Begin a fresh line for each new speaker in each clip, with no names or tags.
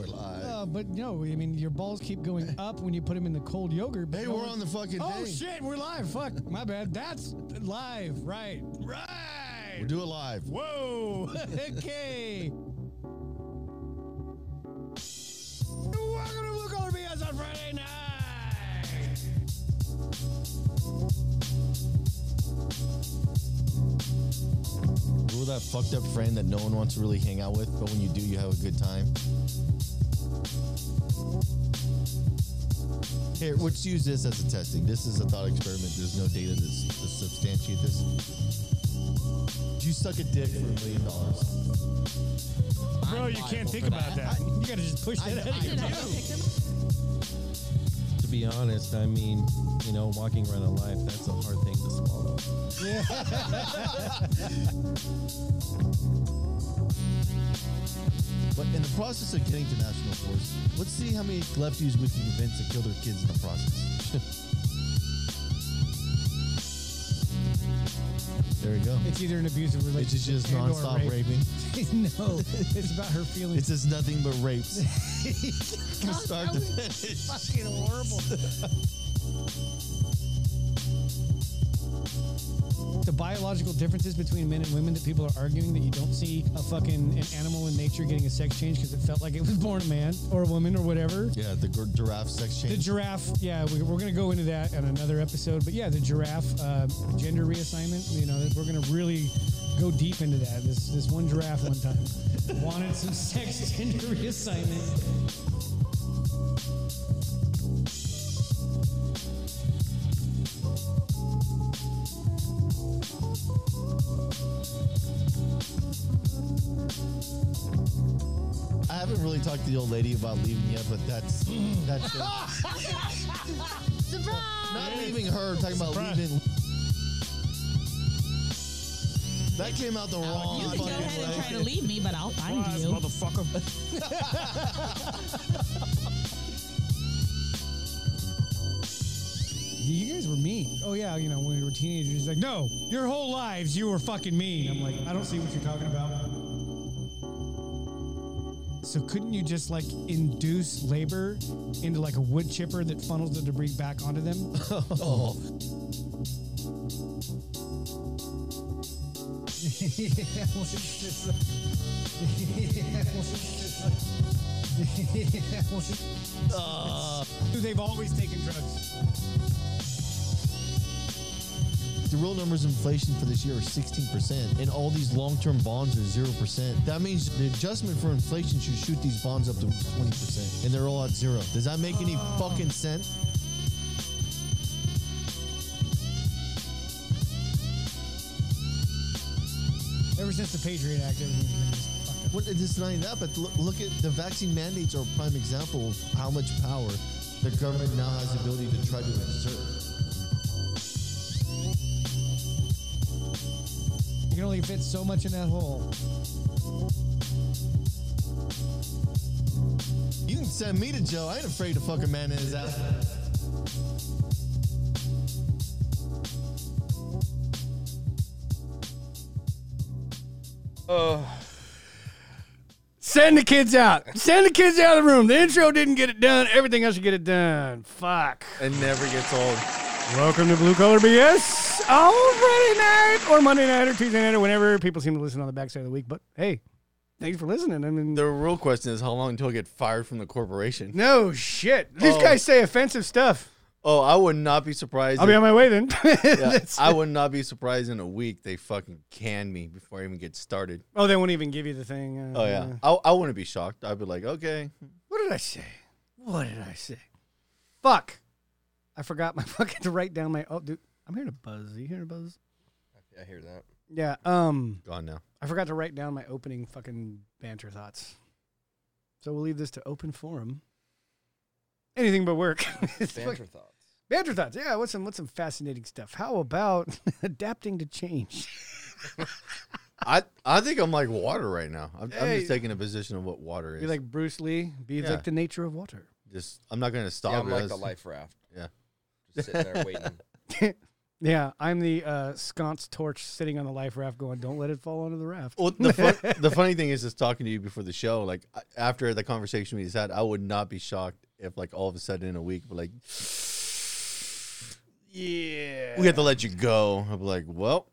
Uh, but no, I mean your balls keep going up when you put them in the cold yogurt. But
Hey,
no
we're
one-
on the fucking
Oh
thing.
shit, we're live. Fuck, my bad. That's live, right? Right.
We do it live.
Whoa. okay. Welcome to Blue Collar BS on Friday night.
We're that fucked up friend that no one wants to really hang out with, but when you do, you have a good time. Here, let's use this as a testing. This is a thought experiment. There's no data that's, to substantiate this. Would you suck a dick for a million dollars?
Bro, you can't think about that. You gotta just push that out of your mind.
To be honest, I mean, you know, walking around in life, that's a hard thing to swallow.
But in the process of getting to national force, let's see how many lefties we can convince to kill their kids in the process. there we go.
It's either an abusive
It's
relationship.
just, just
and or
nonstop
rape.
raping.
no, it's about her feelings.
It's just nothing but rapes. From
God,
start
that
to
was
finish.
fucking horrible. the biological differences between men and women that people are arguing that you don't see a fucking an animal in nature getting a sex change because it felt like it was born a man or a woman or whatever.
Yeah, the gir- giraffe sex
The
change.
giraffe, yeah, we, we're going to go into that on another episode. But yeah, the giraffe uh, gender reassignment, you know, we're going to really go deep into that. This this one giraffe one time wanted some sex gender reassignment.
I haven't really talked to the old lady about leaving yet, but that's that's it.
Surprise!
not leaving her. Talking about
Surprise.
leaving. That came out the wrong
You can
fucking
go ahead and try
way.
to leave me, but I'll find you.
motherfucker. You guys were mean. Oh yeah, you know when we were teenagers, it's like no, your whole lives you were fucking mean. I'm like, I don't see what you're talking about. So couldn't you just like induce labor into like a wood chipper that funnels the debris back onto them?
Oh,
They've always taken drugs.
the real numbers of inflation for this year are 16%, and all these long-term bonds are 0%. That means the adjustment for inflation should shoot these bonds up to 20%, and they're all at zero. Does that make any
Oh.
fucking sense?
Ever since the Patriot Act, everything's been just fucked up.
What, it's not even that, but look, look at the vaccine mandates are a prime example of how much power the government now has the ability to try to exert.
You can only fit so much in that hole.
You can send me to jail. I ain't afraid to fuck a man in his ass.
Send the kids out. Send the kids out of the room. The intro didn't get it done. Everything else should get it done. Fuck.
It never gets old.
Welcome to Blue Collar BS on Friday night or Monday night or Tuesday night or whenever people seem to listen on the backside of the week. But hey, thanks for listening. I mean,
The real question is how long until I get fired from the corporation?
no shit. These
Oh.
guys say offensive stuff.
Oh, I would not be surprised.
I'll be
if-
on my way then.
yeah,
That's-
I would not be surprised in a week they fucking can me before I even get started.
oh, they won't even give you the thing. Uh,
Oh yeah, I, I wouldn't be shocked. I'd be like, okay,
What did I say? What did I say? Fuck. I forgot my fucking to write down my. Oh, dude. I'm hearing a buzz. Are you hearing a buzz?
I hear that.
Yeah. Um.
Gone now.
I forgot to write down my opening fucking banter thoughts. So we'll leave this to open forum. Anything but work. It's fuck-
thoughts.
banter thoughts. Yeah, what's some what's some fascinating stuff? How about adapting to change?
I I think I'm like water right now. I'm, I'm
Hey.
just taking a position of what water is.
Be like Bruce Lee, be
Yeah.
like the nature of water.
just I'm not gonna stop.
Yeah, I'm like
because-
the life raft.
Yeah.
Just sitting there waiting.
Yeah, I'm the uh, sconce torch sitting on the life raft, going, "Don't let it fall onto the raft."
Well, the, fun, the funny thing is, is talking to you before the show. Like I- after the conversation we just had, I would not be shocked if, like, all of a sudden in a week, but like,
Yeah.
we have to let you go. I'd be like, well,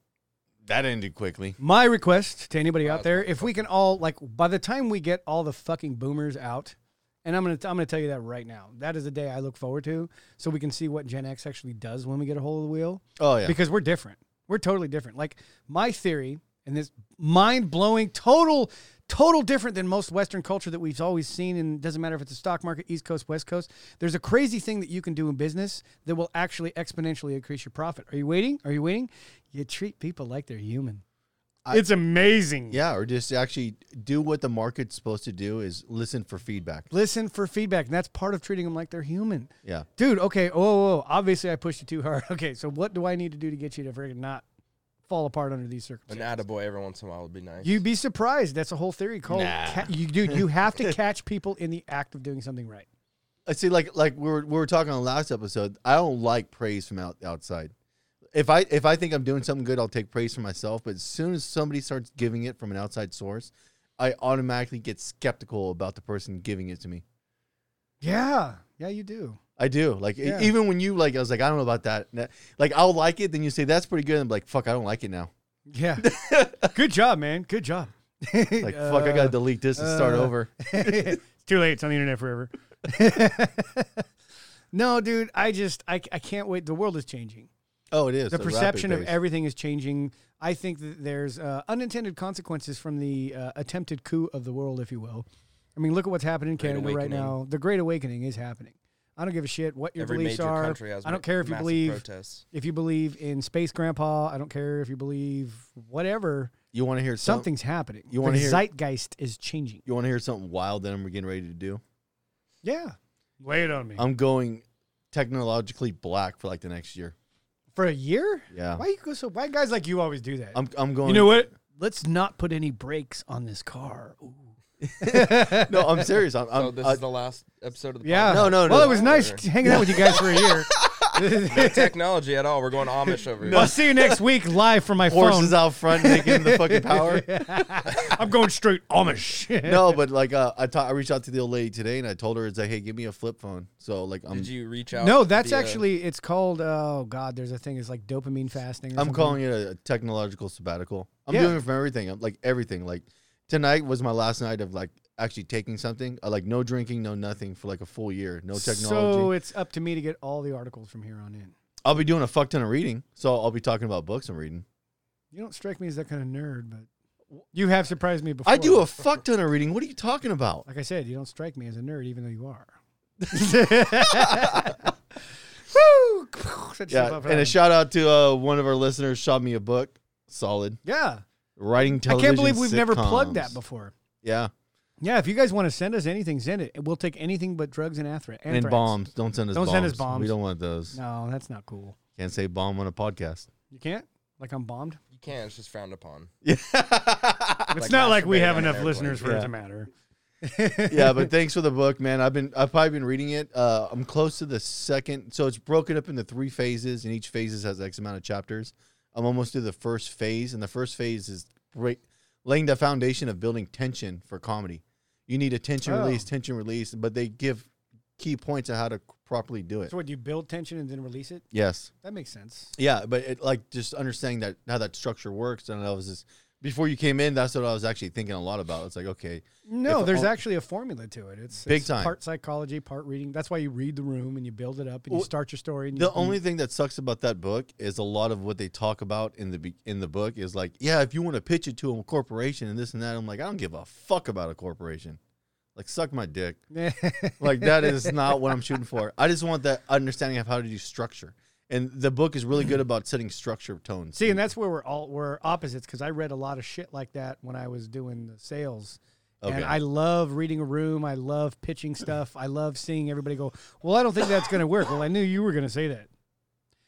that ended quickly.
My request to anybody out there, if we can all like by the time we get all the fucking boomers out, and I'm gonna I'm gonna tell you that right now. That is a day I look forward to, so we can see what Gen X actually does when we get a hold of the wheel.
Oh yeah,
Because we're different. We're totally different. Like my theory, and this mind blowing, total, total different than most Western culture that we've always seen. And it doesn't matter if it's the stock market, East Coast, West Coast. There's a crazy thing that you can do in business that will actually exponentially increase your profit. Are you waiting? Are you waiting? You treat people like they're human. it's amazing.
yeah, or just actually do what the market's supposed to do is listen for feedback.
Listen for feedback. And that's part of treating them like they're human.
Yeah,
Dude, okay. Oh, whoa, whoa. obviously I pushed you too hard. Okay, so what do I need to do to get you to freaking not fall apart under these
An
circumstances?
attaboy every once in a while would be nice.
You'd be surprised. That's a whole theory called
Nah.
ca- you, dude. You have to catch people in the act of doing something right.
I see. Like like we were we were talking on the last episode. I don't like praise from out, outside. If I if I think I'm doing something good, I'll take praise for myself. But as soon as somebody starts giving it from an outside source, I automatically get skeptical about the person giving it to me.
Yeah, yeah, you do.
I do. Like e-
Yeah.
even when you like, I was like, I don't know about that. And that- Like I'll like it, then you say that's pretty good. And I'm like, fuck, I don't like it now.
Yeah, good job, man. Good job.
Like fuck, I gotta delete this and start
uh,
over.
it's too late. It's on the internet forever. no, dude. I just I I can't wait. The world is changing.
Oh, it is
the
a rapid
perception of
pace.
everything is changing. I think that there's uh, unintended consequences from the uh, attempted coup of the world, if you will. I mean, look at what's happening in
Great
Canada right
Awakening.
now. The Great Awakening is happening. I don't give a shit what your
every
beliefs
major
are.
country has.
I don't
ma-
care if you
massive
believe
protests.
if you believe in space grandpa. I don't care if you believe whatever.
You want to hear something?
Something's happening.
you
the
wanna hear-
zeitgeist is changing.
You want to hear something wild that I'm getting ready to do?
Yeah. Lay it on me
I'm going technologically black for like the next year.
for a year.
Yeah.
Why you go so? Why guys like you always do that?
I'm I'm going.
you know what? Let's not put any brakes on this car.
No, I'm serious. I'm, I'm uh,
So Oh, this
I-
is the last episode of the
Yeah.
podcast.
No, no, no.
Well, it was nice hanging out with you guys for a year.
No technology at all. We're going Amish over here.
I'll see you next week live from my
horses
phone.
out front taking the fucking power.
I'm going straight Amish.
No, but like uh, I ta- I reached out to the old lady today and I told her it's like, hey, give me a flip phone. So like I'm
Did you reach out?
no, that's
via-
actually it's called oh god, there's a thing. It's like dopamine fasting. Or
I'm
something.
calling it a technological sabbatical. I'm
Yeah.
doing it from everything. I'm like everything. Like tonight was my last night of like actually taking something. I like no drinking, no nothing for like a full year. No technology.
So it's up to me to get all the articles from here on in.
I'll be doing a fuck ton of reading. So I'll be talking about books I'm reading.
You don't strike me as that kind of nerd, but you have surprised me before.
I do a fuck ton of reading. What are you talking about?
like I said, you don't strike me as a nerd, even though you are. Woo! Set yourself
Yeah,
up for
and
that one.
a shout out to uh, one of our listeners shot me a book. Solid
yeah.
writing
I
television.
can't believe we've never plugged that
sitcoms.
before.
Yeah,
Yeah, if you guys want to send us anything, send it. We'll take anything but drugs and anthrax.
and,
anthrax.
bombs. Don't send us.
Don't
bombs.
send us bombs.
We don't want those.
No, that's not cool.
Can't say bomb on a podcast.
You can't? Like I'm bombed?
you can't. It's just frowned upon.
It's
Like not like we masturbating have on an enough airplane. listeners
for
it Yeah. to
matter.
yeah, but thanks for the book, man. I've been I've probably been reading it. Uh, I'm close to the second, so it's broken up into three phases, and each phases has X amount of chapters. I'm almost through the first phase, and the first phase is break, laying the foundation of building tension for comedy. You need a tension
Oh.
release, tension release, but they give key points on how to properly do it.
So what you build tension and then release it?
Yes,
That makes sense.
yeah, but it, like just understanding that how that structure works, and I was just before you came in, that's what I was actually thinking a lot about. It's like okay,
No,
If
there's
all-
actually a formula to it. It's,
Big
it's
time.
part psychology, part reading. That's why you read the room and you build it up and you
Well,
start your story. And you,
The only thing that sucks about that book is a lot of what they talk about in the be- in the book is like, yeah, if you want to pitch it to a corporation and this and that, I'm like, I don't give a fuck about a corporation. Like, suck my dick. Like that is not what I'm shooting for. I just want that understanding of how to do structure. And the book is really good about setting structure tones.
Mm-hmm. See, and that's where we're all we're opposites because I read a lot of shit like that when I was doing the sales.
Okay.
And I love reading a room. I love pitching stuff. I love seeing everybody go, Well, I don't think that's going to work. Well, I knew you were going to say that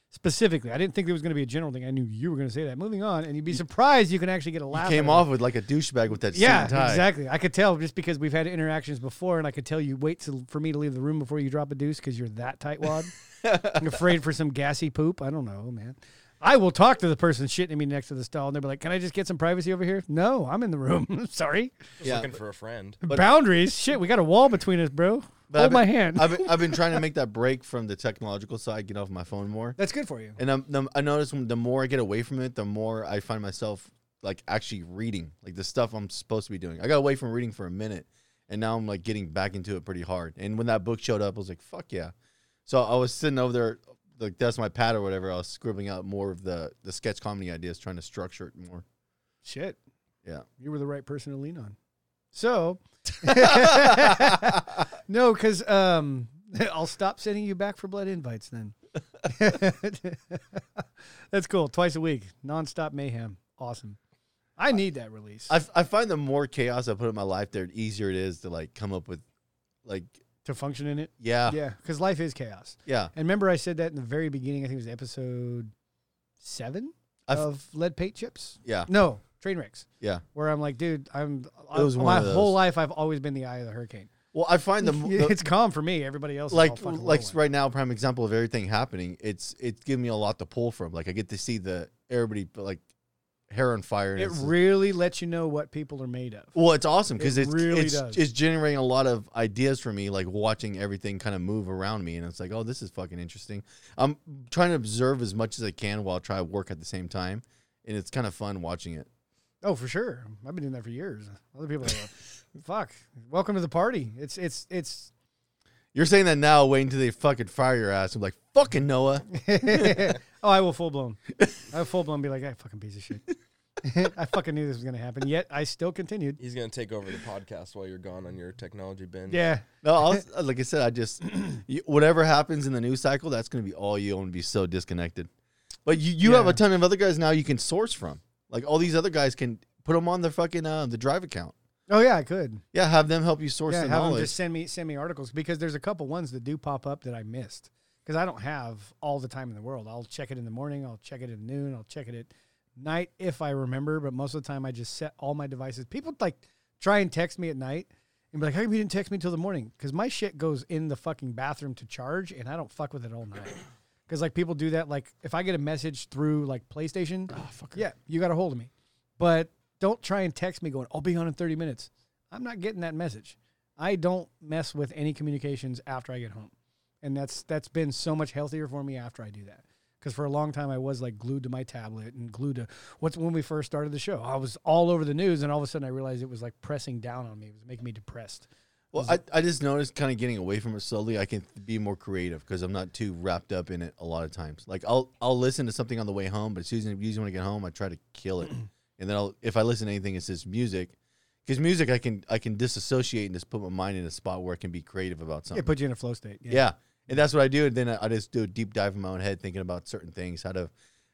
specifically. I didn't think there was going to be a general thing. I knew you were going to say that. Moving on. And you'd be surprised you can actually get a laugh.
you
out
came
of
off with like a douchebag with that
it. Yeah,
suit and tie.
exactly. I could tell just because we've had interactions before, and I could tell you wait till, for me to leave the room before you drop a deuce because you're that tightwad. I'm afraid for some gassy poop. I don't know, man. I will talk to the person shitting me next to the stall, and they'll be like, "Can I just get some privacy over here?" No, I'm in the room. Sorry.
Just
Yeah,
looking
but-
for a friend.
But-
Boundaries. Shit, we got a wall between us, bro.
But
Hold
I've
my
been-
hand.
I've been, I've been trying to make that break from the technological side, get off my phone more.
That's good for you.
And I'm, the- I notice when- the more I get away from it, the more I find myself like actually reading, like the stuff I'm supposed to be doing. I got away from reading for a minute, and now I'm like getting back into it pretty hard. And when that book showed up, I was like, "Fuck yeah!" So I was sitting over there, like that's my pad or whatever. I was scribbling out more of the the sketch comedy ideas, trying to structure it more.
Shit.
Yeah.
You were the right person to lean on. So, no, because um, I'll stop sending you back for blood invites then. That's cool. Twice a week, nonstop mayhem. Awesome. I need that release.
I, f- I find the more chaos I put in my life, the easier it is to like come up with, like
to function in it.
yeah, yeah.
Yeah, because life is chaos. And remember, I said that in the very beginning. I think it was episode seven
I've-
of Lead Paint Chips.
Yeah.
No, train wrecks.
Yeah.
Where I'm like, dude, I'm.
It was one
my
of those.
whole life, I've always been the eye of the hurricane.
Well, I find the, the
it's calm for me. Everybody else,
like
is all fucking
like
rolling.
right now prime example of everything happening it's it's giving me a lot to pull from like i get to see the everybody like hair on fire and
it
it's,
really lets you know what people are made of.
well it's awesome because
it
it's
really
it's,
does.
it's generating a lot of ideas for me like watching everything kind of move around me and it's like oh this is fucking interesting i'm trying to observe as much as i can while i try to work at the same time and it's kind of fun watching it
Oh, for sure. I've been doing that for years. Other people, are like, fuck. Welcome to the party. It's it's it's.
you're saying that now waiting until they fucking fire your ass i'm like fucking noah
oh, I will full blown. I will full blown be like, I fucking piece of shit. I fucking knew this was gonna happen. Yet I still continued.
He's gonna take over the podcast while you're gone on your technology binge.
Yeah.
No, I was, like I said, I just you- whatever happens in the news cycle, that's going to be all you. I'm going to be so disconnected. But you, you have
Yeah.
a ton of other guys now you can source from. Like all these other guys can put them on their fucking uh, the drive account.
Oh yeah, I could.
Yeah, have them help you source
Yeah,
the
have them
knowledge.
just send me send me articles because there's a couple ones that do pop up that I missed because I don't have all the time in the world. I'll check it in the morning, I'll check it at noon, I'll check it at night if I remember. But most of the time, I just set all my devices. People like try and text me at night and be like, "How come you didn't text me till the morning?" Because my shit goes in the fucking bathroom to charge, and I don't fuck with it all night. Because like people do that. Like if I get a message through like PlayStation,
Ah,
yeah, you got a hold of me. But don't try and text me going, "I'll be on in 30 minutes." I'm not getting that message. I don't mess with any communications after I get home. And that's that's been so much healthier for me after I do that. Because for a long time I was like glued to my tablet and glued to what's when we first started the show. I was all over the news and all of a sudden I realized it was like pressing down on me. It was making me depressed.
well, I, I just noticed kind of getting away from it slowly. I can be more creative because I'm not too wrapped up in it a lot of times. Like I'll I'll listen to something on the way home, but as soon as usually when I get home, I try to kill it. And then I'll if I listen to anything, it's just music. Because music, I can I can disassociate and just put my mind in a spot where I can be creative about something.
It put you in a flow state.
Yeah. And that's what I do. And then I, I just do a deep dive in my own head, thinking about certain things, how to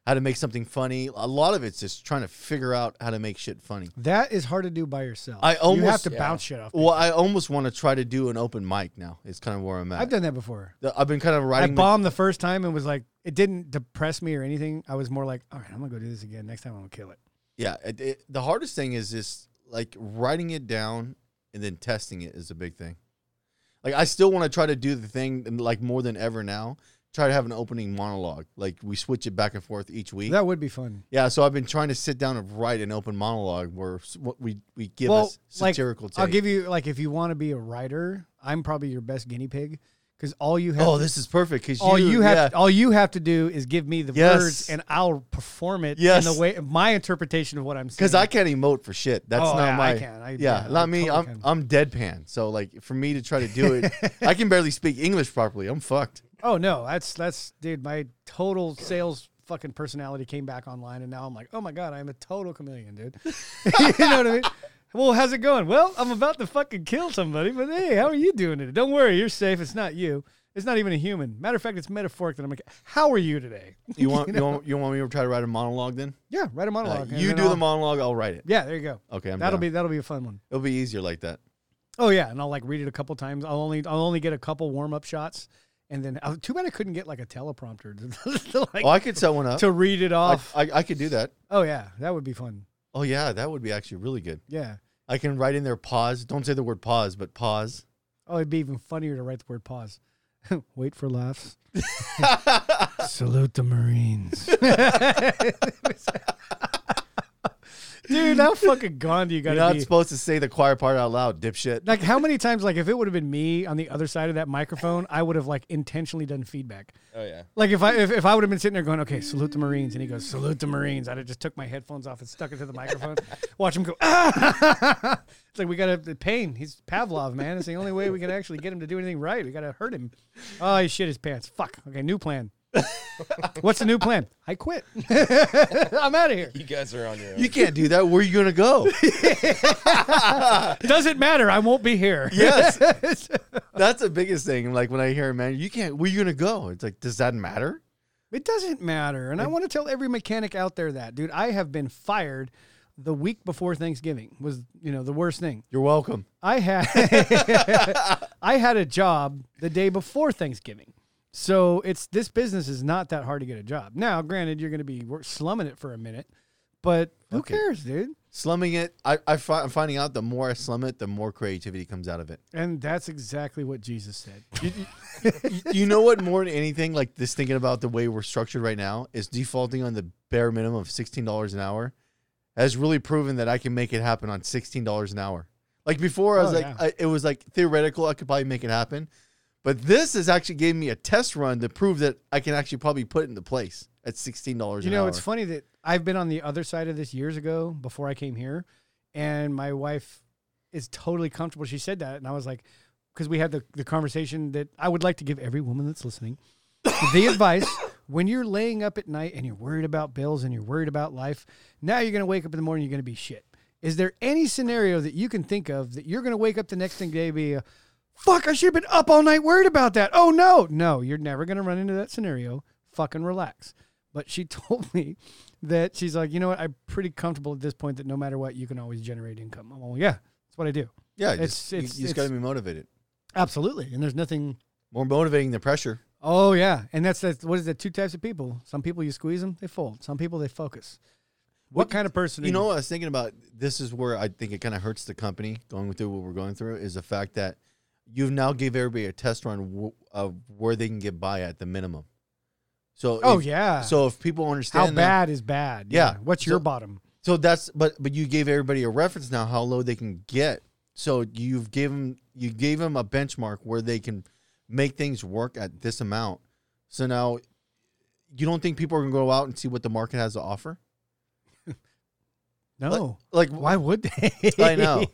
how to make something funny. A lot of it's just trying to figure out how to make shit funny.
That is hard to do by yourself.
I
you have
almost-
to
yeah.
bounce shit off.
Well, I almost want to try to do an open mic now. It's kind of where I'm at.
I've done that before.
The- I've been kind of
I
writing. the-
bombed the first time and was like, it didn't depress me or anything. I was more like, all right, I'm gonna go do this again. Next time I'm gonna kill it.
yeah, it, it- the hardest thing is just like writing it down and then testing it is a big thing. Like I still want to try to do the thing and, like more than ever now. Try to have an opening monologue. Like we switch it back and forth each week.
That would be fun.
Yeah, so I've been trying to sit down and write an open monologue where s- what we we give us satirical
like,
take.
I'll give you like if you want to be a writer, I'm probably your best guinea pig because all you have
oh, this is perfect because
all you, have
yeah.
all you have to do is give me the
Yes.
words and I'll perform it
Yes.
in the way my interpretation of what I'm saying.
Because I can't emote for shit. That's
Oh,
not
yeah, I
my.
can. I-
yeah,
yeah,
not
I
me.
totally
I'm
can.
I'm deadpan. So like for me to try to do it, I can barely speak English properly. I'm fucked.
oh no, that's that's dude, my total sales fucking personality came back online and now I'm like, oh my god, I'm a total chameleon, dude. you know what I mean? Well, how's it going? Well, I'm about to fucking kill somebody, but hey, how are you doing today? Don't worry, you're safe. It's not you. It's not even a human. Matter of fact, it's metaphoric that I'm like, how are you today?
You want you, want you want me to try to write a monologue then?
Yeah, write
Uh,
a monologue. and
you
then
do the
I'll-
monologue. I'll write it.
Yeah, there you go.
Okay, I'm
that'll
down.
be that'll be a fun one.
It'll be easier like that.
Oh yeah, and I'll like read it a couple times. I'll only I'll only get a couple warm up shots, and then oh, too bad I couldn't get like a teleprompter to, to, like,
Oh, I could set one up.
to read it
I,
off.
I I could do that.
oh yeah, that would be fun.
Oh yeah, that would be actually really good.
Yeah.
I can write in there pause. Don't say the word pause, but pause.
Oh, it'd be even funnier to write the word pause. Wait for laughs. Salute the Marines. Dude, how fucking gone do you
You're
gotta
not
be?
supposed to say the choir part out loud, dipshit.
like how many times like if it would have been me on the other side of that microphone, I would have like intentionally done feedback.
Oh yeah.
Like if I if, if I would have been sitting there going, okay, salute the Marines, and he goes, salute the Marines, I'd have just took my headphones off and stuck it to the microphone. Watch him go. Ah! it's like we gotta the pain. He's Pavlov, man. It's the only way we can actually get him to do anything right. We gotta hurt him. Oh, he shit his pants. Fuck. Okay, new plan. What's the new plan? I quit. I'm out of here.
You guys are on your own.
You can't do that. Where are you gonna go?
Doesn't matter. I won't be here.
yes, that's the biggest thing. Like when I hear a man, you can't. Where you gonna go? It's like, does that matter?
It doesn't matter. And I want to tell every mechanic out there that, dude, I have been fired the week before Thanksgiving was, you know, the worst thing.
You're welcome.
I had I had a job the day before Thanksgiving. So it's this business is not that hard to get a job. Now, granted, you're going to be wor- slumming it for a minute, but who
Fuck it.
cares, dude?
Slumming it. I, I fi- I'm finding out the more I slum it, the more creativity comes out of it.
And that's exactly what Jesus said.
Y- you know what? More than anything, like this thinking about the way we're structured right now is defaulting on the bare minimum of sixteen dollars an hour has really proven that I can make it happen on sixteen dollars an hour. Like before, I was
Oh,
like,
yeah.
I, it was like theoretical. I could probably make it happen, but this has actually gave me a test run to prove that I can actually probably put it into place at sixteen dollars.
You
an
know,
hour.
it's funny that I've been on the other side of this years ago before I came here, and my wife is totally comfortable. She said that, and I was like, because we had the, the conversation that I would like to give every woman that's listening the advice when you're laying up at night and you're worried about bills and you're worried about life, now you're going to wake up in the morning, you're going to be shit. Is there any scenario that you can think of that you're going to wake up the next thing day and be, fuck, I should have been up all night worried about that? Oh no, no, you're never going to run into that scenario. Fucking relax. But she told me that she's like, you know what? I'm pretty comfortable at this point that no matter what, you can always generate income. I'm like, yeah, that's what I do.
yeah,
it's-
just, you-
it's-
you just got
it's-
to be motivated.
Absolutely. And there's nothing
More motivating than pressure.
Oh yeah, and that's that's what is that? Two types of people. Some people you squeeze them, they fold. Some people they focus. What, kind of person? are
You know, what I was thinking about this is where I think it kind of hurts the company going through what we're going through is the fact that you've now gave everybody a test run w- of where they can get by at the minimum. So
Oh
if-
yeah.
So if people
how
understand that,
bad is bad?
uh, Yeah.
What's your
So-
bottom?
so that's but but you gave everybody a reference now how low they can get. So you've given you gave them a benchmark where they can make things work at this amount. So now you don't think people are going to go out and see what the market has to offer?
No.
Like
Why would they?
I know.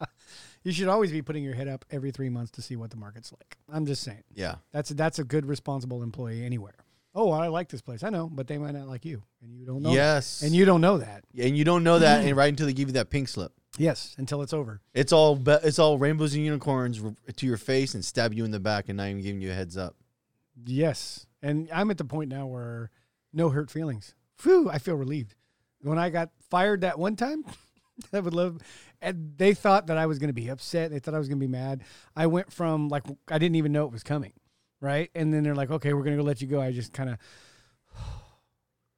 you should always be putting your head up every three months to see what the market's like. I'm just saying.
yeah.
That's that's a good responsible employee anywhere. Oh, I like this place. I know, but they might not like you, and you don't know. that.
Yes.
And you don't know that.
and you don't know that and right until they give you that pink slip
Yes, until it's over.
it's all be- it's all rainbows and unicorns r- to your face and stab you in the back and not even giving you a heads up
Yes. And I'm at the point now where no hurt feelings. Phew, I feel relieved. When I got fired that one time, I would love and they thought that I was gonna be upset. They thought I was gonna be mad. I went from like I didn't even know it was coming. Right. And then they're like, okay, we're gonna go let you go. I just kinda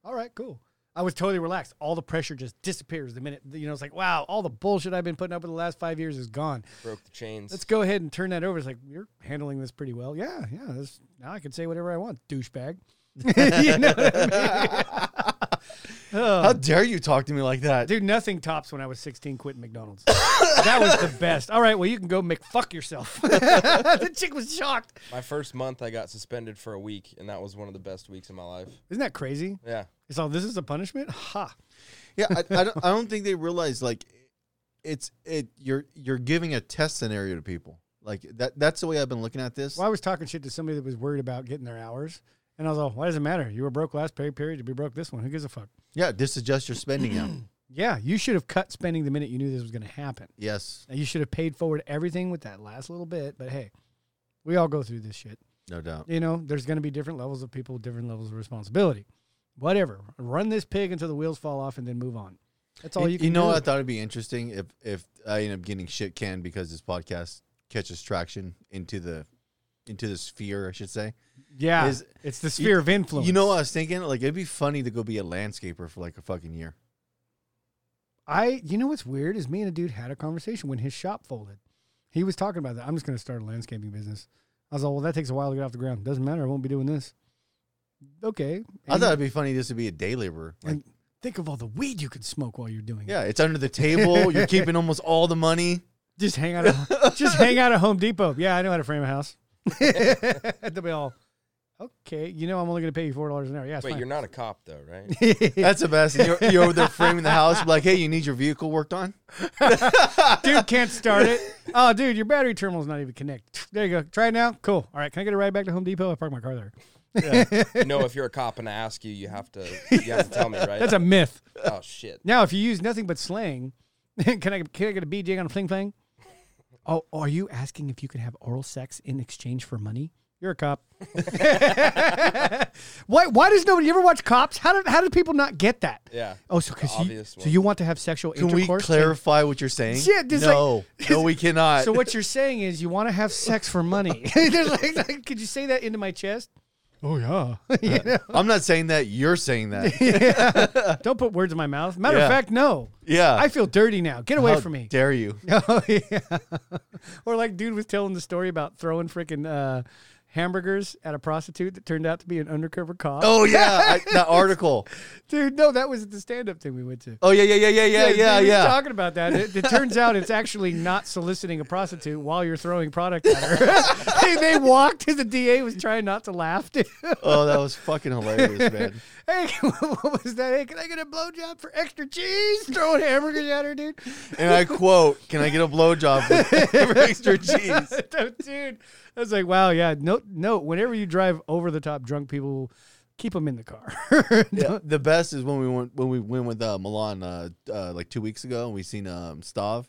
all right, cool. I was totally relaxed. All the pressure just disappears the minute you know, it's like, wow, all the bullshit I've been putting up with the last five years is gone
Broke the chains.
let's go ahead and turn that over. It's like you're handling this pretty well. Yeah, yeah. This, now I can say whatever I want, douchebag. you know what I mean?
how
Oh,
dare you talk to me like that
dude, nothing tops when I was 16 quitting McDonald's. that was the best. All right, well you can go make fuck yourself. the chick was shocked.
My first month, I got suspended for a week, and that was one of the best weeks of my life.
Isn't that crazy?
Yeah.
It's all this is a punishment. Ha.
yeah I, I, don't, I don't think they realize like it's it you're you're giving a test scenario to people like that that's the way i've been looking at this
Well, I was talking shit to somebody that was worried about getting their hours. And I was like, why does it matter? You were broke last pay period. You be broke this one. Who gives a fuck?
yeah just adjust your spending now
Yeah, you should have cut spending the minute you knew this was going to happen.
yes
Now, You should have paid forward everything with that last little bit, but hey, we all go through this shit.
no doubt
You know, there's going to be different levels of people, different levels of responsibility. Whatever. Run this pig until the wheels fall off and then move on. That's all you can
you know
do.
what i thought it'd be interesting if if i end up getting shit canned because this podcast catches traction into the into the sphere i should say
yeah.
is-
it's the sphere of influence.
You know what I was thinking? Like it'd be funny to go be a landscaper for like a fucking year.
I you know what's weird is me and a dude had a conversation when his shop folded. He was talking about that. I'm just gonna start a landscaping business. I was like, well, that takes a while to get off the ground. Doesn't matter. I won't be doing this. okay.
I thought it'd be funny just to be a day laborer. Like,
and think of all the weed you could smoke while you're doing it.
yeah, it's under the table. You're keeping almost all the money.
Just hang out. At, just hang out at Home Depot. Yeah, I know how to frame a house. They'll be all, okay. You know, I'm only going to pay you four dollars an hour. Yeah, it's
Wait,
fine.
you're not a cop though, right?
That's the best. You're, you're over there framing the house, like, hey, you need your vehicle worked on?
dude can't start it. Oh, dude, your battery terminal's not even connected. There you go. Try it now. Cool. All right, can I get a ride back to Home Depot? I parked my car there.
no, if you're a cop and I ask you, you have to you have to tell me, right?
That's a myth.
oh shit.
Now, if you use nothing but slang, can I can I get a BJ on a fling flang? Oh, are you asking if you can have oral sex in exchange for money? You're a cop. why? Why does nobody you ever watch cops? How do how do people not get that?
Yeah.
Oh, so because you,
Obvious
so
one.
you want to have sexual
Can we
intercourse?
clarify what you're saying?
Yeah, there's like-
no, no, we cannot.
So what you're saying is you want to have sex for money. There's like, like, could you say that into my chest? Oh yeah. You know?
I'm not saying that. You're saying that.
Don't put words in my mouth. Matter
Yeah.
of fact, no.
Yeah.
I feel dirty now. Get away
How
from me.
Dare you?
oh yeah. or like dude was telling the story about throwing freaking uh, hamburgers at a prostitute that turned out to be an undercover cop.
Oh yeah, I, that article.
Dude, no, that was at the stand-up thing we went to.
Oh yeah, yeah, yeah, yeah, yeah,
dude,
yeah,
we were
yeah.
Talking about that, it, it turns out it's actually not soliciting a prostitute while you're throwing product at her. they, they walked, and the DA was trying not to laugh. dude.
Oh, that was fucking hilarious, man.
hey, what was that? Hey, can I get a blowjob for extra cheese? Throwing hamburgers at her, dude.
And I quote, "Can I get a blowjob with extra cheese?"
dude, I was like, wow, yeah. Note, note, whenever you drive over the top drunk people, keep them in the car.
Yeah. The best is when we went when we went with uh, Milan uh, uh, like two weeks ago, and we seen um, Stav,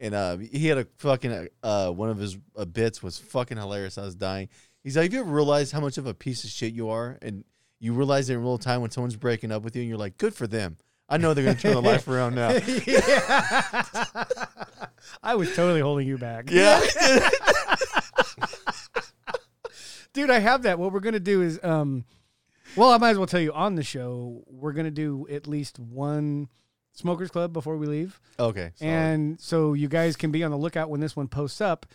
and uh, he had a fucking uh, one of his uh, bits was fucking hilarious. I was dying. He's like, "Have you ever realized how much of a piece of shit you are?" And you realize it in real time when someone's breaking up with you, and you're like, "Good for them." I know they're gonna turn their life around now.
I was totally holding you back.
Yeah.
dude i have that what we're gonna do is um well i might as well tell you on the show we're gonna do at least one smokers club before we leave
Okay. solid.
and so you guys can be on the lookout when this one posts up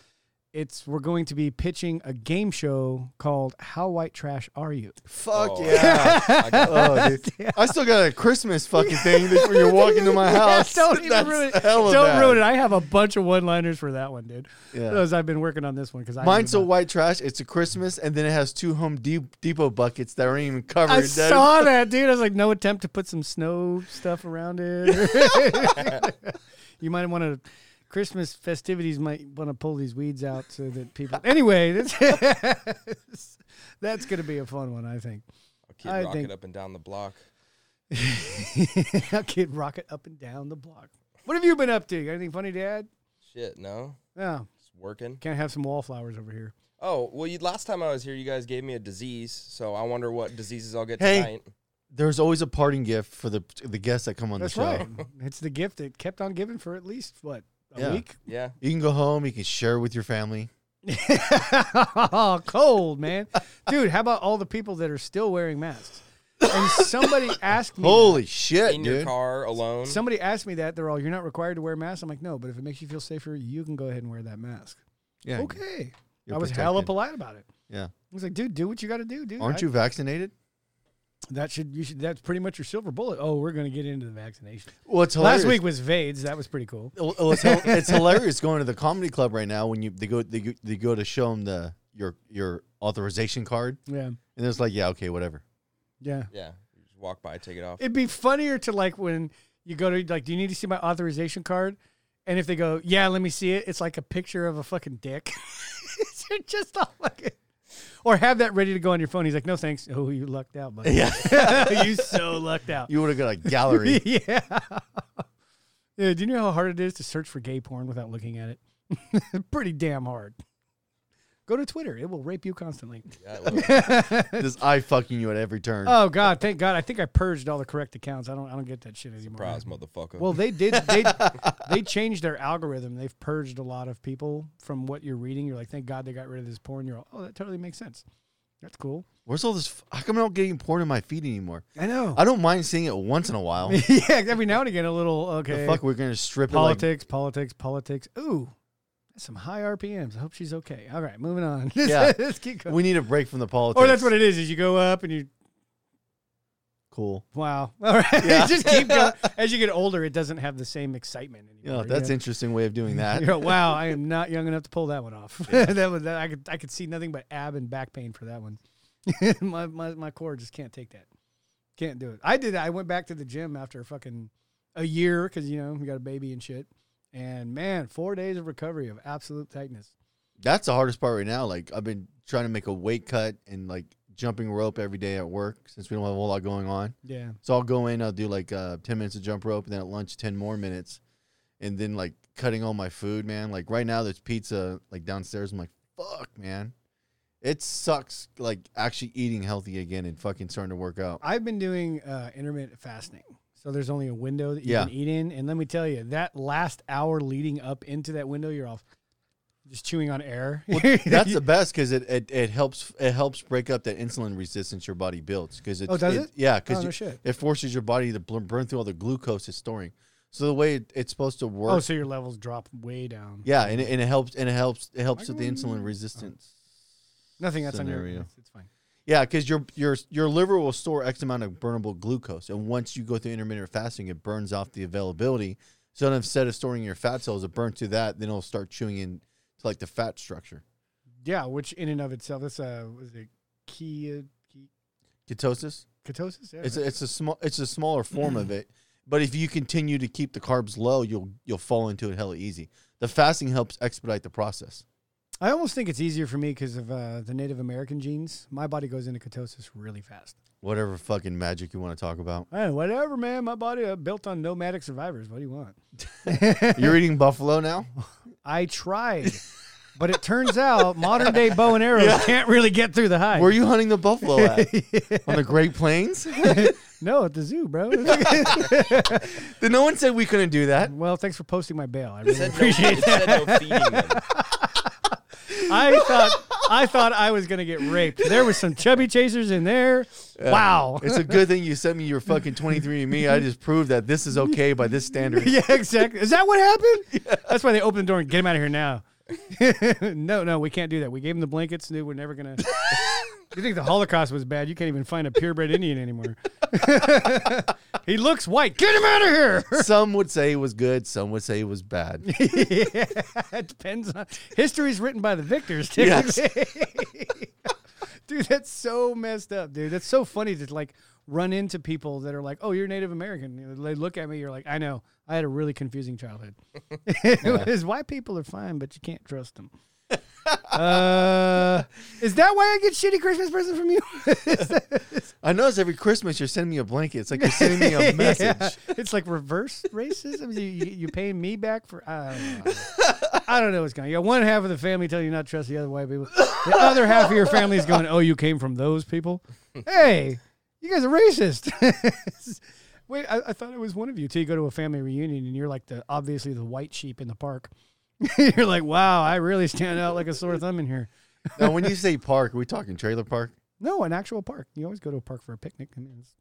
it's we're going to be pitching a game show called how white trash are you
Fuck
Oh,
yeah.
I got
Oh, dude. I still got a Christmas fucking thing that- when you're walking to my house.
Yeah, don't even
That's
ruin it
hella
don't
bad.
ruin it i have a bunch of one liners for that one dude
Yeah.
those i've been working on this one because
Mine's so white trash. It's a Christmas, and then it has two Home De- Depot buckets that aren't even covered.
I
That is-
saw that, dude. I was like, no attempt to put some snow stuff around it. you might want to. Christmas festivities might want to pull these weeds out so that people. Anyway, that's, that's going to be a fun one, I think.
I'll keep
I
rocking
think-
up and down the block.
I'll kid rocket up and down the block. What have you been up to? Got anything funny, Dad?
Shit, no,
No,
it's working.
can't have some wallflowers over here.
Oh well, you, last time I was here, you guys gave me a disease, so I wonder what diseases I'll get
Hey.
tonight.
There's always a parting gift for the the guests that come on
That's
the show.
right. it's the gift that kept on giving for at least what a
Yeah.
week.
Yeah,
You can go home. You can share with your family.
cold, man. Dude, how about all the people that are still wearing masks? And somebody asked me
Holy shit,
in your
dude!
car alone.
somebody asked me that. They're all you're not required to wear masks. I'm like, no, but if it makes you feel safer, you can go ahead and wear that mask.
Yeah,
Okay.
you're
I was hella
protected.
polite about it.
Yeah.
I was like, dude, do what you gotta do, dude.
Aren't
I-
you vaccinated?
that should you should that's pretty much your silver bullet. Oh, we're gonna get into the vaccination.
Well, it's
Last
hilarious.
week was VADES, that was pretty cool.
Well, well, it's, hil- it's hilarious going to the comedy club right now when you they go they, go- they go to show them the your your authorization card
Yeah.
and it's like yeah okay whatever
Yeah.
yeah, you just walk by, take it off.
It'd be funnier to like when you go to like, do you need to see my authorization card? And if they go, yeah, let me see it, it's like a picture of a fucking dick. You're just all fucking. Or have that ready to go on your phone. He's like, no thanks. Oh, you lucked out, buddy.
yeah
you so lucked out.
you would have got a gallery
yeah. Yeah. Do you know how hard it is to search for gay porn without looking at it? Pretty damn hard. Go to Twitter. It will rape you constantly.
Yeah, well,
this eye fucking you at every turn
Oh God, thank God. I think I purged all the correct accounts. I don't I don't get that shit anymore.
surprise, motherfucker.
Well, they did. They they changed their algorithm. They've purged a lot of people from what you're reading. You're like, thank God they got rid of this porn. You're all, oh, that totally makes sense. That's cool.
where's all this f- how come I'm not getting porn in my feed anymore
I know.
I don't mind seeing it once in a while the
yeah, every now and again, a little okay.
fuck we're gonna strip it like
politics, politics, politics. Ooh, that's some high RPMs. I hope she's okay. All right, moving on.
Yeah.
let's keep going. Oh,
we need a break from the politics
or that's what it is. Is you go up and you
cool.
Wow. All right. Just keep going. As you get older, it doesn't have the same excitement
Yeah,
anymore.
that's
you know?
interesting way of doing that.
You're like, wow, I am not young enough to pull that one off. that was that, I could I could see nothing but ab and back pain for that one. my, my my core just can't take that. Can't do it. I did. I went back to the gym after fucking a year because you know we got a baby and shit. And man, four days of recovery of absolute tightness.
That's the hardest part right now. Like I've been trying to make a weight cut and like jumping rope every day at work since we don't have a whole lot going on.
Yeah.
So I'll go in, I'll do like uh, 10 minutes of jump rope, and then at lunch, 10 more minutes. And then like cutting all my food, man. Like right now, there's pizza like downstairs. I'm like, fuck, man. It sucks like actually eating healthy again and fucking starting to work out.
I've been doing uh, intermittent fasting. So there's only a window that you
Yeah.
can eat in. And let me tell you, that last hour leading up into that window, you're off just chewing on air.
That's the best because it, it, it helps it helps break up that insulin resistance your body builds because it
Oh, does it?
yeah
Oh,
because
no shit.
it forces your body to bl- burn through all the glucose it's storing. So the way it, it's supposed to work,
Oh, so your levels drop way down.
yeah, and it, and it helps and it helps it helps with the insulin resistance.
Nothing that's on your.
Scenario.
It's, it's fine.
Yeah, because your your your liver will store X amount of burnable glucose, and once you go through intermittent fasting, it burns off the availability. So then instead of storing your fat cells, it burns through that, then it'll start chewing in to like the fat structure.
Yeah, which in and of itself, that's uh, was it key, uh, key
Ketosis.
ketosis? Yeah,
It's
right.
a, it's a small it's a smaller form of it, but if you continue to keep the carbs low, you'll you'll fall into it hella easy. The fasting helps expedite the process.
I almost think it's easier for me because of uh, the Native American genes. My body goes into ketosis really fast.
Whatever fucking magic you want to talk about.
Hey, whatever, man. My body uh, built on nomadic survivors. What do you want?
You're eating buffalo now.
I tried, but it turns out modern day bow and arrows can't really get through the hide.
Where are you hunting the buffalo at? On the Great Plains?
No, at the zoo, bro.
Then no one said we couldn't do that.
well, thanks for posting my bail. I really
Said no, it said no feeding them.
I thought I thought I was gonna get raped. There was some chubby chasers in there. wow.
It's a good thing you sent me your fucking 23 and me. I just proved that this is okay by this standard.
yeah, exactly. Is that what happened? That's why they opened the door and get him out of here now. no, no, we can't do that. We gave him the blankets. Knew we're never gonna. you think the Holocaust was bad? You can't even find a purebred Indian anymore. he looks white. Get him out of here.
Some would say it was good, some would say it was bad.
yeah, it depends on history's written by the victors. Typically. dude, that's so messed up, dude. That's so funny to like run into people that are like, "Oh, you're Native American." You know, They look at me, you're like, "I know. I had a really confusing childhood." it's why people are fine, but you can't trust them. uh, is that why I get shitty Christmas presents from you?
I notice every Christmas you're sending me a blanket. It's like you're sending me a message.
Yeah. It's like reverse racism. you, you you paying me back for I don't know. I don't know what's going. on. You got one half of the family telling you not to trust the other white people. The other half of your family is going, "Oh, you came from those people." Hey, you guys are racist. Wait, I, I thought it was one of you. Till you go to a family reunion and you're like the obviously the white sheep in the park. you're like, "Wow, I really stand out like a sore thumb in here."
Now, when you say park, are we talking trailer park?
No, an actual park. You always go to a park for a picnic. I mean, it's-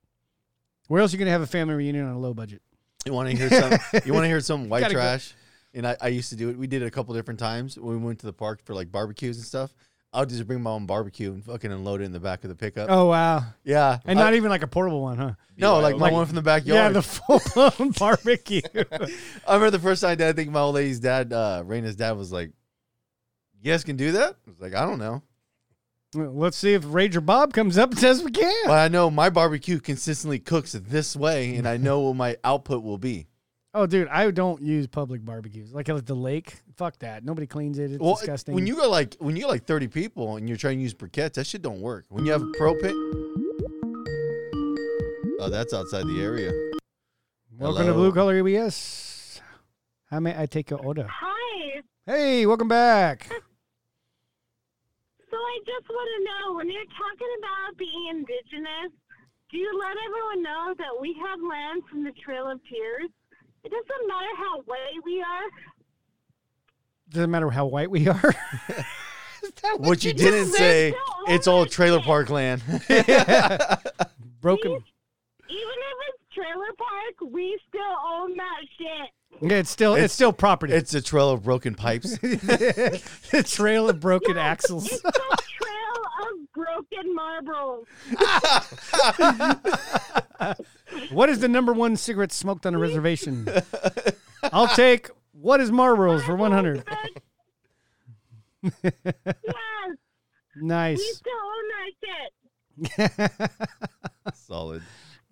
where else are you gonna have a family reunion on a low budget?
You want to hear some? You want to hear some white
Gotta go.
trash? And I, I used to do it. We did it a couple different times when we went to the park for like barbecues and stuff. I'll just bring my own barbecue and fucking unload it in the back of the pickup.
Oh wow.
Yeah,
And
I-
not even like a portable one, huh?
no, like my
like-
one from the backyard.
Yeah, the full blown barbecue.
I remember the first time I did. I think my old lady's dad, uh, Raina's dad, was like, "You guys can do that." I was like, "I don't know."
Well, Let's see if Ranger Bob comes up and says we can.
But I know my barbecue consistently cooks this way, and I know what my output will be.
Oh, dude, I don't use public barbecues. Like at the lake, fuck that. Nobody cleans it. It's
Well,
disgusting.
when you go like when you got like thirty people and you're trying to use briquettes, that shit don't work. When you have a pro pit. Oh, that's outside the area.
welcome to
Hello.
Blue Collar EBS. How may I take your order?
Hi.
Hey, welcome back.
So I just want to know when you're talking about being indigenous, do you let everyone know that we have land from the Trail of Tears? It doesn't matter how way we are.
Doesn't matter how white we are.
What, you, didn't say,
No,
it's all
I'm
trailer
saying.
park land.
Broken.
Even if it's trailer park, we still own that shit.
Yeah, it's still it's,
It's-
still property.
it's a trail of broken pipes.
the trail of broken axles.
It's the trail of broken marbles.
What is the number one cigarette smoked on a reservation? I'll take what is Marlboro's Oh, for 100.
yes, we
Nice.
still own that shit.
Solid.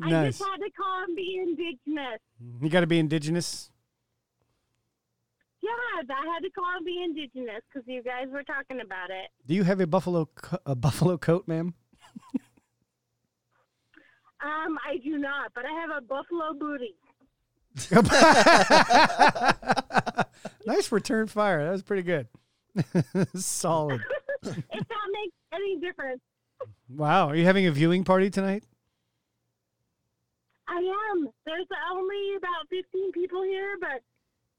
I
Nice.
just had to call and be indigenous.
You got to be indigenous.
Yeah, I had to call and be indigenous because you guys were talking about it.
Do you have a buffalo co- a buffalo coat, ma'am?
Um, I do not, but I have a buffalo booty.
Nice return fire. That was pretty good. Solid.
If that makes any difference,
Wow. Are you having a viewing party tonight?
I am. There's only about 15 people here, but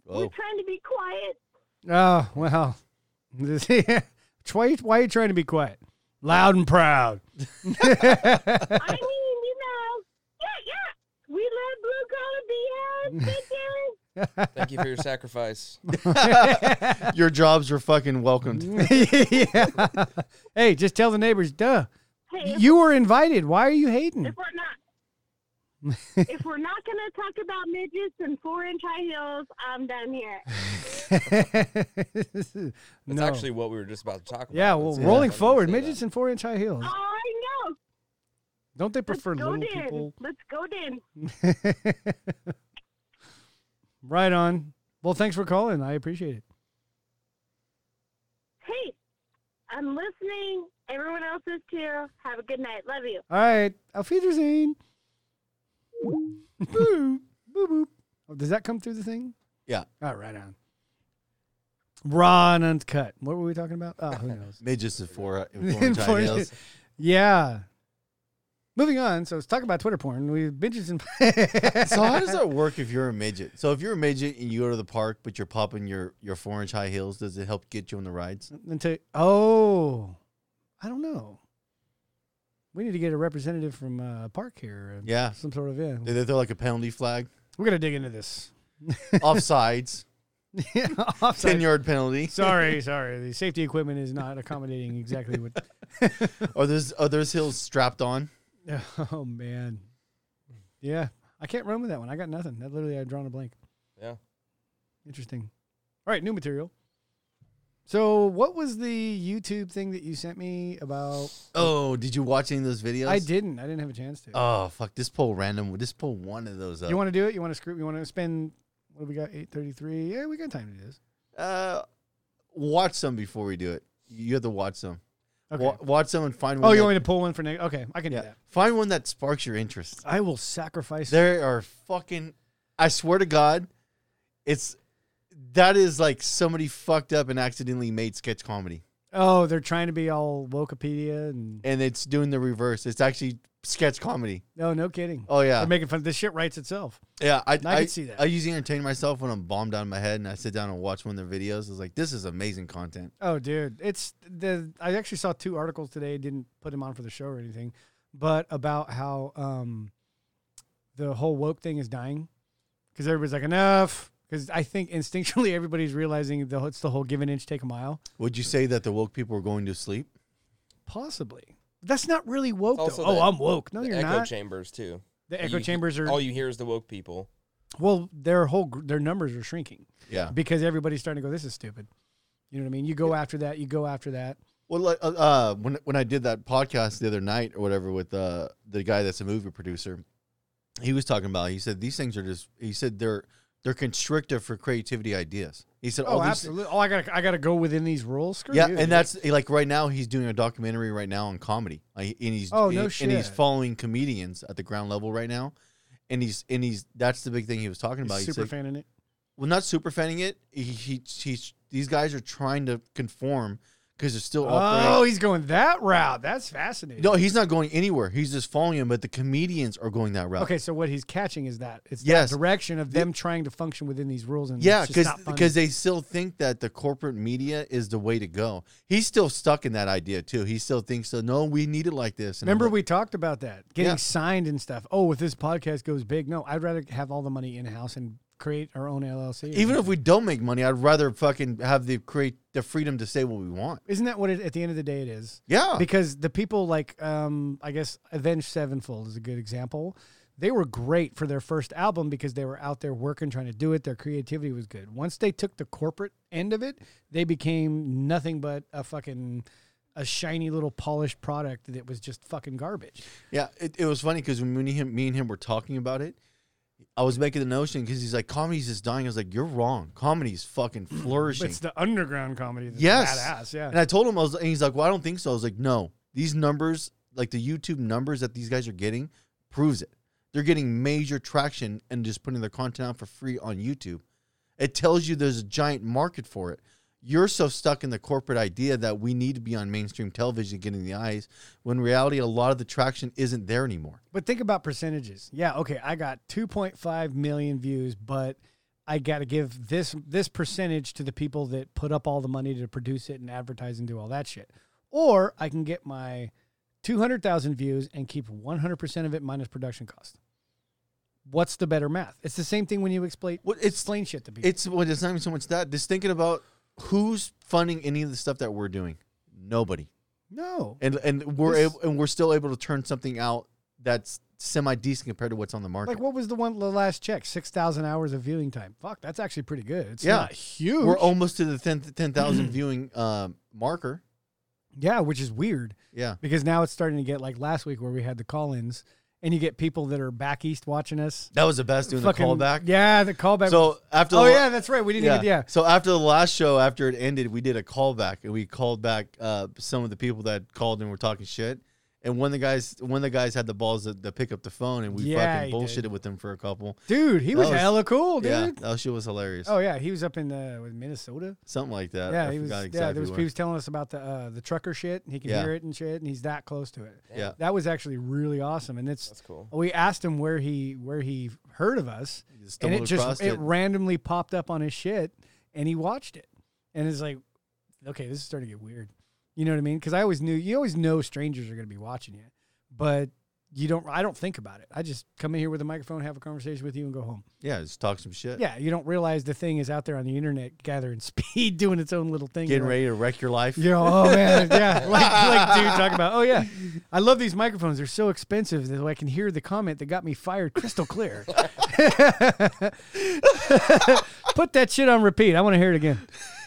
we're
Whoa.
trying to be quiet.
Oh, well. This- why, why are you trying to be quiet? Loud and proud.
I mean, you know, yeah, yeah. We live blue collar BS, bitches.
Thank you for your sacrifice.
Your jobs are fucking welcomed.
yeah. Hey, just tell the neighbors, duh.
Hey, if,
You were invited. Why are you hating?
if we're not, if we're not gonna talk about midgets and four-inch high heels, I'm done here.
That's
That's actually what we were just about to talk about.
Yeah, well,
That's
rolling
exactly
forward,
what I'm
midgets in four inch high heels.
Oh, I know.
Don't they
Let's
prefer
go
little
then.
people?
Let's go then.
right on. Well, thanks for calling. I appreciate it.
Hey, I'm listening. Everyone else is too. Have a good night. Love you.
All right. Auf Wiedersehen. boop, boop, boop. Oh, does that come through the thing?
Yeah.
All right, right on. Raw and uncut. What were we talking about? Oh, who knows?
Midgets uh, at four.
Four-
Four
yeah. Moving on. So let's talk about Twitter porn. We bitches and
so how does that work if you're a midget? So if you're a midget and you go to the park, but you're popping your your four inch high heels, does it help get you on the rides?
until oh, I don't know. We need to get a representative from uh, park here. uh,
Yeah.
some sort of yeah.
Do they throw like a penalty flag,
We're gonna dig into this.
offsides,
Yeah, offside.
ten yard penalty?
sorry, sorry. The safety equipment is not accommodating exactly what.
Are those are those heels strapped on?
Oh man, yeah. I can't run with that one. I got nothing. That literally, I've drawn a blank.
Yeah.
Interesting. All right, new material. So, what was the YouTube thing that you sent me about?
Oh, did you watch any of those videos?
I didn't. I didn't have a chance to.
Oh fuck! This poll random. This poll one of those up.
You want to do it? You want to screw? You want to spend? What do we got? Eight thirty-three. Yeah, we got time to do this.
uh, watch some before we do it. You have to watch some.
Okay.
Wa- watch some and find one.
oh,
that,
you want me to pull one for next? Okay, I can
yeah.
do that.
Find one that sparks your interest.
I will sacrifice.
There are fucking. I swear to God, it's that is like somebody fucked up and accidentally made sketch comedy,
Oh, they're trying to be all Wikipedia and
and it's doing the reverse. It's actually sketch comedy.
no, no kidding.
Oh yeah,
They're making fun. This shit writes itself.
yeah. I I,
I could see that.
I usually entertain myself when I'm bombed out of my head, and I sit down and watch one of their videos. It's like this is amazing content.
Oh, dude, it's the. I actually saw two articles today. Didn't put them on for the show or anything, but about how um, the whole woke thing is dying because everybody's like enough. Because I think instinctually everybody's realizing the it's the whole give an inch, take a mile.
Would you say that the woke people are going to sleep?
Possibly. That's not really woke.
also
Though. Oh,
the-
I'm woke. No,
The
you're
echo
not.
chambers too.
the echo
You-
chambers are
All you hear is the woke people.
well, their whole gr- their numbers are shrinking
Yeah.
because everybody's starting to go. This is stupid. You know what I mean? You go after that. You go after that.
Well, like uh, uh, when when I did that podcast the other night or whatever with uh, the guy that's a movie producer, he was talking about. He said these things are just. He said they're they're constrictive for creativity ideas. He said,
Oh,
all these-
absolutely. Oh, I gotta I gotta go within these rules. Screw
Yeah,
you, dude.
and that's eh, like right now he's doing a documentary right now on comedy. Like, and he's eh,
Oh,
and,
no
and he's
shit.
following comedians at the ground level right now, and he's and he's that's the big thing he was talking
He's
about. He
super
said,
fan in it.
well, not super fanning it. He, he he's these guys are trying to conform because they're still operating.
Oh, he's going that route. That's fascinating.
No, he's not going anywhere. He's just following him, but the comedians are going that route.
Okay, so what he's catching is that it's
Yes.
that direction of them trying to function within these rules and
Yeah,
it's just
because
not funny.
because they still think that the corporate media is the way to go. He's still stuck in that idea too. He still thinks so. No, we need it like this. And I'm
Remember
like,
we talked about that getting
Yeah.
signed and stuff. Oh, if this podcast goes big, no, I'd rather have all the money in house and create our own LLC.
even if we don't make money, I'd rather fucking have the create the freedom to say what we want.
isn't that what it, at the end of the day it is?
Yeah,
Because the people like um, I guess Avenged Sevenfold is a good example. they were great for their first album because they were out there working, trying to do it. Their creativity was good. Once they took the corporate end of it, they became nothing but a fucking a shiny little polished product that was just fucking garbage.
Yeah, it, it was funny because when me and, him, me and him were talking about it, I was making the notion because he's like, comedy's just dying. I was like, you're wrong. Comedy's fucking flourishing.
It's the underground comedy that's
yes.
badass. Yeah.
And I told him, I was, and he's like, well, I don't think so. I was like, no, these numbers, like the YouTube numbers that these guys are getting, proves it. They're getting major traction and just putting their content out for free on YouTube. It tells you there's a giant market for it. You're so stuck in the corporate idea that we need to be on mainstream television getting the eyes, when in reality, a lot of the traction isn't there anymore.
But think about percentages. Yeah, okay, I got 2.5 million views, but I got to give this this percentage to the people that put up all the money to produce it and advertise and do all that shit. Or I can get my 200,000 views and keep 100% of it minus production cost. What's the better math? It's the same thing when you explain
Well, it's-
explain shit to people.
It's well, it's not even so much that. Just thinking about who's funding any of the stuff that we're doing. Nobody,
no.
and and we're
This-
able, and we're still able to turn something out that's semi decent compared to what's on the market.
Like what was the one the last check? 6,000 hours of viewing time. Fuck, that's actually pretty good. It's
Yeah.
not huge.
we're almost to the 10 10,000 viewing um, marker.
yeah, which is weird.
Yeah,
because now it's starting to get like last week where we had the call-ins and you get people that are back east watching us
that was the best doing
Fucking-
the callback.
yeah the callback
So after
oh
the,
yeah that's right we didn't
yeah.
even yeah
So after the last show, after it ended, we did a callback and we called back uh, some of the people that called and were talking shit. And one of the guys, one of the guys had the balls to, to pick up the phone, and we
Yeah,
fucking
he
bullshitted
did.
with him for a couple.
dude he
That
was,
was-
hella cool dude
Yeah, that shit was hilarious.
oh yeah he was up in uh, was minnesota
Something like that.
yeah
I
he was
forgot
yeah there was
where.
he was telling us about the uh, the trucker shit and he can
Yeah.
hear it and shit and he's that close to it
Yeah.
that was actually really awesome and it's
That's cool.
we asked him where he where he heard of us
He
and
stumbled
it just
across
it.
it.
randomly popped up on his shit and he watched it and it's like okay this is starting to get weird you know what i mean because i always knew you always know strangers are going to be watching you but you don't i don't think about it i just come in here with a microphone have a conversation with you and go home
yeah, just talk some shit.
yeah you don't realize the thing is out there on the internet gathering speed doing its own little thing
Getting
You're like,
ready to wreck your life.
you know, oh man, yeah, like, like dude, talk about, oh yeah, I love these microphones. They're so expensive that I can hear the comment that got me fired crystal clear. Put that shit on repeat. I want to hear it again.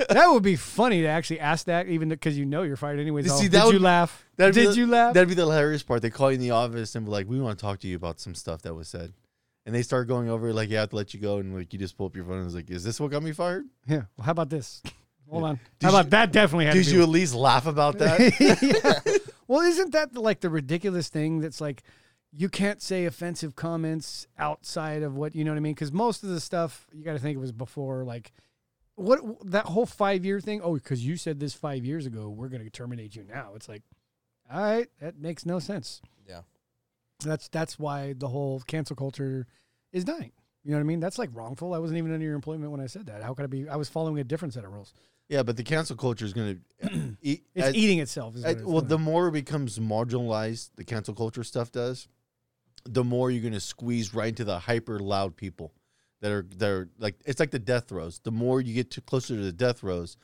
That would be funny to actually ask that, even because you know you're fired anyways.
You
Oh,
see,
did
that
you
would-
laugh?
That'd be
Did
the-
you laugh?
That'd be the hilarious part. They call you in the office and be like, "We want to talk to you about some stuff that was said," and they start going over like, "Yeah, I have to let you go," and like you just pull up your phone and it's like, "Is this what got me fired?"
yeah. Well, how about this? Hold on.
Did
how about
you-
that? Definitely had
Did
to be
you at least laugh about that?
Yeah. Well, isn't that like the ridiculous thing that's like you can't say offensive comments outside of what you know what I mean? Because most of the stuff you got to think it was before like what that whole five year thing. Oh, because you said this five years ago, we're going to terminate you now. It's like, all right, that makes no sense.
Yeah.
that's that's why the whole cancel culture is dying. You know what I mean? That's like wrongful. I wasn't even under your employment when I said that. How could I be? I was following a different set of rules.
yeah, but the cancel culture is going to eat.
It's
as-
eating itself. Is what
I-
it's
well,
doing.
the more it becomes marginalized, the cancel culture stuff does, the more you're going to squeeze right into the hyper loud people that are that are like it's like the death throes. The more you get to closer to the death throes,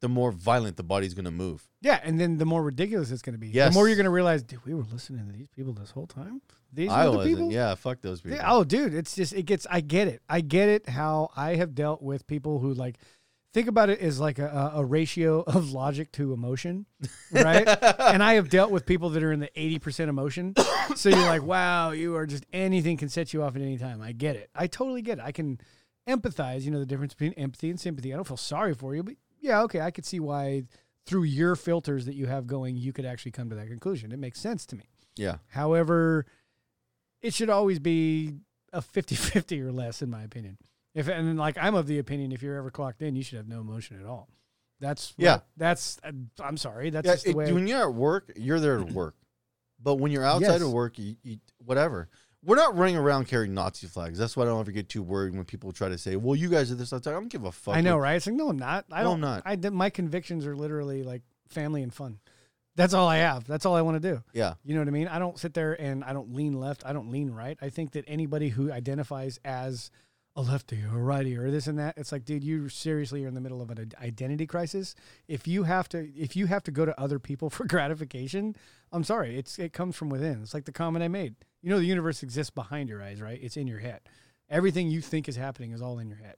the more violent the body's going to move.
Yeah, and then the more ridiculous it's going to be.
Yes.
The more you're going to realize, dude, we were listening to these people this whole time. These
I
were the
wasn't.
people.
Yeah, fuck those people.
Yeah, oh, dude, it's just it gets. I get it. I get it. How I have dealt with people who like think about it as like a, a ratio of logic to emotion, right? and I have dealt with people that are in the eighty percent emotion. So you're like, wow, you are just anything can set you off at any time. I get it. I totally get it. I can empathize. You know the difference between empathy and sympathy. I don't feel sorry for you, but yeah, okay, I could see why through your filters that you have going, you could actually come to that conclusion. It makes sense to me.
Yeah.
However, it should always be a 50-50 or less, in my opinion. If and then, like I'm of the opinion, if you're ever clocked in, you should have no emotion at all. That's
Yeah.
That's uh, I'm sorry. That's
Yeah,
just the
it-
way.
when you're at work, you're there to work. But when you're outside
Yes.
of work, you, you, whatever. We're not running around carrying Nazi flags. That's why I don't ever get too worried when people try to say, "Well, you guys are this." outside." I don't give a fuck.
I know, right? It's like no, I'm not. I
No,
don't.
I'm not.
I my convictions are literally like family and fun. That's all I have. That's all I want to do.
Yeah,
You know what I mean? I don't sit there and I don't lean left. I don't lean right. I think that anybody who identifies as a lefty or a righty or this and that, it's like, dude, you seriously are in the middle of an id- identity crisis. If you have to, if you have to go to other people for gratification, I'm sorry, it's it comes from within. It's like the comment I made. You know the universe exists behind your eyes, right? It's in your head. Everything you think is happening is all in your head.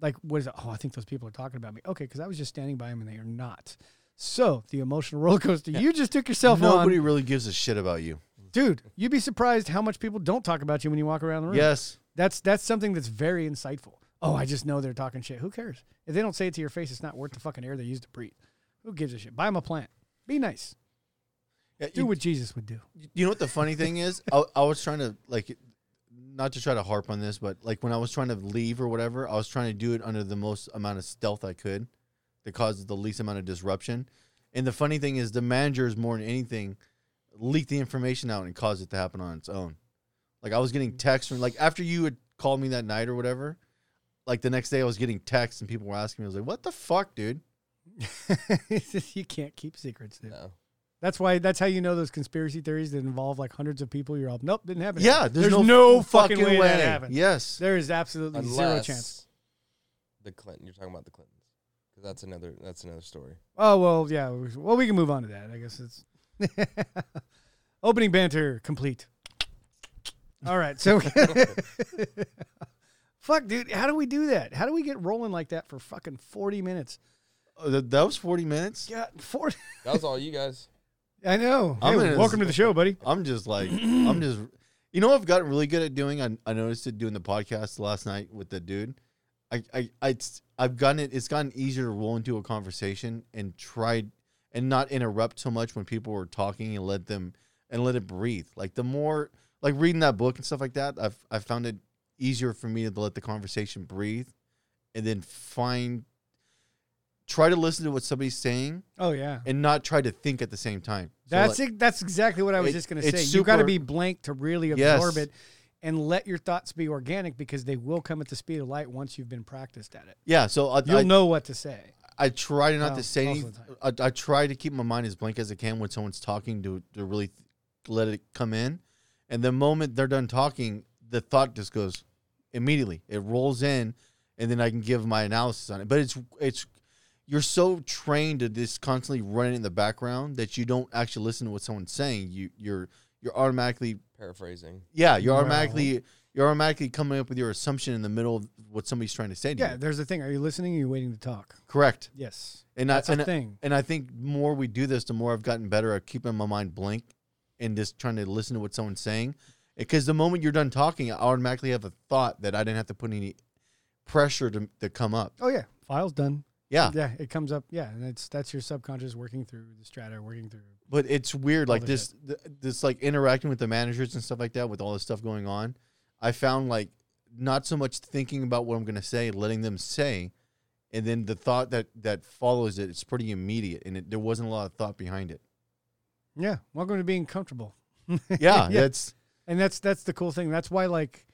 Like what is it? Oh, I think those people are talking about me. Okay, because I was just standing by them and they are not. So the emotional roller coaster you just took yourself
Nobody really gives a shit about you.
on, dude. You'd be surprised how much people don't talk about you when you walk around the room.
Yes.
That's that's something that's very insightful. Oh, I just know they're talking shit. Who cares? If they don't say it to your face, it's not worth the fucking air they use to breathe. Who gives a shit? Buy them a plant. Be nice.
Yeah,
Do what Jesus would do.
you know what the funny thing is? I, I was trying to like, not to try to harp on this, but like when I was trying to leave or whatever, I was trying to do it under the most amount of stealth I could, that causes the least amount of disruption. And the funny thing is, the managers more than anything leaked the information out and caused it to happen on its own. Like I was getting texts from like after you had called me that night or whatever. Like the next day, I was getting texts and people were asking me, I was like, "What the fuck, dude?"
you can't keep secrets, dude.
No.
That's why. That's how you know those conspiracy theories that involve like hundreds of people. You're all nope, didn't happen.
Yeah, there's, no, fucking, way,
that happened.
Yes,
There is absolutely
Unless
zero chance.
The Clinton. You're talking about the Clintons. 'Cause that's another. That's another story.
Oh well, yeah. we- Well, we can move on to that. I guess it's opening banter complete. All right, so fuck, dude. How do we do that? How do we get rolling like that for fucking forty minutes?
Oh, that, that was 40 minutes.
God, forty.
That was all you guys.
I know.
I'm
Hey,
gonna-
welcome to the show, buddy.
I'm just like, I'm just, you know, what I've gotten really good at doing. I, I noticed it doing the podcast last night with the dude. I, I, I, it's- I've gotten it. It's gotten easier to roll into a conversation and try and not interrupt so much when people were talking and let them and let it breathe. Like the more, like reading that book and stuff like that, I've, I've found it easier for me to let the conversation breathe and then find, try to listen to what somebody's saying
Oh yeah.
and not try to think at the same time. So,
That's
like,
it, that's exactly what I was
it-
just going to
it's
say. you got to
super-
be blank to really
Yes.
absorb it and let your thoughts be organic because they will come at the speed of light once you've been practiced at it.
Yeah, so I,
You'll
I,
know what to say.
I try not
No,
to say
most
anything.
of
I, I try to keep my mind as blank as I can when someone's talking to to really th- let it come in. And the moment they're done talking, the thought just goes immediately. It rolls in, and then I can give my analysis on it. But it's it's you're so trained to just constantly running in the background that you don't actually listen to what someone's saying. You you're you're automatically
Paraphrasing.
yeah you're
Wow.
automatically you're automatically coming up with your assumption in the middle of what somebody's trying to say to
Yeah,
you.
there's the thing. Are you listening? Or are you waiting to talk?
Correct.
Yes,
And
that's
I,
a
and, I-
thing.
and I think more we do this, the more I've gotten better at keeping my mind blank and just trying to listen to what someone's saying. Because the moment you're done talking, I automatically have a thought that I didn't have to put any pressure to, to come up.
Oh yeah, file's done.
Yeah.
Yeah, it comes up. Yeah, and it's that's your subconscious working through the strata, working through.
But it's weird, like
the
this, th- this like interacting with the managers and stuff like that, with all this stuff going on. I found like not so much thinking about what I'm gonna say, letting them say, and then the thought that that follows it, it's pretty immediate, and it, there wasn't a lot of thought behind it.
Yeah, welcome to being comfortable.
Yeah, that's
and that's that's the cool thing that's why like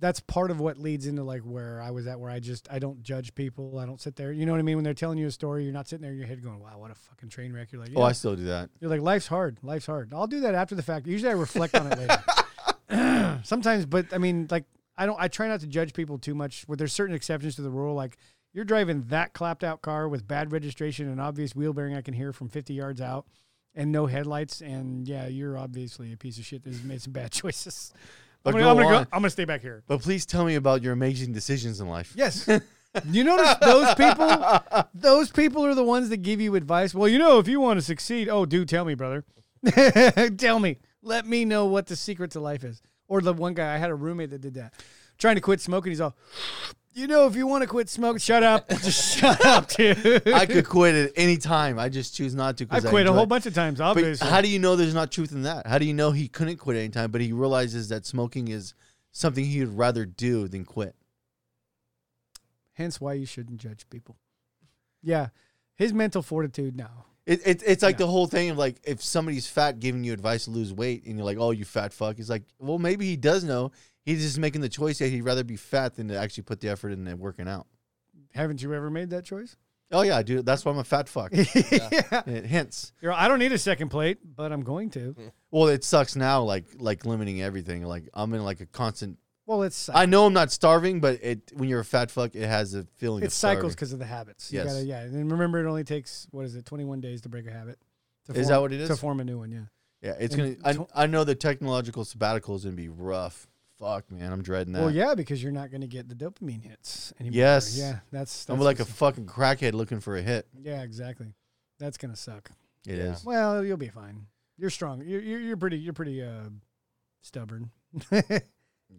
that's part of what leads into like where i was at where i just i don't judge people i don't sit there you know what i mean when they're telling you a story you're not sitting there in your head going wow what a fucking train wreck you're like
oh,
yeah.
I still do that.
you're like life's hard life's hard i'll do that after the fact usually i reflect on it later sometimes but i mean like i don't i try not to judge people too much but there's certain exceptions to the rule like you're driving that clapped out car with bad registration and obvious wheel bearing i can hear from 50 yards out and no headlights and yeah you're obviously a piece of shit that's made some bad choices
But
I'm gonna, I'm,
go
gonna go,
on.
I'm gonna stay back here.
But please tell me about your amazing decisions in life.
Yes. you notice those people? Those people are the ones that give you advice. Well, you know, if you want to succeed, oh, do tell me, brother. tell me. Let me know what the secret to life is. Or the one guy I had a roommate that did that, trying to quit smoking. He's all, you know, if you want to quit smoking, shut up. Just shut up, dude.
I could quit at any time. I just choose not to. 'cause
I've
I
quit a
enjoy
whole
it.
bunch of times,
But
obviously.
how do you know there's not truth in that? How do you know he couldn't quit any time, but he realizes that smoking is something he would rather do than quit?
Hence why you shouldn't judge people. Yeah. His mental fortitude now.
It, it, it's like the
Yeah.
whole thing of like if somebody's fat giving you advice to lose weight and you're like, oh, you fat fuck. It's like, well, maybe he does know. He's just making the choice that he'd rather be fat than to actually put the effort into working out.
Haven't you ever made that choice?
Oh, yeah, dude. That's why I'm a fat fuck.
yeah.
And Hence,
You're, I don't need a second plate, but I'm going to.
well, it sucks now, like like limiting everything. Like I'm in like a constant
Well, it's uh,
I know I'm not starving, but it when you're a fat fuck, it has a feeling.
it
of
cycles
starving.
because of the habits.
Yes.
You gotta, yeah. And remember, it only takes what is it, 21 days to break a habit. To
Is that what it
To
is?
form a new one, yeah.
Yeah, it's gonna. I, I know the technological sabbatical is gonna be rough. Fuck, man, I'm dreading that.
Well, yeah, because you're not going to get the dopamine hits anymore.
Yes.
Yeah, that's. that's
I'm like a
what's-
fucking crackhead looking for a hit.
yeah, exactly. That's going to suck.
It is.
Yeah.
Well, you'll be fine. You're strong. You're you're, you're pretty. You're pretty uh, stubborn. Hey,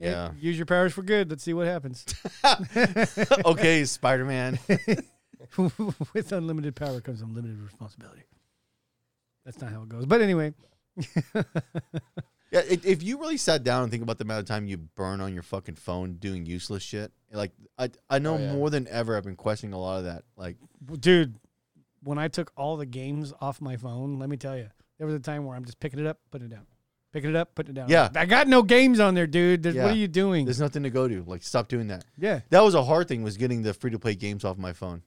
Yeah.
use your powers for good. Let's see what happens.
okay, Spider Man.
With unlimited power comes unlimited responsibility. That's not how it goes. But anyway,
Yeah, if, if you really sat down and think about the amount of time you burn on your fucking phone doing useless shit, like I, I know
Oh, yeah.
more than ever, I've been questioning a lot of that. Like,
dude, when I took all the games off my phone, let me tell you, there was a time where I'm just picking it up, putting it down, picking it up, putting it down.
Yeah.
I got no games on there, dude. There's- What
Yeah.
are you doing?
there's nothing to go to. Like, stop doing that.
yeah.
That was a hard thing. Was getting the free to play games off my phone.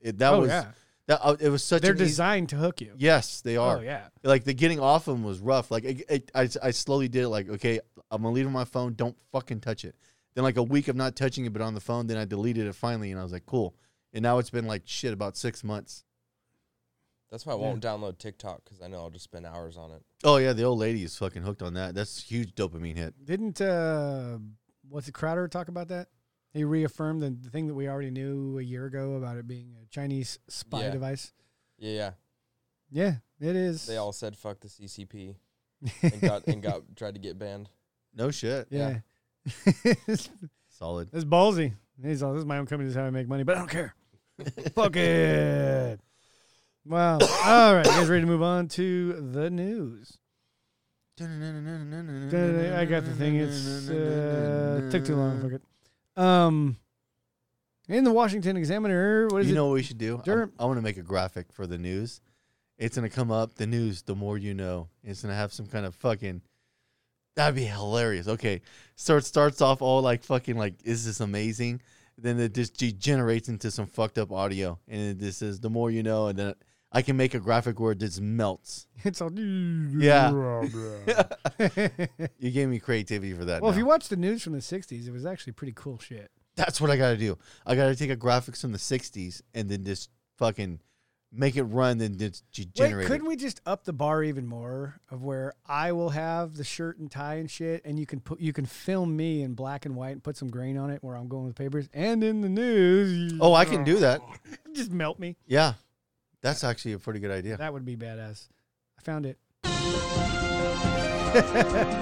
It, that
oh
was
yeah.
that. Uh, it was such.
They're
an easy-
designed to hook you.
yes, they are.
Oh yeah.
Like the getting off them was rough. Like it, it, I, I slowly did it. Like, okay, I'm gonna leave it on my phone. Don't fucking touch it. Then like a week of not touching it, but on the phone. Then I deleted it finally, and I was like, cool. And now it's been like shit about six months.
That's why I won't download TikTok because I know I'll just spend hours on it.
Oh yeah, the old lady is fucking hooked on that. That's a huge dopamine hit.
Didn't uh, what's it Crowder talk about that? He reaffirmed the, the thing that we already knew a year ago about it being a Chinese spy
Yeah.
device.
Yeah, yeah.
Yeah, it is.
They all said fuck the CCP and got and got tried to get banned.
No shit.
yeah. it's,
Solid.
it's ballsy. He's all, this is my own company. This is how I make money, but I don't care. Fuck it. Wow. All right, you guys ready to move on to the news? I got the thing. It's uh, took too long. Fuck it. Um, in the Washington Examiner, what is
You
it?
know what we should do?
Derp.
I, want to make a graphic for the news. It's gonna come up the news. The more you know. It's gonna have some kind of fucking. That'd be hilarious. Okay, so it starts off all like fucking like, is this amazing? Then it just degenerates into some fucked up audio, and this is the more you know, and then I can make a graphic where it just melts.
It's all.
Yeah. You gave me creativity for that.
Well, if
now.
you watch the news from the 60s, it was actually pretty cool shit.
That's what I gotta do. I gotta take a graphics from the '60s and then just fucking make it run, then just g- generate.
Wait, couldn't we just up the bar even more of where I will have the shirt and tie and shit and you can put you can film me in black and white and put some grain on it where I'm going with papers and in the news
it.
you
Oh, I can do that.
just melt me.
Yeah, that's actually a pretty good idea.
That would be badass. I found it.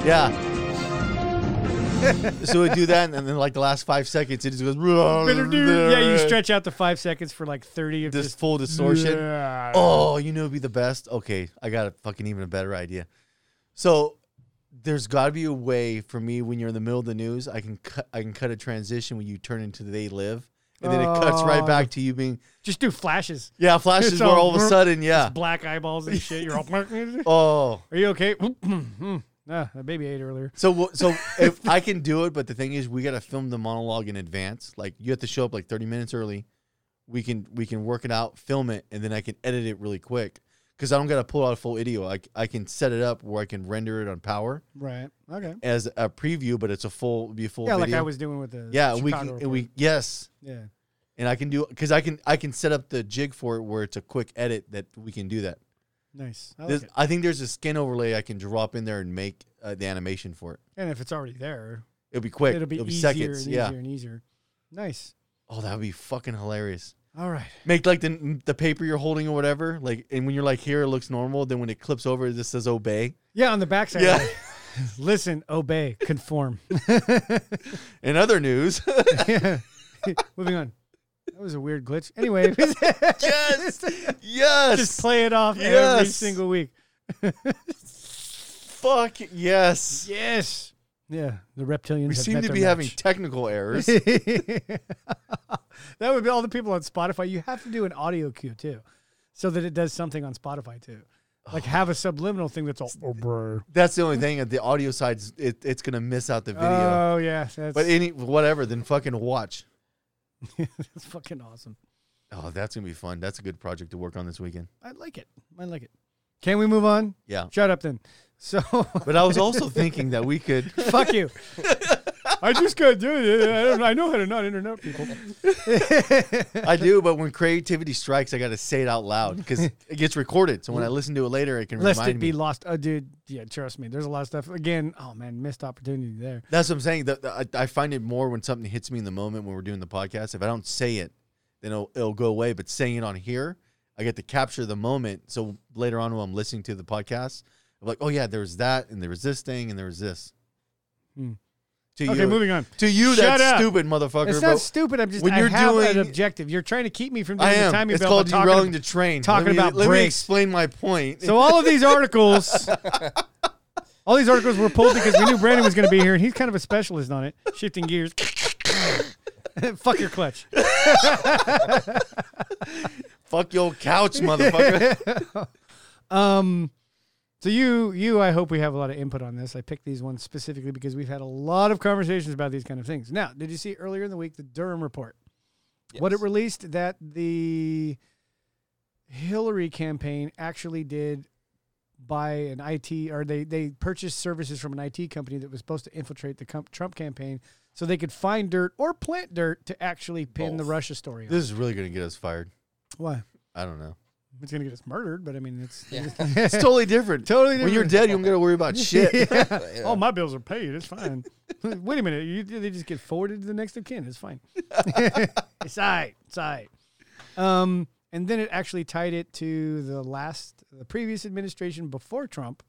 Yeah. so we do that, and then like the last five seconds, it just goes. Yeah,
Yeah, you stretch out the 5 seconds for like 30 of
this
just
full distortion. Oh, you know, who'd be the best. Okay, I got a fucking even a better idea. So there's got to be a way for me when you're in the middle of the news, I can cut, I can cut a transition when you turn into they live, and then it cuts right
Oh.
back to you being
Just do flashes.
yeah flashes
It's
where
all
all of a
brr-
sudden yeah
Black eyeballs and shit. You're all Are
oh
you okay? ah, that baby ate earlier.
so wh- so if I can do it, but the thing is we got to film the monologue in advance. Like you have to show up like 30 minutes early. We can we can work it out, film it, and then I can edit it really quick. Because I don't got to pull out a full video. I, c- I can set it up where I can render it on power.
Right. Okay.
as a preview, but it's a full be a full
Yeah,
video.
like I was doing with the
yeah,
Chicago
we can and
report.
we yes,
yeah
and I can do because I can I can set up the jig for it where it's a quick edit that we can do that.
nice. I
I,
like it.
I think there's a skin overlay I can drop in there and make uh, the animation for it.
And if it's already there,
It'll be quick.
it'll be, easier
seconds.
and
yeah.
easier and easier. Nice.
Oh, that would be fucking hilarious.
All right.
Make like the the paper you're holding or whatever, like, and when you're like here, it looks normal. Then when it clips over, it just says obey.
Yeah, on the backside.
Yeah.
like, Listen, obey, conform.
In other news,
Moving on. That was a weird glitch. Anyway,
yes, yes,
just play it off every
Yes.
single week.
fuck yes.
Yes. Yeah, the reptilians.
We
have
seem
met
to
their
be having
match.
technical errors.
that would be all the people on Spotify. You have to do an audio cue too, so that it does something on Spotify too. Like have a subliminal thing that's all. Oh, bro.
That's the only thing. The audio side's it, it's gonna miss out the video.
Oh yeah, that's,
but any whatever, then fucking watch.
that's fucking awesome.
Oh, that's gonna be fun. That's a good project to work on this weekend.
I like it. I like it. Can we move on?
Yeah.
Shut up then. So
But I was also thinking that we could.
fuck you. I just can't do it. I, don't, I know how to not internet people.
I do, but when creativity strikes, I got to say it out loud because it gets recorded. So when I listen to it later, it can
Lest
remind
it be
me.
lost. Oh, dude. Yeah, trust me. There's a lot of stuff. Again, oh, man, missed opportunity there.
That's what I'm saying. The, the- I, I find it more when something hits me in the moment when we're doing the podcast. If I don't say it, then it'll, it'll go away. But saying it on here, I get to capture the moment. So later on, when I'm listening to the podcast, I'm like, oh yeah, there was that, and there was this thing, and there was this.
Hmm.
To
Okay,
you,
moving on.
To you,
Shut
that's
up.
stupid, motherfucker.
It's not
but
stupid. I'm just,
when
I
you're
have an
doing-
objective. You're trying to keep me from doing
I
the
am.
timing
It's
belt.
called
but talking
derailing
ab-
the train.
talking
let me,
about
let me
brakes.
explain my point.
So all of these articles, all these articles were pulled because we knew Brandon was going to be here, and he's kind of a specialist on it. Shifting gears. Fuck your clutch.
Fuck your couch, motherfucker.
Um, so you, you, I hope we have a lot of input on this. I picked these ones specifically because we've had a lot of conversations about these kind of things. Now, did you see earlier in the week the Durham report? What it
Yes.
released that the Hillary campaign actually did buy an IT or they they purchased services from an IT company that was supposed to infiltrate the com- Trump campaign so they could find dirt or plant dirt to actually pin the
Both.
Russia story. On.
this is really gonna get us fired.
Why?
I don't know.
It's gonna get us murdered, but I mean it's
It's totally different.
totally
When you're dead, you don't gotta worry about shit.
Yeah.
All my bills are paid. It's fine. Wait a minute. You, they just get forwarded to the next of kin. It's fine. it's all right. It's all right. Um, and then it actually tied it to the last, the previous administration before Trump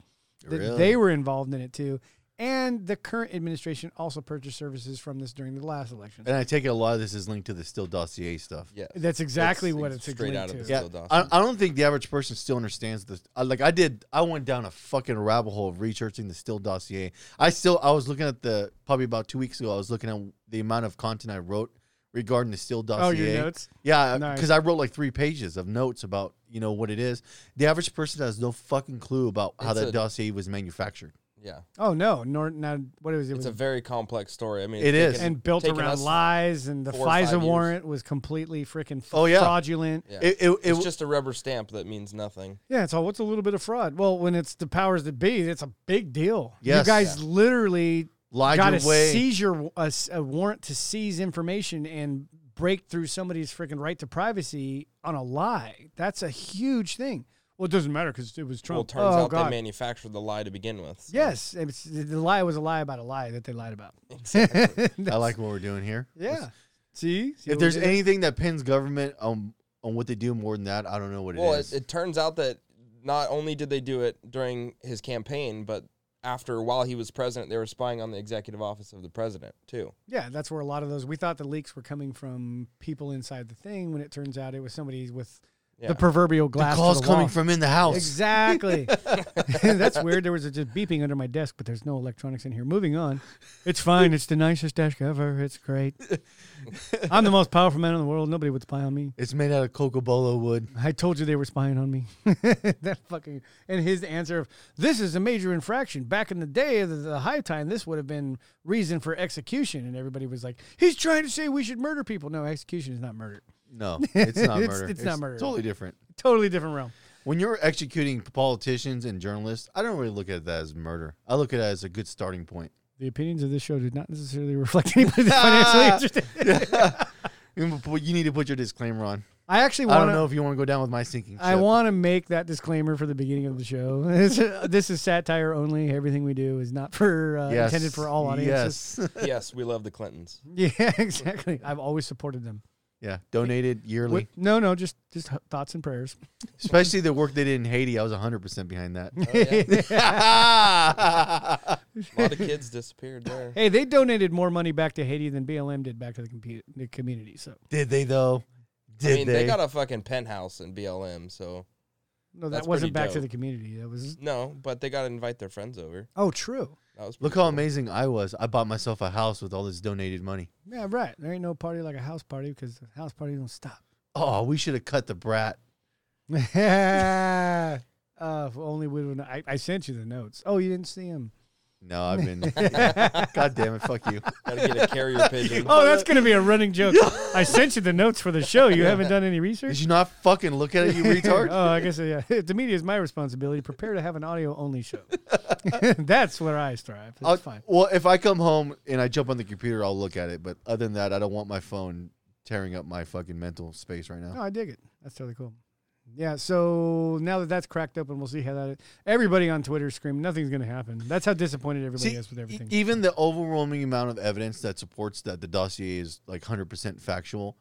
that
Really?
they were involved in it too. And the current administration also purchased services from this during the last election.
And I take it a lot of this is linked to the Still dossier stuff.
Yeah.
That's exactly what it's
straight
linked
out of
to.
the
Yeah,
Steele dossier.
I, I don't think the average person still understands this. I, like I did, I went down a fucking rabbit hole of researching the Still dossier. I still, I was looking at the probably about two weeks ago. I was looking at the amount of content I wrote regarding the Still dossier.
Oh, your notes?
Yeah,
Nice.
because I wrote like three pages of notes about you know what it is. The average person has no fucking clue about how
It's
that
a-
dossier was manufactured.
yeah.
Oh no, nor not what is it?
It's
was
a very complex story. I mean,
It
it's
is.
taken-
and built
taken
around
us-
lies, and the
four or five
FISA
years.
warrant was completely freaking
Oh, yeah.
fraudulent.
Yeah.
It, it, it,
it's just a rubber stamp that means nothing.
Yeah, it's all what's a little bit of fraud. Well, when it's the powers that be, it's a big deal. you
Yes.
guys literally
lied
got a
your way.
seizure, a, s- a warrant to seize information and break through somebody's freaking right to privacy on a lie. That's a huge thing. Well, it doesn't matter because it was
Well,
Trump.
it turns
oh
out
God!
they manufactured the lie to begin with. so-
yes, it's, the lie was a lie about a lie that they lied about.
I like what we're doing here.
Yeah. See, See what
If
we
there's
did?
anything that pins government on on what they do more than that, I don't know what
Well,
it
it,
is.
it turns out that not only did they do it during his campaign, but after while he was president, they were spying on the executive office of the president too.
Yeah, that's where a lot of those. We thought the leaks were coming from people inside the thing. When it turns out it was somebody with
Yeah.
the proverbial
the
glass. to
calls
the
coming
wall.
from in the house.
Exactly. that's weird. There was a just beeping under my desk, but there's no electronics in here. Moving on. It's fine. It's the nicest desk ever. It's great. I'm the most powerful man in the world. Nobody would spy on me.
It's made out of coca Cola wood.
I told you they were spying on me. that fucking and his answer of this is a major infraction. Back in the day of the, the high time, this would have been reason for execution, and everybody was like, "He's trying to say we should murder people." No, execution is not murder.
No, it's not
It's-
murder.
it's not murder.
Totally different.
Totally different realm.
When you're executing politicians and journalists, I don't really look at that as murder. I look at it as a good starting point.
The opinions of this show did not necessarily reflect anybody that's financially interested.
You need to put- you need to put your disclaimer on.
I actually
I
want
don't know
to.
if you want to go down with my sinking ship.
I want to make that disclaimer for the beginning of the show. this, is- this is satire only. Everything we do is not for uh,
Yes.
intended for all audiences.
Yes.
yes, we love the Clintons.
Yeah, exactly. I've always supported them.
yeah. Donated yearly.
Wait, no, no, just just h- thoughts and prayers.
Especially the work they did in Haiti. I was 100% behind
Oh,
that.
A lot of kids disappeared there.
hey, they donated more money back to Haiti than BLM did back to the, compu- the community. So
did they, though? Did
I mean, they? got a fucking penthouse in BLM, so
no, that
That's
wasn't
pretty
back to
dope.
the community. That was
no, but they got to invite their friends over.
oh, true.
That was
Look
pretty
how
cool.
amazing I was. I bought myself a house with all this donated money.
Yeah, right. There ain't no party like a house party because the house party don't stop.
Oh, we should have cut the brat.
uh, if only we would. I, I sent you the notes. Oh, you didn't see them.
No, I've been. God damn it! Fuck you.
Gotta get a carrier pigeon.
Oh, that's going to be a running joke. I sent you the notes for the show. You haven't done any research?
Did you not fucking look at it, you retard?
oh, I guess, yeah. The media is my responsibility. Prepare to have an audio only show. that's where I strive. That's
I'll-
fine.
Well, if I come home and I jump on the computer, I'll look at it. But other than that, I don't want my phone tearing up my fucking mental space right now.
No, I dig it. That's totally cool. Yeah, so now that that's cracked open, we'll see how that. Everybody on Twitter screamed, nothing's going to happen. That's how disappointed everybody
See,
is with
e-
everything.
even the overwhelming amount of evidence that supports that the dossier is like 100% factual,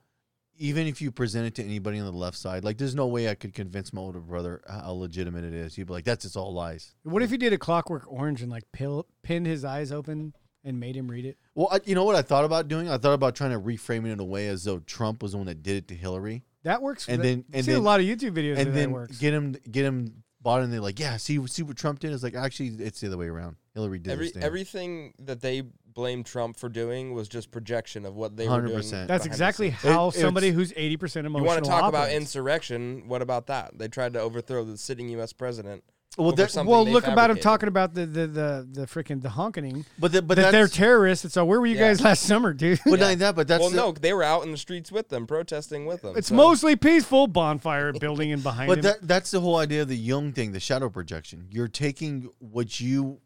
even if you present it to anybody on the left side, like there's no way I could convince my older brother how legitimate it is. He'd be like, that's just all lies.
what if you did a Clockwork Orange and like pill, pinned his eyes open and made him read it?
Well, I, you know what I thought about doing? I thought about trying to reframe it in a way as though Trump was the one that did it to Hillary.
That works.
And
that-
then-
you
and
see a
then-
lot of YouTube videos where
and
that
then
works.
get him get him bought and they're like, yeah, see see what Trump did. It's like actually it's the other way around. Hillary did
Every,
this thing.
everything that they blamed Trump for doing was just projection of what they were
100%.
doing.
That's
behind the
exactly
scenes.
how
It-
somebody
it's-
who's eighty percent
You
emotional.
want to talk about
operates.
insurrection? What about that? They tried to overthrow the sitting U.S. president.
well,
over
that,
something
Well,
they
look about him
fabricated.
talking about the the the, the freaking the honking.
but the, but
But that they're
that's,
terrorists. It's all. Where were you
Yeah.
guys last summer, dude?
but not that. But that's
Well,
the-
no, they were out in the streets with them, protesting with them.
it's
so-
mostly peaceful bonfire building and behind
But
him.
that that's the whole idea of the Jung thing, the shadow projection. You're taking what you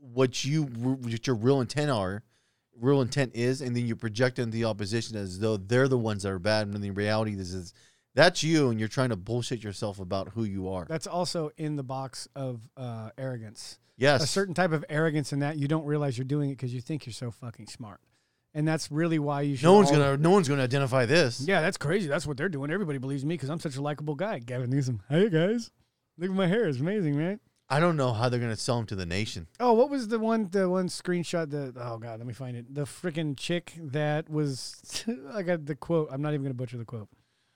what you what your real intent are, real intent is, and then you project into the opposition as though they're the ones that are bad. When the reality is, is that's you, and you're trying to bullshit yourself about who you are.
That's also in the box of uh, arrogance.
yes,
A certain type of arrogance in that you don't realize you're doing it because you think you're so fucking smart, and that's really why you should.
no one's
all-
gonna no one's gonna identify this.
Yeah, that's crazy. That's what they're doing. Everybody believes me because I'm such a likable guy. Gavin Newsom. Hey guys, look at my hair. It's amazing, right?
I don't know how they're gonna sell them to the nation.
Oh, what was the one? The one screenshot. The oh god, let me find it. The freaking chick that was. I got the quote. I'm not even gonna butcher the quote.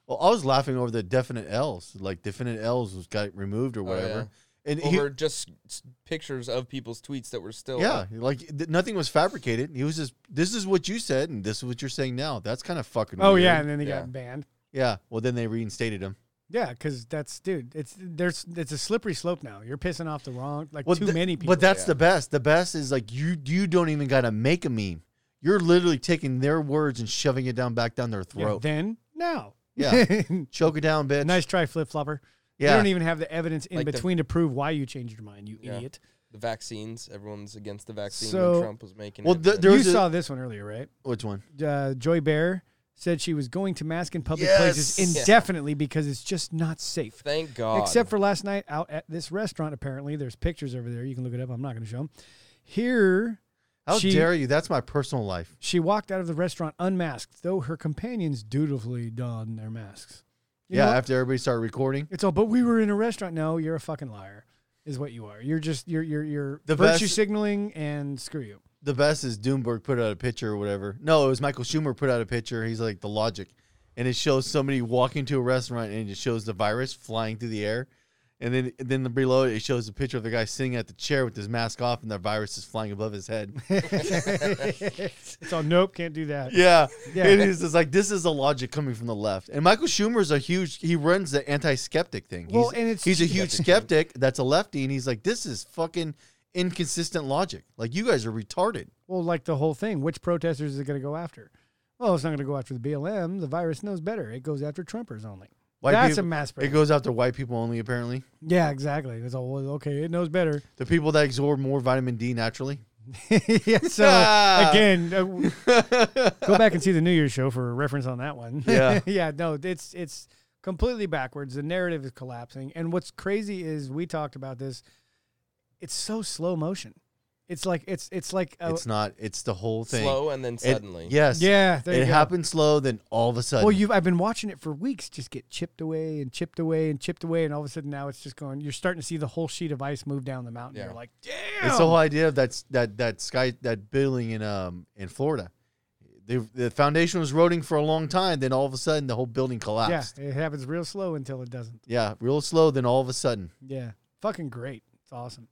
Well, I was laughing over the definite L's, like definite L's was got removed or
Oh,
whatever. And he-
over just s- pictures of people's tweets that were still.
Yeah, like th- nothing was fabricated. He was just, this is what you said, and this is what you're saying now. That's kind of fucking.
Oh
weird.
yeah, and then they
Yeah.
got banned.
yeah. Well, then they reinstated him.
Yeah, because that's dude. It's there's it's a slippery slope now. You're pissing off the wrong like
Well,
too
th-
many people.
But that's
Yeah.
the best. The best is like you you don't even gotta make a meme. You're literally taking their words and shoving it down back down their
Yeah,
throat.
then now.
Yeah. Choke it down, bitch.
nice try, flip flopper. You
Yeah.
don't e even have the evidence in
Like the-
between to prove why you changed your mind, you
Yeah.
idiot.
The vaccines. Everyone's against the vaccine
So-
when Trump was making.
Well,
it,
th-
but-
there
you
was a-
saw this one earlier, right?
Which one?
uh, Joy Bear said she was going to mask in public places
Yes.
indefinitely because it's just not safe.
thank God.
Except for last night out at this restaurant, apparently. There's pictures over there. You can look it up. I'm not going to show them. Here,
How
She-
dare you? That's my personal life.
she walked out of the restaurant unmasked, though her companions dutifully donned their masks. You
yeah.
know what?
After everybody started recording,
it's all, but we were in a restaurant. No, you're a fucking liar, is what you are. You're just, you're, you're, you're
The
virtue
best-
signaling and screw you.
the best is Doomberg put out a picture or whatever. No, it was Michael Schumer put out a picture. He's like the logic, and it shows somebody walking to a restaurant, and it shows the virus flying through the air, and then and then the below it, it shows a picture of the guy sitting at the chair with his mask off, and the virus is flying above his head.
It's all, nope, can't do that.
yeah,
Yeah.
it is. It's like this is the logic coming from the left, and Michael Schumer's a huge. He runs the anti-skeptic thing.
Well,
he's,
and it's
he's a huge skeptic that's a lefty, and he's like, this is fucking inconsistent logic. Like you guys are retarded.
Well, like the whole thing. Which protesters is it going to go after? Well, it's not going to go after the BLM. The virus knows better. It goes after Trumpers only.
White
That's
people-
a mass
It
break.
goes after white people only, apparently.
yeah, exactly. It's all well, okay. It knows better.
The people that absorb more vitamin D naturally.
yeah, so uh, again, uh, w- go back and see the New Year's show for a reference on that one.
Yeah.
yeah. No, it's it's completely backwards. The narrative is collapsing, and what's crazy is we talked about this. It's so slow motion. It's like it's it's like a,
It's not. It's the whole thing.
slow and then
It-
suddenly.
yes.
yeah. There you
It
go.
happens slow, then all of a sudden.
Well, you've I've been watching it for weeks, just get chipped away and chipped away and chipped away, and all of a sudden now it's just going. You're starting to see the whole sheet of ice move down the mountain.
Yeah.
You're like, damn.
It's the whole idea of that that that sky that building in um in Florida. The the foundation was eroding for a long time. Then all of a sudden, the whole building
yeah,
collapsed.
it happens real slow until it doesn't.
Yeah, real slow. Then all of a sudden,
Yeah, fucking great. It's awesome.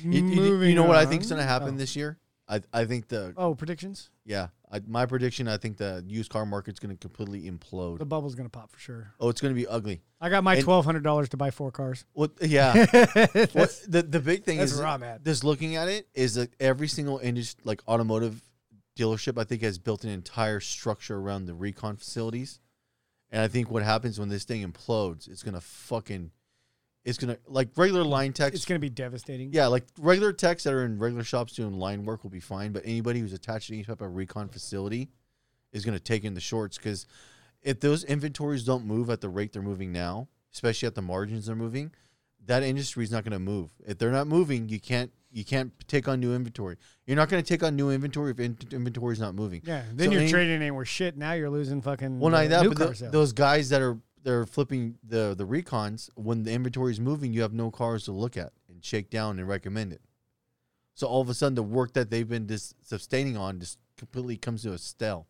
You- you, you
Moving
know what I
on.
think is going to happen
Oh.
this year? I I think the
Oh, predictions?
yeah, I, my prediction. I think the used car market's going to completely
The
implode.
bubble's gonna pop for sure.
Oh, it's going to be ugly.
I got my
And-
twelve hundred dollars to buy four cars.
Well, yeah. what, the the big thing
that's
is
where I'm at.
just looking at it is that every single industry, like automotive dealership, I think has built an entire structure around the recon facilities, and I think what happens when this thing implodes, it's gonna fucking, it's gonna like regular line techs.
It's gonna be devastating.
yeah, like regular techs that are in regular shops doing line work will be fine, but anybody who's attached to any type of recon facility is going to take in the shorts because if those inventories don't move at the rate they're moving now, especially at the margins they're moving, that industry is not going to move. If they're not moving, you can't you can't take on new inventory. You're not going to take on new inventory if in- inventory is not moving.
Yeah. Then
So
you're
any-
trading in with shit. Now you're losing fucking
Well,
uh,
not that,
new
but
car
tho-
sales.
those guys that are they're flipping the the recons when the inventory is moving, you have no cars to look at and shake down and recommend it. So all of a sudden, the work that they've been dis- sustaining on just completely comes to a stall.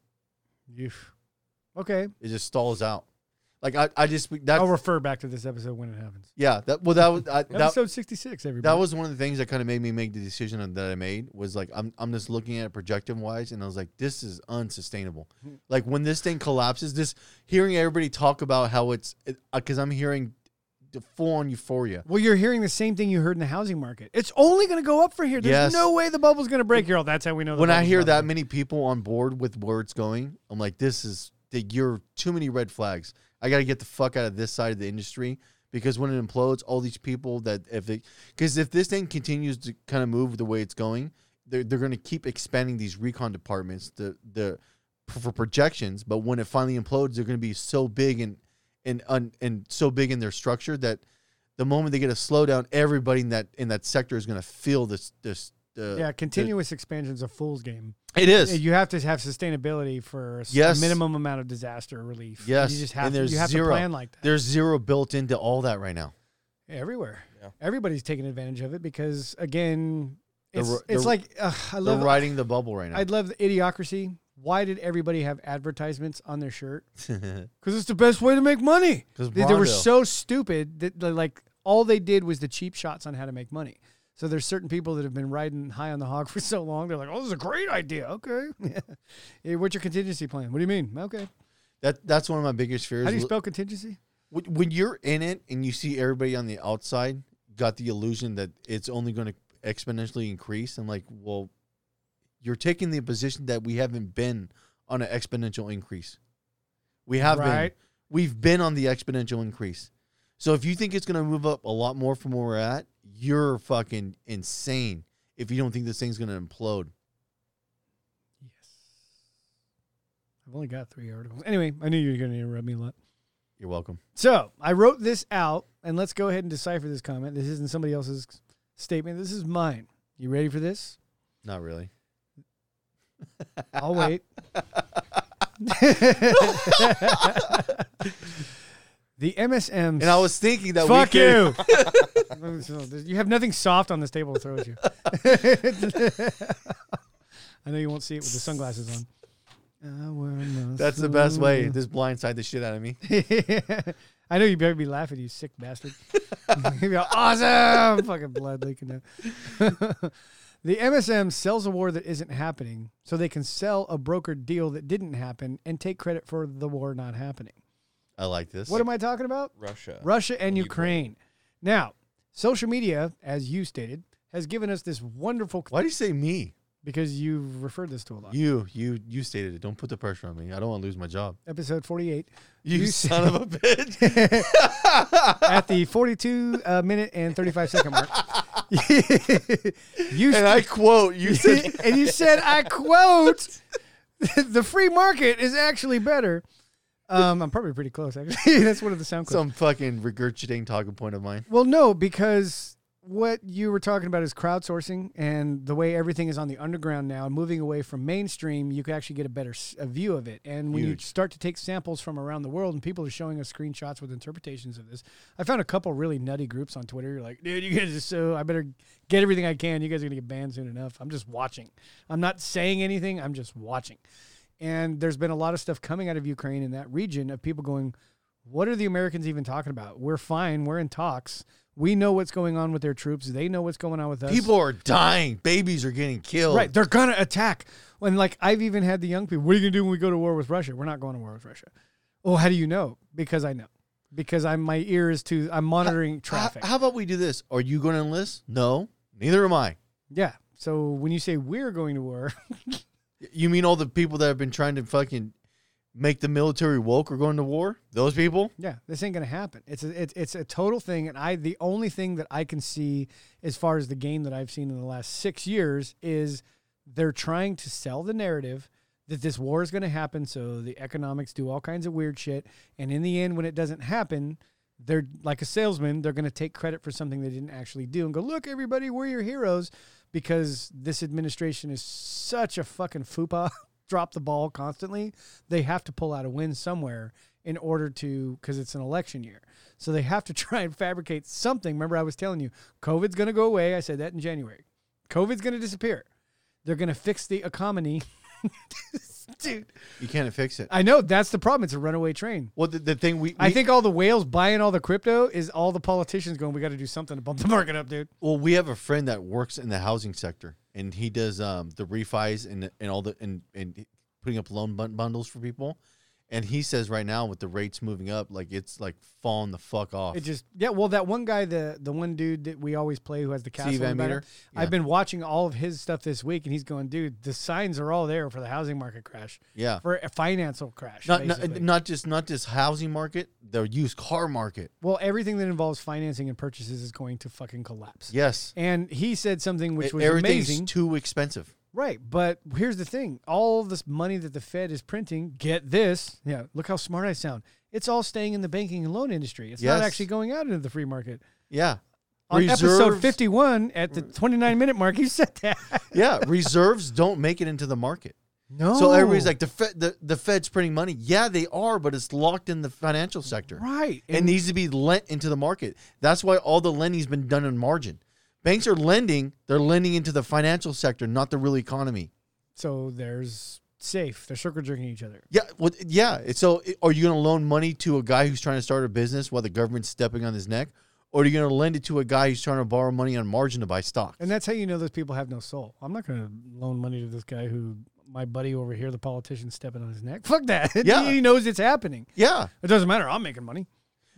Oof. Okay.
It just stalls out. Like I, I just that
I'll refer back to this episode when it happens.
yeah that well that was I, that,
episode sixty six, everybody.
that was one of the things that kind of made me make the decision on- that I made was like I'm I'm just looking at it projective wise and I was like this is unsustainable. Like when this thing collapses, this hearing everybody talk about how it's because I'm hearing the full on euphoria.
Well, you're hearing the same thing you heard in the housing market. It's only going to go up from here. There's
Yes.
no way the bubble's going to break here. Oh, that's how we know. The
When I
bubble's
hear
about
that
to
many people on board with where it's going, I'm like this is that you're too many red flags. I got to get the fuck out of this side of the industry because when it implodes, all these people that if it because if this thing continues to kind of move the way it's going, they're, they're going to keep expanding these recon departments the the for projections. But when it finally implodes, they're going to be so big and and un, and so big in their structure that the moment they get a slowdown, everybody in that in that sector is going to feel this this. Uh,
break. Yeah, continuous expansion's a fool's game.
It is.
You have to have sustainability for a s-
Yes.
minimum amount of disaster relief.
Yes,
you just have
and
to.
there's
You have
zero.
to plan like that
There's zero built into all that right now.
everywhere.
Yeah.
Everybody's taking advantage of it because again,
They're
it's
ri-
it's
they're-
like ugh, I
They're
love
riding the bubble right now.
I love the idiocracy. Why did everybody have advertisements on their shirt? Because it's the best way to make money.
'Cause
they, they were
Brondo.
so stupid that they, like all they did was the cheap shots on how to make money. So there's certain people that have been riding high on the hog for so long. They're like, "Oh, this is a great idea." Okay, Hey, what's your contingency plan? What do you mean? Okay,
that that's one of my biggest fears.
how do you spell contingency?
when when you're in it and you see everybody on the outside got the illusion that it's only going to exponentially increase and like well you're taking the position that we haven't been on an exponential increase we have been
Right.
we've been on the exponential increase so if you think it's going to move up a lot more from where we're at you're fucking insane if you don't think this thing's going to implode
Yes. I've only got three articles. Anyway, I knew you were going to interrupt me a lot.
you're welcome
So I wrote this out, and let's go ahead and decipher this comment. This isn't somebody else's statement. This is mine. You ready for this?
not really
I'll wait. the MSM.
and i was thinking that
Fuck
we could-
you. you have nothing soft on this table to throw at you. I know you won't see it with the sunglasses on. Our most
that's the best way this blindside the shit out of me
I know you better be laughing, you sick bastard. You'd be all, awesome, fucking blood leaking out. the MSM sells a war that isn't happening, so they can sell a brokered deal that didn't happen and take credit for the war not happening.
i like this
What am I talking about?
Russia.
Russia and Ukraine. Now, social media, as you stated, has given us this wonderful
Why do you say me?
because you've referred this to a lot.
You, you, you stated it. Don't put the pressure on me. I don't want to lose my job.
Episode forty-eight.
You,
You
son of a bitch.
at the 42 uh, minute and 35 second mark. you
and I quote, you said,
and you said, I quote, the free market is actually better. Um, I'm probably pretty close, actually. That's one of the sound clips.
some fucking regurgitating talking point of mine.
well, no, because what you were talking about is crowdsourcing and the way everything is on the underground now and moving away from mainstream, you could actually get a better s- a view of it. And when you
Huge.
start to take samples from around the world and people are showing us screenshots with interpretations of this, I found a couple really nutty groups on Twitter. You're like, dude, you guys are so, I better get everything I can. You guys are going to get banned soon enough. I'm just watching. I'm not saying anything. I'm just watching. And there's been a lot of stuff coming out of Ukraine in that region of people going, what are the Americans even talking about? We're fine. We're in talks. We know what's going on with their troops. They know what's going on with us.
People are dying. Babies are getting killed.
right? They're gonna attack. And like I've even had the young people. What are you gonna do when we go to war with Russia? We're not going to war with Russia. Oh, how do you know? Because I know. Because I'm my ear is to. I'm monitoring traffic.
How, how about we do this? Are you going to enlist? No, neither am I.
yeah. So when you say we're going to war,
You mean all the people that have been trying to fucking make the military woke are going to war? Those people?
Yeah, this ain't gonna happen. It's a, it's it's a total thing, and I the only thing that I can see as far as the game that I've seen in the last six years is they're trying to sell the narrative that this war is gonna happen, so the economics do all kinds of weird shit, and in the end, when it doesn't happen, they're like a salesman, they're gonna take credit for something they didn't actually do, and go look, everybody, we're your heroes, because this administration is such a fucking fupa. drop the ball constantly they have to pull out a win somewhere in order to because it's an election year. So they have to try and fabricate something. Remember, I was telling you, COVID's going to go away. I said that in January. COVID's going to disappear. They're going to fix the economy. Dude,
You can't fix it.
I know that's the problem. It's a runaway train.
Well, the, the thing we, we
I think all the whales buying all the crypto is all the politicians going, we got to do something to bump the market up, dude.
well, we have a friend that works in the housing sector, and he does um the refis and and all the and and putting up loan bun- bundles for people. And he says right now with the rates moving up, like it's like falling the fuck off.
It just yeah. Well, that one guy, the the one dude that we always play who has the castle.
Van
in Battle,
Meter?
I've been watching all of his stuff this week, and he's going, dude, the signs are all there for the housing market crash,
yeah.
for a financial crash.
Not, not uh,
basically.
not just not just housing market, the used car market.
well, everything that involves financing and purchases is going to fucking collapse.
Yes.
And he said something which
E-
was
Everything's
amazing.
too expensive.
Right, but here's the thing: all this money that the Fed is printing, get this, yeah, look how smart I sound. It's all staying in the banking and loan industry. It's
Yes.
not actually going out into the free market.
Yeah.
On episode
Reserves-
51, at the 29 minute mark, you said that.
Yeah, reserves don't make it into the market.
No,
So everybody's like the Fed, the, the Fed's printing money. Yeah, they are, but it's locked in the financial sector.
right,
It needs to be lent into the market. That's why all the lending's been done in margin. Banks are lending, they're lending into the financial sector, not the real economy.
so there's safe. They're circle jerking each other.
Yeah, well, yeah. So i- are you going to loan money to a guy who's trying to start a business while the government's stepping on his neck? Or are you going to lend it to a guy who's trying to borrow money on margin to buy stock?
And that's how you know those people have no soul. I'm not going to loan money to this guy who my buddy over here, the politician, stepping on his neck. Fuck that.
Yeah.
he knows it's happening.
yeah.
It doesn't matter. I'm making money.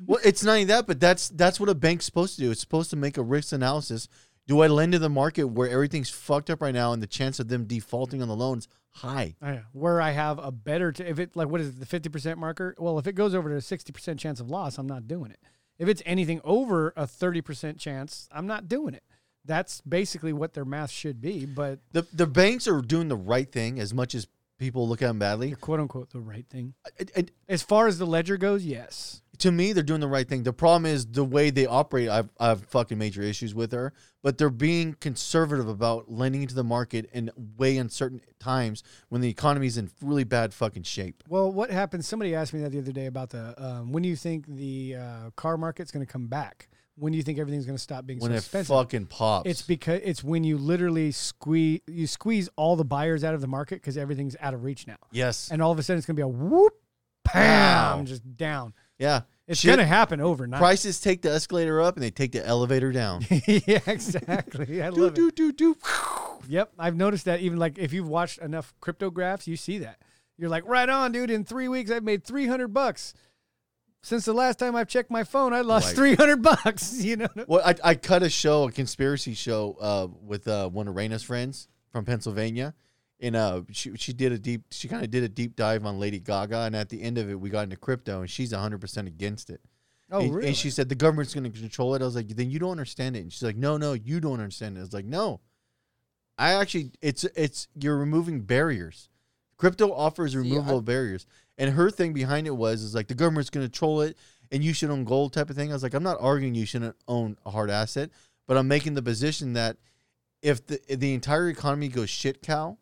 Well, it's not even that, but that's that's what a bank's supposed to do. It's supposed to make a risk analysis. Do I lend to the market where everything's fucked up right now and the chance of them defaulting on the loans high?
I know. Oh, Where I have a better, t- if it like what is it, the fifty percent marker? Well, if it goes over to a sixty percent chance of loss, I'm not doing it. If it's anything over a thirty percent chance, I'm not doing it. That's basically what their math should be, but
The the banks are doing the right thing as much as people look at them badly.
quote unquote the right thing.
It- it-
As far as the ledger goes, yes.
to me, they're doing the right thing. The problem is the way they operate. I've I've fucking major issues with her, but they're being conservative about lending into the market in way uncertain times when the economy's in really bad fucking shape.
Well, what happens? Somebody asked me that the other day about the um, when do you think the uh, car market's going to come back? When do you think everything's going to stop being
When
so
it
expensive?
fucking pops,
It's because it's when you literally squeeze you squeeze all the buyers out of the market because everything's out of reach now.
yes,
and all of a sudden it's gonna be a whoop,
Wow.
pam, just down.
yeah.
It's
Shit-
gonna happen overnight.
Prices take the escalator up and they take the elevator down.
yeah, exactly. I love
do,
it.
do, do.
Yep, I've noticed that. Even like if you've watched enough crypto graphs, you see that. You're like, right on, dude. In three weeks, I've made three hundred bucks. Since the last time I've checked my phone, I lost
Right.
three hundred bucks. You know.
Well, I, I cut a show, a conspiracy show, uh, with uh, one of Raina's friends from Pennsylvania, and uh, she she did a deep, she kind of did a deep dive on Lady Gaga, and at the end of it, we got into crypto, and she's hundred percent against it.
Oh,
and,
really?
And she said the government's going to control it. I was like, then you don't understand it. And she's like, no, no, you don't understand it. I was like, no, I actually, it's it's you're removing barriers. Crypto offers removal of barriers, and her thing behind it was is like the government's going to control it, and you should own gold type of thing. I was like, I'm not arguing you shouldn't own a hard asset, but I'm making the position that if the if the entire economy goes shit cow,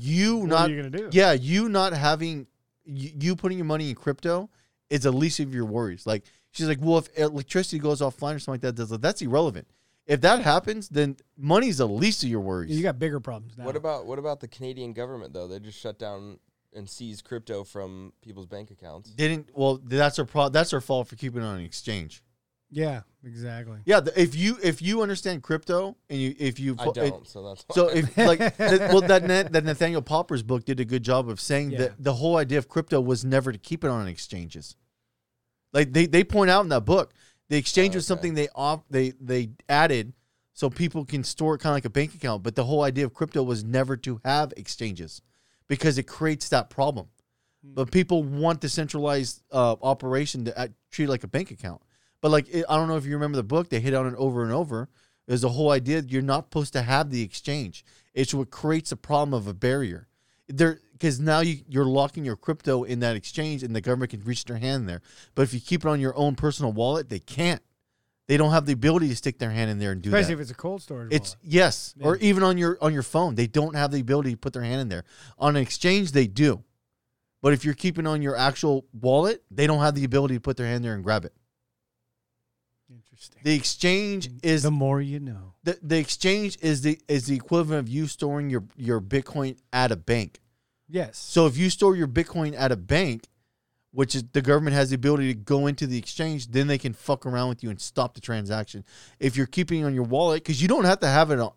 you
What
not
are you gonna do?
yeah, you not having you, you putting your money in crypto is the least of your worries. Like she's like, well, if electricity goes offline or something like that, that's, that's irrelevant. If that happens, then money's the least of your worries.
You got bigger problems now.
What about what about the Canadian government though? They just shut down and seized crypto from people's bank accounts.
didn't well. That's her pro. That's her fault for keeping it on an exchange.
Yeah, exactly.
Yeah, the, if you if you understand crypto and you if you
I don't, so that's why.
So if like th- well that Na- that Nathaniel Popper's book did a good job of saying
Yeah.
that the whole idea of crypto was never to keep it on exchanges. Like they, they point out in that book, the exchange was
Okay.
something they off they they added so people can store it kind of like a bank account, but the whole idea of crypto was never to have exchanges because it creates that problem.
Hmm.
But people want the centralized uh, operation to act, treat it like a bank account. But like it, I don't know if you remember the book, they hit on it over and over. There's the whole idea that you're not supposed to have the exchange. It's what creates the problem of a barrier. There, because now you, you're locking your crypto in that exchange, and the government can reach their hand there. But if you keep it on your own personal wallet, they can't. They don't have the ability to stick their hand in there and do that.
Especially if it's a cold storage.
It's
wallet.
yes, or even on your on your phone, they don't have the ability to put their hand in there. On an exchange, they do, but if you're keeping on your actual wallet, they don't have the ability to put their hand there and grab it.
interesting.
The exchange is
the more you know.
the, the exchange is the is the equivalent of you storing your your Bitcoin at a bank.
Yes.
So if you store your Bitcoin at a bank, which is the government has the ability to go into the exchange, then they can fuck around with you and stop the transaction. If you're keeping it on your wallet, because you don't have to have it on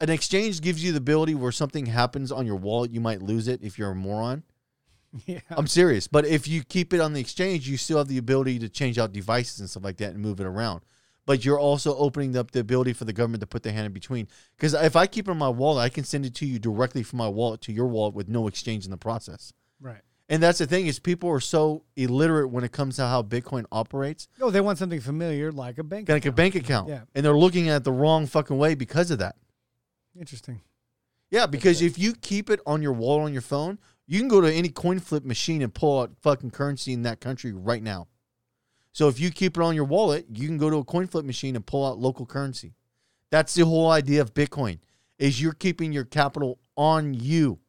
an exchange gives you the ability where something happens on your wallet, you might lose it if you're a moron.
yeah.
I'm serious. But if you keep it on the exchange, you still have the ability to change out devices and stuff like that and move it around. But you're also opening up the ability for the government to put their hand in between. Because if I keep it on my wallet, I can send it to you directly from my wallet to your wallet with no exchange in the process.
Right.
And that's the thing is people are so illiterate when it comes to how Bitcoin operates.
Oh, they want something familiar like a bank.
Like a
account.
bank account.
Yeah.
And they're looking at it the wrong fucking way because of that.
Interesting.
Yeah, because if you keep it on your wallet on your phone, you can go to any coin flip machine and pull out fucking currency in that country right now. So if you keep it on your wallet, you can go to a coin flip machine and pull out local currency. That's the whole idea of Bitcoin is you're keeping your capital on you.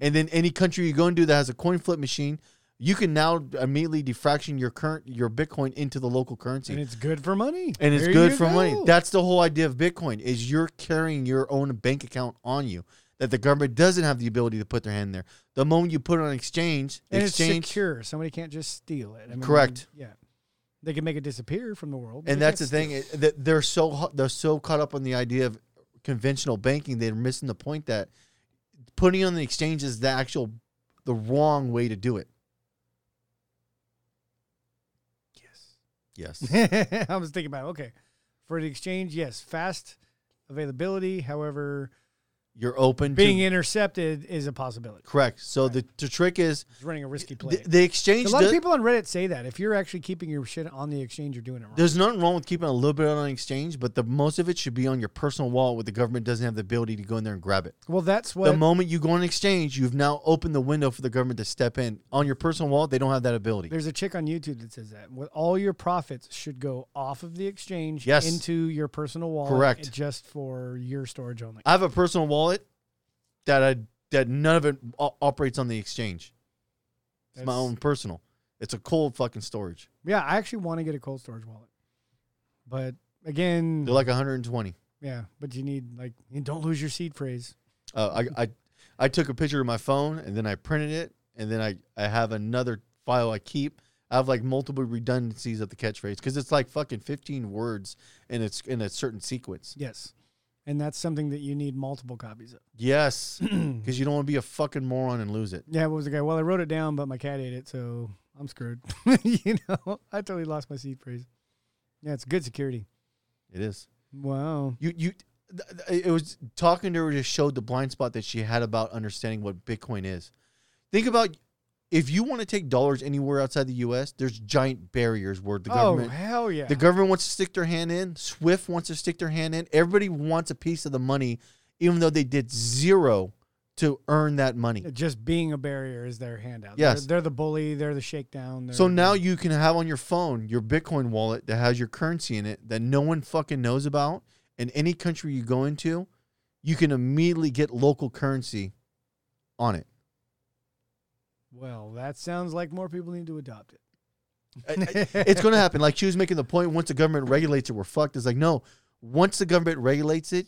And then any country you go into that has a coin flip machine, you can now immediately defraction your current your Bitcoin into the local currency
And it's good for money.
and it's
There
good
you
for money.
go.
That's the whole idea of Bitcoin is you're carrying your own bank account on you that the government doesn't have the ability to put their hand there. The moment you put it on exchange, the
and it's
exchange,
secure. Somebody can't just steal it. I mean,
Correct.
Yeah. They can make it disappear from the world. but
and
they
that's the
can't
thing it- that they're so hu- they're so caught up on the idea of conventional banking they're missing the point that putting it on the exchange is the actual the wrong way to do it. Yes. Yes.
steal. I was thinking about it. okay. For the exchange, yes, fast availability. However,
You're open
being
to
intercepted is a possibility.
correct. So the, the trick is
It's running a risky play.
the, the exchange
a lot
does-
of people on Reddit say that if you're actually keeping your shit on the exchange, you're doing it wrong.
There's nothing wrong with keeping a little bit on an exchange, but the most of it should be on your personal wallet where the government doesn't have the ability to go in there and grab it.
well, that's what
The moment you go on exchange, you've now opened the window for the government to step in. On your personal wallet, they don't have that ability.
There's a chick on YouTube that says that Well, all your profits should go off of the exchange
Yes.
into your personal wallet,
Correct.
Just for your storage only.
I have a personal wallet that I that none of it o- operates on the exchange. It's my
That's-
own personal. It's a cold fucking storage.
Yeah, I actually want to get a cold storage wallet, but again,
They're like 120.
yeah, but you need like you don't lose your seed phrase.
Uh, I, I I took a picture of my phone and then I printed it and then I, I have another file I keep. I have like multiple redundancies of the catchphrase because it's like fucking fifteen words and it's in a certain sequence.
Yes, and that's something that you need multiple copies of.
Yes, because you don't want to be a fucking moron and lose it.
Yeah, what was the guy? Well, I wrote it down, but my cat ate it, so I'm screwed. you know, I totally lost my seed phrase. Yeah, it's good security.
It is
Wow.
you you. th- th- It was talking to her just showed the blind spot that she had about understanding what Bitcoin is. Think about if you want to take dollars anywhere outside the U.S. There's giant barriers where the
oh
government
hell yeah.
The government wants to stick their hand in. Swift wants to stick their hand in. Everybody wants a piece of the money, even though they did zero to earn that money.
just being a barrier is their handout.
Yes.
They're, they're the bully, they're the shakedown. They're
So now you can have on your phone your Bitcoin wallet that has your currency in it that no one fucking knows about. In any country you go into, you can immediately get local currency on it.
well, that sounds like more people need to adopt it.
it's going to happen. Like she was making the point, once the government regulates it, we're fucked. It's like no, once the government regulates it,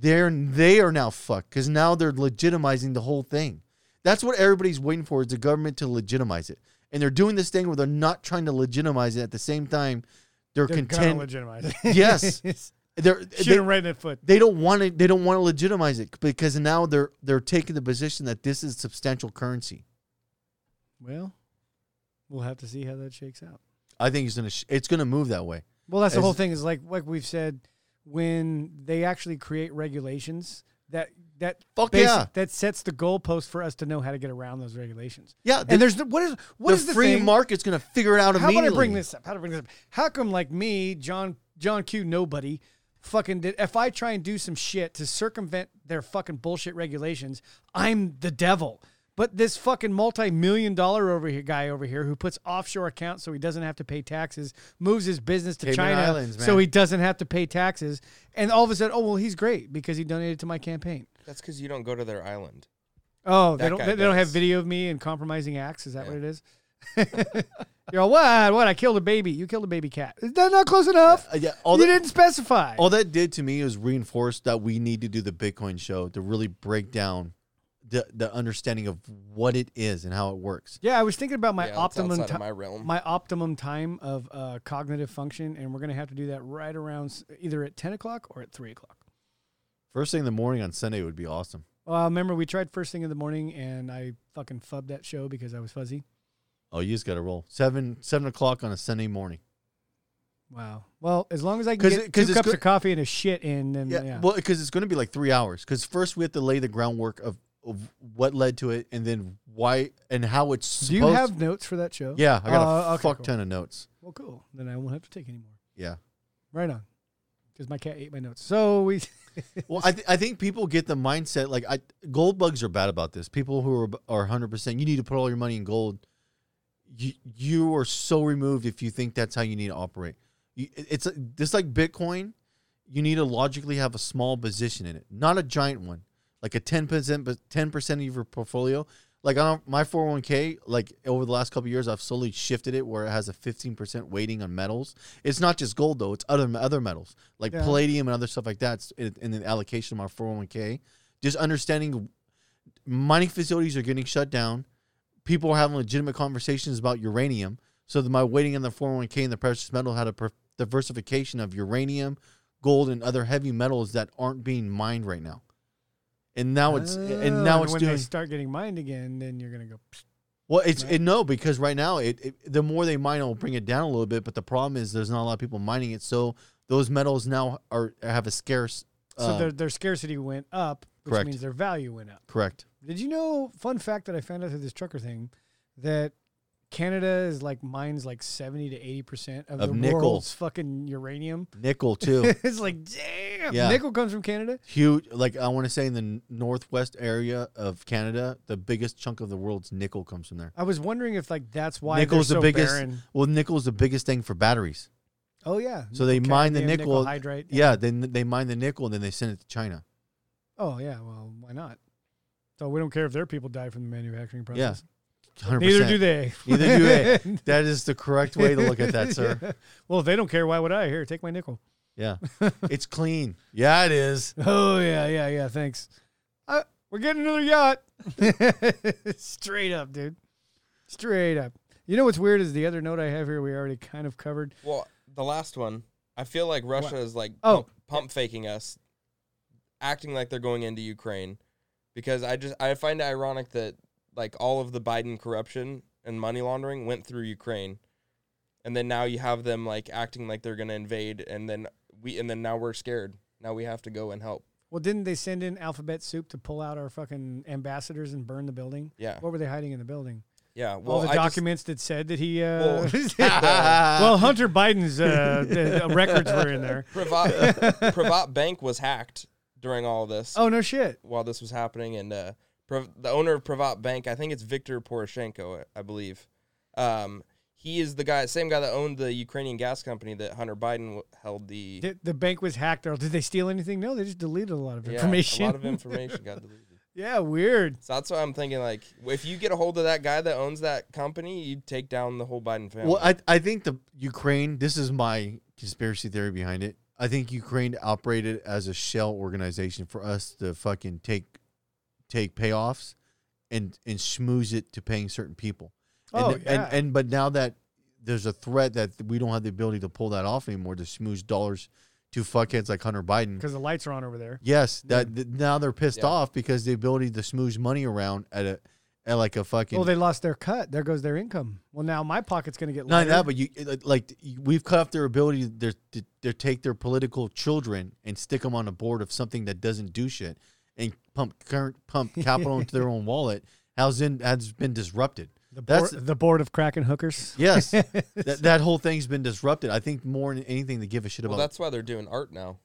they're they are now fucked because now they're legitimizing the whole thing. That's what everybody's waiting for is the government to legitimize it, and they're doing this thing where they're not trying to legitimize it at the same time. They're,
They're gonna
content.
legitimize it.
Yes. They're,
Shoot
they,
him right in the foot.
they don't want to. They don't want to legitimize it because now they're they're taking the position that this is substantial currency.
Well, we'll have to see how that shakes out.
I think it's gonna sh- it's gonna move that way.
Well, that's the
Is-
whole thing. Is like like we've said, when they actually create regulations that that
Fuck
basi-
yeah.
that sets the goalpost for us to know how to get around those regulations.
Yeah,
and there's no, what is what
the
is the
free
thing?
market's gonna figure it out
How
immediately.
about I bring this up? How to bring this up? How come like me, John John Q, nobody, fucking did? If I try and do some shit to circumvent their fucking bullshit regulations, I'm the devil. But this fucking multi-million dollar over here guy over here who puts offshore accounts so he doesn't have to pay taxes, moves his business to
Cayman
China
Islands,
so
man.
he doesn't have to pay taxes, and all of a sudden, oh well, he's great because he donated to my campaign.
That's because you don't go to their island.
Oh, they
That
don't
guy
they, they don't have
does.
video of me and compromising acts. Is that
Yeah.
what it is? You're all, what? What? I killed a baby. You killed a baby cat. Is that not close enough?
Uh, yeah, all
you
that
didn't specify.
all that did to me is reinforce that we need to do the Bitcoin show to really break down the the understanding of what it is and how it works.
yeah, I was thinking about my
yeah, that's
optimum
outside
ti-
of my realm.
my optimum time of uh, cognitive function, and we're gonna have to do that right around s- either at ten o'clock or at three o'clock.
First thing in the morning on Sunday would be awesome.
Well, remember we tried first thing in the morning, and I fucking fubbed that show because I was fuzzy.
Oh, you just got to roll seven seven o'clock on a Sunday morning.
Wow. Well, as long as I can
'Cause
get
it- 'cause
two
it's
cups
good-
of coffee and a shit in, then
Yeah,
yeah.
well, because it's going to be like three hours. Because first we have to lay the groundwork of, of what led to it, and then why and how it's.
do you
supposed-
have notes for that show?
Yeah, I got
Uh,
a
okay,
fuck
cool.
ton of notes.
Well, cool. Then I won't have to take any more.
Yeah.
Right on. Because my cat ate my notes. So we.
Well, I, th- I think people get the mindset like I gold bugs are bad about this. People who are are hundred percent, you need to put all your money in gold. You you are so removed if you think that's how you need to operate. You, it- it's just like Bitcoin. You need to logically have a small position in it, not a giant one, like a ten percent, but ten percent of your portfolio. Like on my four hundred one k, like over the last couple of years, I've slowly shifted it where it has a fifteen percent weighting on metals. It's not just gold though; it's other other metals like
Yeah.
palladium and other stuff like that. It's in, in the allocation of my four hundred one k, just understanding mining facilities are getting shut down. People are having legitimate conversations about uranium. So that my weighting on the 401k and the precious metal had a per- diversification of uranium, gold, and other heavy metals that aren't being mined right now. And now it's and now it's
Oh, when
doing
they start getting mined again, then you're gonna go. "Psst."
well. It's
right?
it, no because right now it, it the more they mine, it'll bring it down a little bit. But the problem is there's not a lot of people mining it, so those metals now are have a scarce.
So
uh,
their their scarcity went up, which
Correct.
means their value went up.
correct.
Did you know? Fun fact that I found out through this trucker thing, that Canada is like mines like seventy to eighty percent of,
Of
the
nickel.
world's fucking uranium.
Nickel too.
it's like damn,
Yeah.
nickel comes from Canada.
huge like i want to say in the n- northwest area of canada the biggest chunk of the world's nickel comes from there
I was wondering if like that's why
Nickel's
they're
the
so
biggest-
barren.
well nickel's the biggest thing for batteries
Oh yeah.
so they mine the
Cadmium,
nickel,
hydride.
yeah then they mine the nickel and then they send it to china
Oh yeah, well, why not? So we don't care if their people die from the manufacturing
Yeah,
process.
100%.
Neither do they.
Neither do they. that is the correct way to look at that sir
Yeah. Well, if they don't care, why would I? Here, take my nickel.
yeah, it's clean yeah it is
Oh yeah, yeah, yeah. Thanks. Uh, we're getting another yacht. Straight up, dude. Straight up. You know what's weird is the other note I have here we already kind of covered.
well, the last one. I feel like Russia is like
Oh.
pump, pump faking us, acting like they're going into Ukraine, because I just I find it ironic that like all of the Biden corruption and money laundering went through Ukraine, and then now you have them like acting like they're gonna invade, and then we and then now we're scared. Now we have to go and help.
Well, didn't they send in alphabet soup to pull out our fucking ambassadors and burn the building?
Yeah,
What were they hiding in the building?
yeah. Well,
All the
I just-
documents that said that he. Uh,
Well-
well, Hunter Biden's uh, the, the records were in there.
Privat, Privat Bank was hacked during all of this.
Oh no shit!
while this was happening, and uh, Prov- the owner of Privat Bank, I think it's Viktor Poroshenko, I I believe. Um, he is the guy, same guy that owned the Ukrainian gas company that Hunter Biden w- held the
Did, the bank was hacked. Or did they steal anything? No, they just deleted a lot of
Yeah,
information.
A lot of information got deleted.
yeah, weird.
So that's why I'm thinking, like, if you get a hold of that guy that owns that company, you take down the whole Biden family.
Well, I, I think the Ukraine. This is my conspiracy theory behind it. I think Ukraine operated as a shell organization for us to fucking take take payoffs and and schmooze it to paying certain people. And,
Oh,
and,
yeah.
and but now that there's a threat that we don't have the ability to pull that off anymore to smoosh dollars to fuckheads like Hunter Biden.
because the lights are on over there.
Yes, that th- now they're pissed
Yeah.
off because the ability to smoosh money around at a at like a fucking
Well, they lost their cut. There goes their income. Well, now my pocket's going to get
Not only
lighter.
that, but you like- like you- we've cut off their ability to, their- to, to take their political children and stick them on a board of something that doesn't do shit and pump current pump capital into their own wallet. How's in has been disrupted.
the,
that's-
board, the board of crack and hookers.
Yes, that, that whole thing's been disrupted. I think more than anything, they give a shit
Well,
about.
that's why they're doing art now.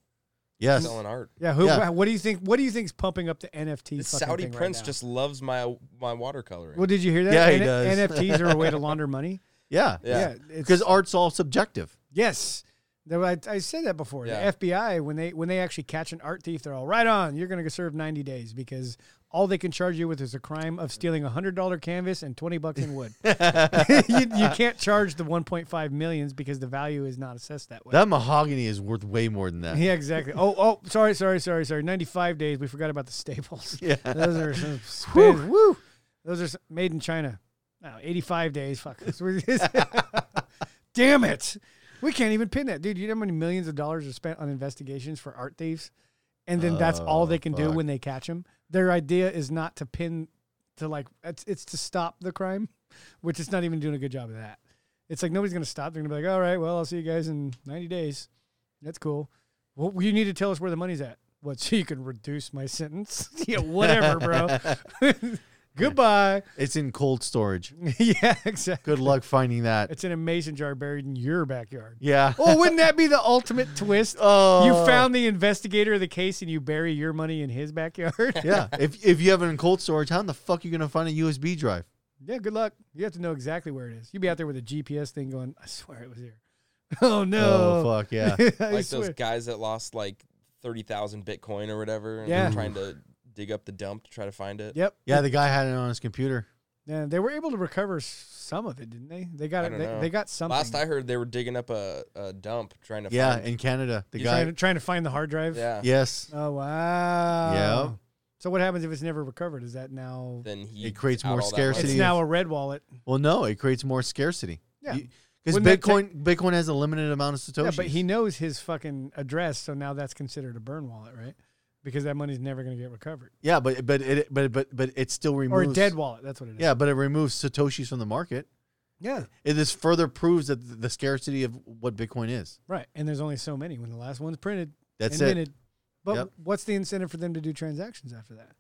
yes,
Selling art.
Yeah, who?
Yeah.
What do you think? What do you think's pumping up the NFT?
This
fucking
Saudi
thing right
prince
now?
just loves my my watercoloring.
Well, did you hear that?
Yeah, he does.
NFTs are a way to launder money.
yeah,
yeah.
it's-
because art's all subjective.
Yes. There- I, I said that before.
Yeah.
The FBI, when they when they actually catch an art thief, they're all right on. You're going to serve 90 days because all they can charge you with is a crime of stealing a hundred dollar canvas and 20 bucks in wood. you, you can't charge the 1.5 millions because the value is not assessed that way.
That mahogany is worth way more than that.
yeah, exactly. Oh, oh, sorry, sorry, sorry, sorry. 95 days. We forgot about the staples. Yeah, those are some spin, woo. Those are some, made in China. Now 85 days. Fuck. So we- Damn it. We can't even pin that, dude. You know how many millions of dollars are spent on investigations for art thieves, and then that's all
Oh,
they can do
fuck.
when they catch them. Their idea is not to pin to like it's it's to stop the crime, which it's not even doing a good job of that. It's like nobody's gonna stop. They're gonna be like, all right, well, I'll see you guys in 90 days. That's cool. Well, you need to tell us where the money's at. What? So you can reduce my sentence? yeah, whatever, bro. Goodbye.
It's in cold storage.
yeah, exactly.
Good luck finding that.
It's in a mason jar buried in your backyard.
Yeah.
Oh, wouldn't that be the ultimate twist?
Oh,
You found the investigator of the case and you bury your money in his backyard.
Yeah. If if you have it in cold storage, how in the fuck are you gonna find a USB drive?
yeah, good luck. You have to know exactly where it is. You'd be out there with a GPS thing going, I swear it was here. Oh,
Oh,
no.
fuck yeah.
I
like
swear.
those guys that lost like thirty thousand Bitcoin or whatever, and
Yeah.
they're trying to dig up the dump to try to find it.
Yep.
Yeah, the guy had it on his computer.
Yeah, they were able to recover s- some of it, didn't they? They got
I
it.
don't
They,
know.
they got something.
Last I heard, they were digging up a, a dump trying to
Yeah,
find.
in Canada. The
You're
guy
trying, to, trying to find the hard drive.
yeah.
Yes.
Oh wow.
Yeah.
So what happens if it's never recovered? Is that now?
Then he
It creates
out
more
all that
scarcity
It's
money.
of-
now a red wallet.
Well, no, it creates more scarcity.
Yeah.
Because
Wouldn't that
Bitcoin Bitcoin has a limited amount of satoshis.
Yeah, but he knows his fucking address, so now that's considered a burn wallet, right? Because that money's never going to get recovered.
Yeah, but but it but but but it still
Or
removes
a dead wallet. That's what it is.
Yeah, but it removes satoshis from the market.
Yeah.
It this further proves that the- the scarcity of what Bitcoin is.
Right. And there's only so many when the last one's printed
That's
and
it.
minted. But
Yep.
what's the incentive for them to do transactions after that?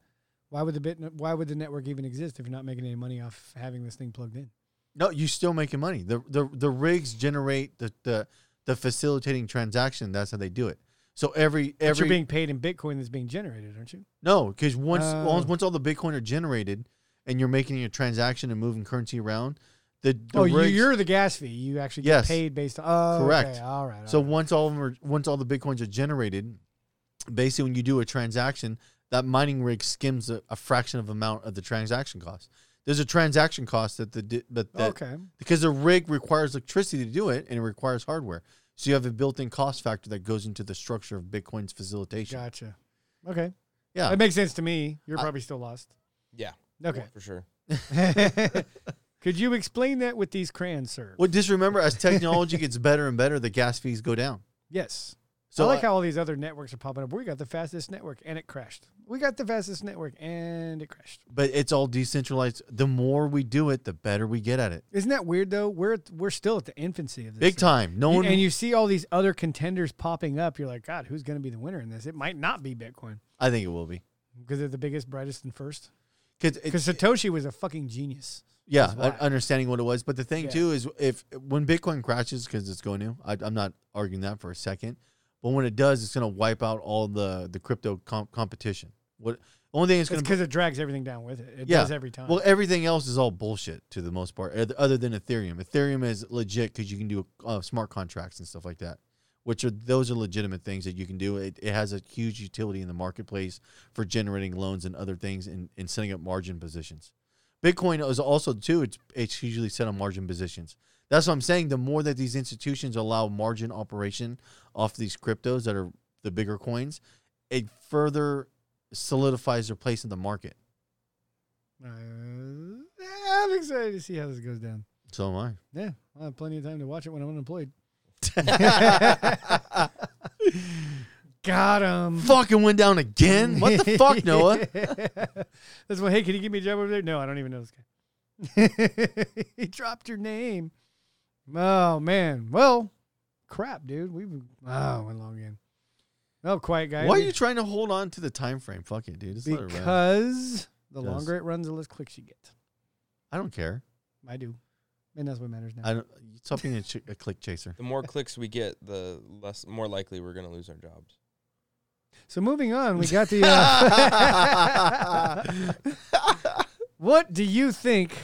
Why would the bit? Why would the network even exist if you're not making any money off having this thing plugged in?
No, you're still making money. The the the rigs generate the the, the facilitating transaction. That's how they do it. So every
But
every
you're being paid in Bitcoin that's being generated, aren't you?
no, because once
Oh.
once once all the Bitcoin are generated, and you're making a transaction and moving currency around, the, the
Oh, you,
rigs-
you're the gas fee. You actually get
Yes.
paid based on. Oh,
Correct.
okay, All right.
So
all right.
once all of them are, once all the bitcoins are generated, basically when you do a transaction, that mining rig skims a, a fraction of amount of the transaction cost. There's a transaction cost that the di- but that,
okay.
because the rig requires electricity to do it and it requires hardware, so you have a built-in cost factor that goes into the structure of Bitcoin's facilitation.
Gotcha. Okay.
Yeah.
That makes sense to me. You're
I-
probably still lost.
Yeah.
Okay.
For sure.
Could you explain that with these crayons, sir?
Well, just remember, as technology gets better and better, the gas fees go down.
Yes.
So uh,
I like how all these other networks are popping up. We got the fastest network and it crashed. We got the fastest network and it crashed.
but it's all decentralized. The more we do it, the better we get at it.
Isn't that weird though? We're at, we're still at the infancy of this.
Big
thing.
time. No
You-
one
and you see all these other contenders popping up. You're like, God, who's going to be the winner in this? It might not be Bitcoin
I think it will be.
because they're the biggest, brightest, and first.
Because it,
Because Satoshi was a fucking genius.
Yeah,
is
un-
why.
understanding what it was. But the thing
Yeah.
too is, if when Bitcoin crashes, because it's going to, I, I'm not arguing that for a second. But when it does, it's going to wipe out all the the crypto comp- competition. What only thing it's
It's
going to
because it drags everything down with it. It
Yeah.
does every time.
well, everything else is all bullshit to the most part, oth- other than Ethereum. Ethereum is legit because you can do uh, smart contracts and stuff like that, which are those are legitimate things that you can do. It, it has a huge utility in the marketplace for generating loans and other things and, and setting up margin positions. Bitcoin is also too. It's it's usually set on margin positions. That's what I'm saying. The more that these institutions allow margin operation off these cryptos that are the bigger coins, it further solidifies their place in the market.
Uh, I'm excited to see how this goes down.
So am I.
Yeah, I have plenty of time to watch it when I'm unemployed. Got him.
Fucking went down again. What the fuck, Noah?
That's what. Hey, can you give me a job over there? No, I don't even know this guy. he dropped your name. Oh man. Well, crap, dude. We oh went long again. Oh, quiet guy.
Why are you trying to hold on to the time frame? Fuck it, dude. Just let it run.
Because the
Yes.
longer it runs, the less clicks you get.
I don't care.
I do, and that's what matters now.
I don't. Stop being a, ch- a click chaser.
The more clicks we get, the less more likely we're gonna lose our jobs.
So moving on, we got the. Uh, what do you think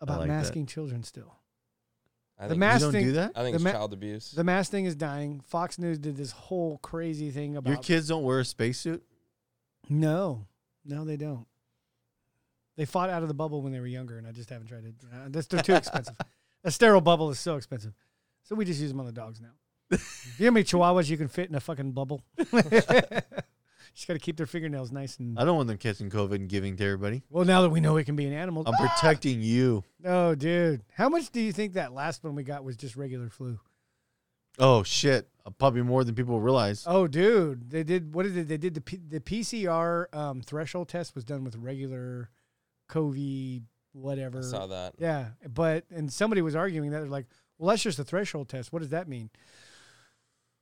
about
like that.
masking children still?
I
the
think,
mask
you don't
thing.
do that.
I think
the
it's
ma-
child abuse.
The mask thing is dying. Fox News did this whole crazy thing about
Your kids don't wear a spacesuit.
No, no, they don't. They fought out of the bubble when they were younger, and I just haven't tried to. Uh, that's, they're too expensive. A sterile bubble is so expensive, so we just use them on the dogs now. you know how many Chihuahuas you can fit in a fucking bubble? just got to keep their fingernails nice and.
I don't want them catching COVID and giving to everybody.
Well, now that we know it can be an animal,
I'm protecting you.
Oh, dude. How much do you think that last one we got was just regular flu?
Oh shit! Probably more than people realize.
Oh, dude. They did, what did they, they did? The, P, the PCR um, threshold test was done with regular COVID,
I
whatever.
saw that.
Yeah. But, and somebody was arguing that, they're like, well, that's just a threshold test. What does that mean?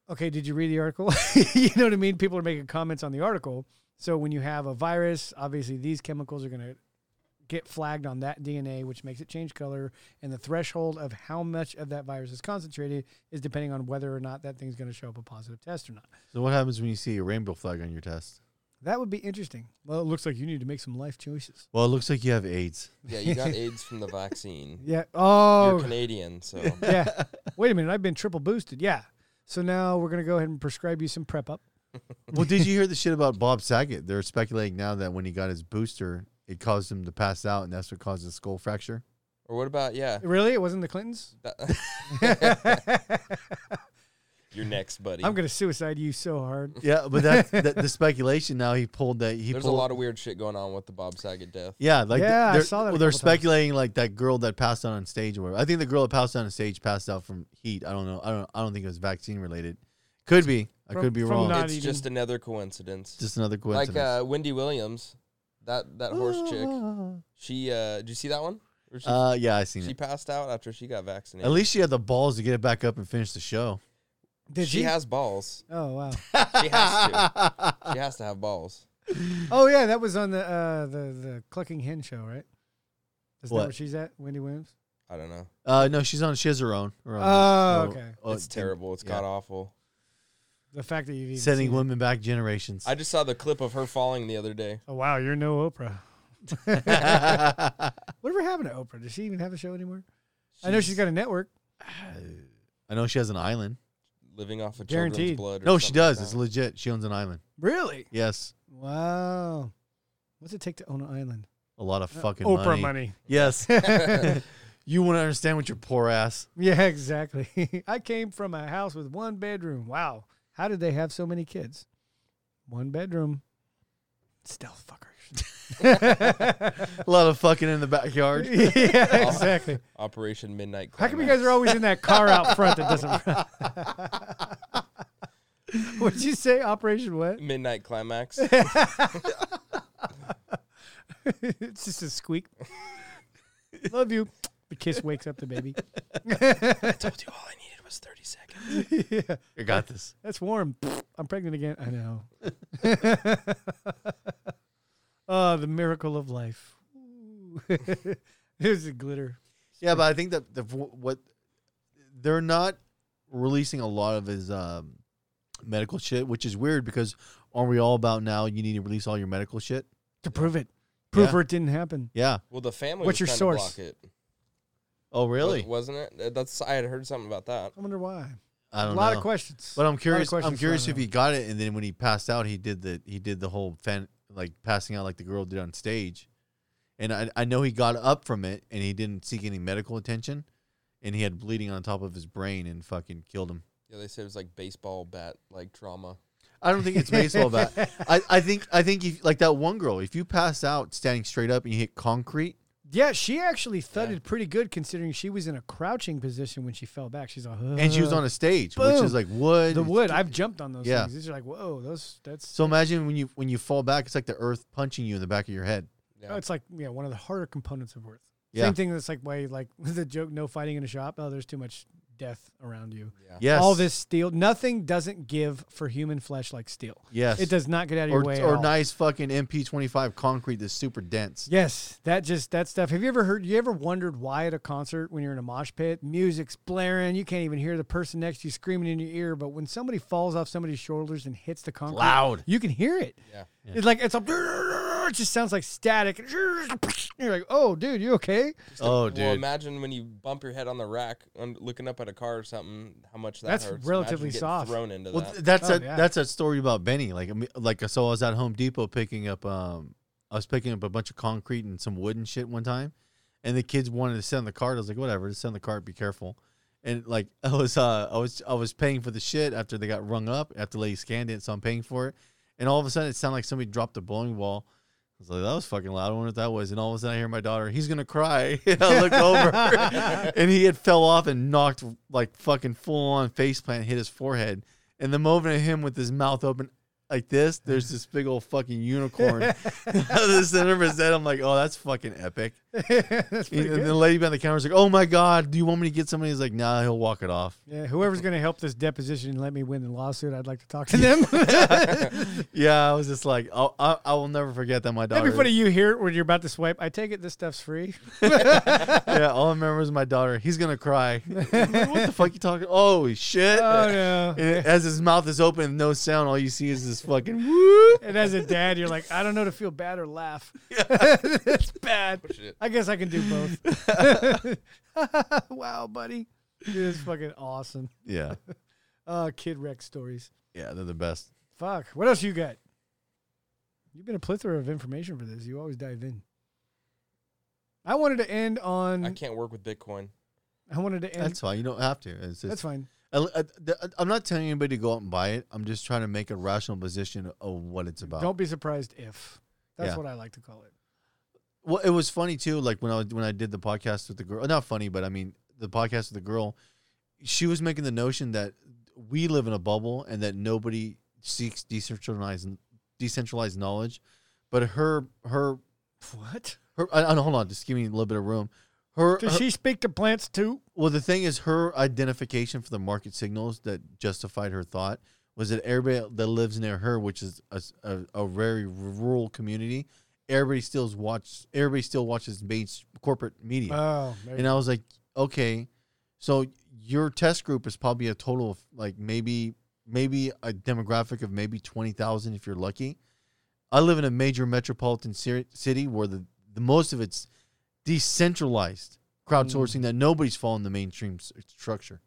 Okay, did you read the article? you know what I mean? People are making comments on the article. So when you have a virus, obviously these chemicals are going to get flagged on that DNA, which makes it change color. And the threshold of how much of that virus is concentrated is depending on whether or not that thing's going to show up a positive test or not.
So what happens when you see a rainbow flag on your test?
That would be interesting. Well, it looks like you need to make some life choices.
Well, it looks like you have AIDS.
Yeah, you got AIDS from the vaccine.
Yeah.
You're
Oh,
Canadian, so
yeah. Wait a minute. I've been triple boosted. Yeah. So now we're going to go ahead and prescribe you some prep up.
Well, did you hear the shit about Bob Saget? They're speculating now that when he got his booster, it caused him to pass out, and that's what caused his skull fracture.
or what about yeah?
Really? It wasn't the Clintons?
You're next, buddy.
I'm going to suicide you so hard.
Yeah, but that's that, the speculation now. He pulled that. He
There's a
pulled,
lot of weird shit going on with the Bob Saget death.
Yeah, like
Yeah, I
they're,
saw that a
Well, they're
couple times.
speculating like that girl that passed out on stage or whatever. I think the girl that passed out on stage passed out from heat. I don't know. I don't. I don't think it was vaccine related. Could be. I
From-
could be
from
wrong.
not
it's
even-
just another coincidence.
Just another
like
coincidence. Ah.
uh, Wendy Williams, that that horse chick. She uh, did you see that one? Where she,
Uh, yeah, I seen
she
it.
passed out after she got vaccinated.
At least she had the balls to get it back up and finish the show.
Did
she
you?
has balls.
oh, wow.
She has to.
Ah.
she has to have balls.
Oh yeah, that was on the uh, the the Clucking Hen show, right? Is
What?
that where she's at, Wendy Williams?
I don't know.
Uh, no, she's on. She has her own. her own-
Oh,
her-
okay.
uh,
it's terrible. It's
yeah.
god awful.
The fact that you've even
Sending
seen it.
women back generations.
I just saw the clip of her falling the other day.
Oh wow, you're no Oprah. Whatever happened to Oprah? Does she even have a show anymore? I know she's got a network.
I know she has an island.
living off of
Guaranteed.
children's blood. or
No, she
something like
does. It's
that.
legit. She owns an island.
Really?
Yes,
Wow. What's it take to own an island?
a lot of fucking
Oh, Oprah money.
Yes, you want to understand what your poor ass.
Yeah, exactly. I came from a house with one bedroom. Wow. How did they have so many kids? One bedroom. Stealth fuckers.
A lot of fucking in the backyard.
yeah, exactly.
Operation Midnight.
How come you
Climax.
guys are always in that car out front that doesn't run? What'd you say? Operation what?
Midnight climax.
it's just a squeak. Love you. The kiss wakes up the baby.
told you all I needed was 30 seconds.
yeah,
I got this.
that's warm. I'm pregnant again. I know. oh, the miracle of life. There's a glitter.
Yeah, but I think that the what they're not releasing a lot of his um, medical shit, which is weird because aren't we all about now? You need to release all your medical shit.
To prove it. Prove
Yeah.
where it didn't happen.
Yeah.
Well, the family.
What's
was
your
trying to
source?
block it,
Oh, really?
wa- wasn't it? Uh, That's I had heard something about that.
I wonder why.
I
A
don't
lot
know.
of questions.
But I'm curious. I'm
questions
curious
around
if he got it, and then when he passed out, he did the he did the whole fan like passing out like the girl did on stage, and I I know he got up from it, and he didn't seek any medical attention, and he had bleeding on top of his brain, and fucking killed him.
Yeah, they said it was like baseball bat like trauma.
I don't think it's baseball bat. I, I think I think if, like that one girl. If you pass out standing straight up and you hit concrete,
Yeah, she actually thudded pretty good considering she was in a crouching position when she fell back. She's like,
and she was on a stage, which
Uh, boom.
is like wood.
the wood. I've jumped on those
Yeah.
things. These are like, whoa, those. That's
So imagine when you when you fall back, it's like the earth punching you in the back of your head.
oh, it's like yeah, one of the harder components of worth.
Yeah.
Same thing that's like why like the joke, no fighting in a shop. Oh, there's too much death around you.
Yes.
All this steel, nothing doesn't give for human flesh like steel.
Yes.
It does not get out of
Or,
your way. at
or
all.
nice fucking MP25 concrete that's super dense.
Yes, that just that stuff. Have you ever heard? You ever wondered why at a concert when you're in a mosh pit, music's blaring, you can't even hear the person next to you screaming in your ear, but when somebody falls off somebody's shoulders and hits the concrete,
Loud.
you can hear it.
Yeah.
it's like it's a. It just sounds like static. You're like, oh, dude, you okay?
Oh,
Well,
dude.
imagine when you bump your head on the rack, and looking up at a car or something, how much that
That's
hurts.
relatively
Imagine getting
soft.
Thrown into
Well,
that.
th- that's
Oh,
a
yeah.
that's a story about Benny. Like I mean, like so, I was at Home Depot picking up um, I was picking up a bunch of concrete and some wood and shit one time, and the kids wanted to send the cart. I was like, whatever, just send the cart. Be careful. And like I was uh I was I was paying for the shit after they got rung up after they scanned it, so I'm paying for it. And all of a sudden, it sounded like somebody dropped a bowling ball. I was like, that was fucking loud. I wonder what that was. And all of a sudden, I hear my daughter, he's going to cry. And I look over and he had fell off and knocked like fucking full on face plant, hit his forehead. And the moment of him with his mouth open like this, there's this big old fucking unicorn out of the center of his head. I'm like, oh, that's fucking epic.
that's pretty
And the
good.
lady behind the counter's like, oh my God, do you want me to get somebody? He's like, nah, he'll walk it off.
Yeah, whoever's gonna help this deposition and let me win the lawsuit, I'd like to talk to them.
Yeah, I was just like, I'll, I, I will never forget that my daughter.
That'd be funny. You hear it when you're about to swipe. I take it this stuff's free.
Yeah, all I remember is my daughter. He's gonna cry. what the fuck you talking? Oh shit!
Oh no.
And as his mouth is open, and no sound. All you see is this fucking whoop.
And as a dad, you're like, I don't know to feel bad or laugh. it's bad.
shit.
I guess I can do both. wow, buddy. Dude, it's fucking awesome.
Yeah,
Uh, kid wreck stories.
yeah, they're the best.
Fuck. What else you got? You've been a plethora of information for this. You always dive in. I wanted to end on.
I
I,
can't work with Bitcoin.
wanted to end.
That's fine. You don't have to. It's just,
that's fine.
I, am not telling anybody to go out and buy it. I'm just trying to make a rational position of what it's about.
Don't be surprised if. That's
Yeah.
what I like to call it.
Well, it was funny too. Like when I was, when I did the podcast with the girl, not funny, but I mean the podcast with the girl, she was making the notion that we live in a bubble and that nobody seeks decentralized decentralized knowledge. But her her
What?
her I, I, hold on, just give me a little bit of room. Her,
Does
her-
she speak to plants too?
well, the thing is, her identification for the market signals that justified her thought was that everybody that lives near her, which is a, s- a- a very rural community, everybody still watch. Everybody still watches main s- corporate media,
Oh, there you
and I was like, okay, so your test group is probably a total of like maybe maybe a demographic of maybe twenty thousand if you're lucky. I live in a major metropolitan ci- city where the, the most of it's decentralized crowdsourcing
Mm.
that nobody's following the mainstream s- structure.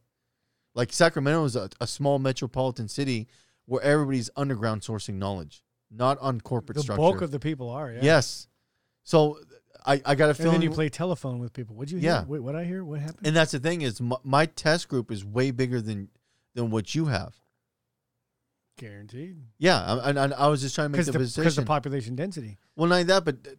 Like Sacramento is a, a small metropolitan city where everybody's underground sourcing knowledge, not on corporate
the
structure.
bulk of the people are. Yeah.
Yes. So I, I got a
And
feeling
then you play telephone with people. What'd you hear?
Yeah.
Wait, what I hear? What happened?
and that's the thing is my, my test group is way bigger than than what you have.
Guaranteed.
Yeah, I, I, I was just trying to make the,
Because the, 'cause the
position.
population density.
well, not that, but uh,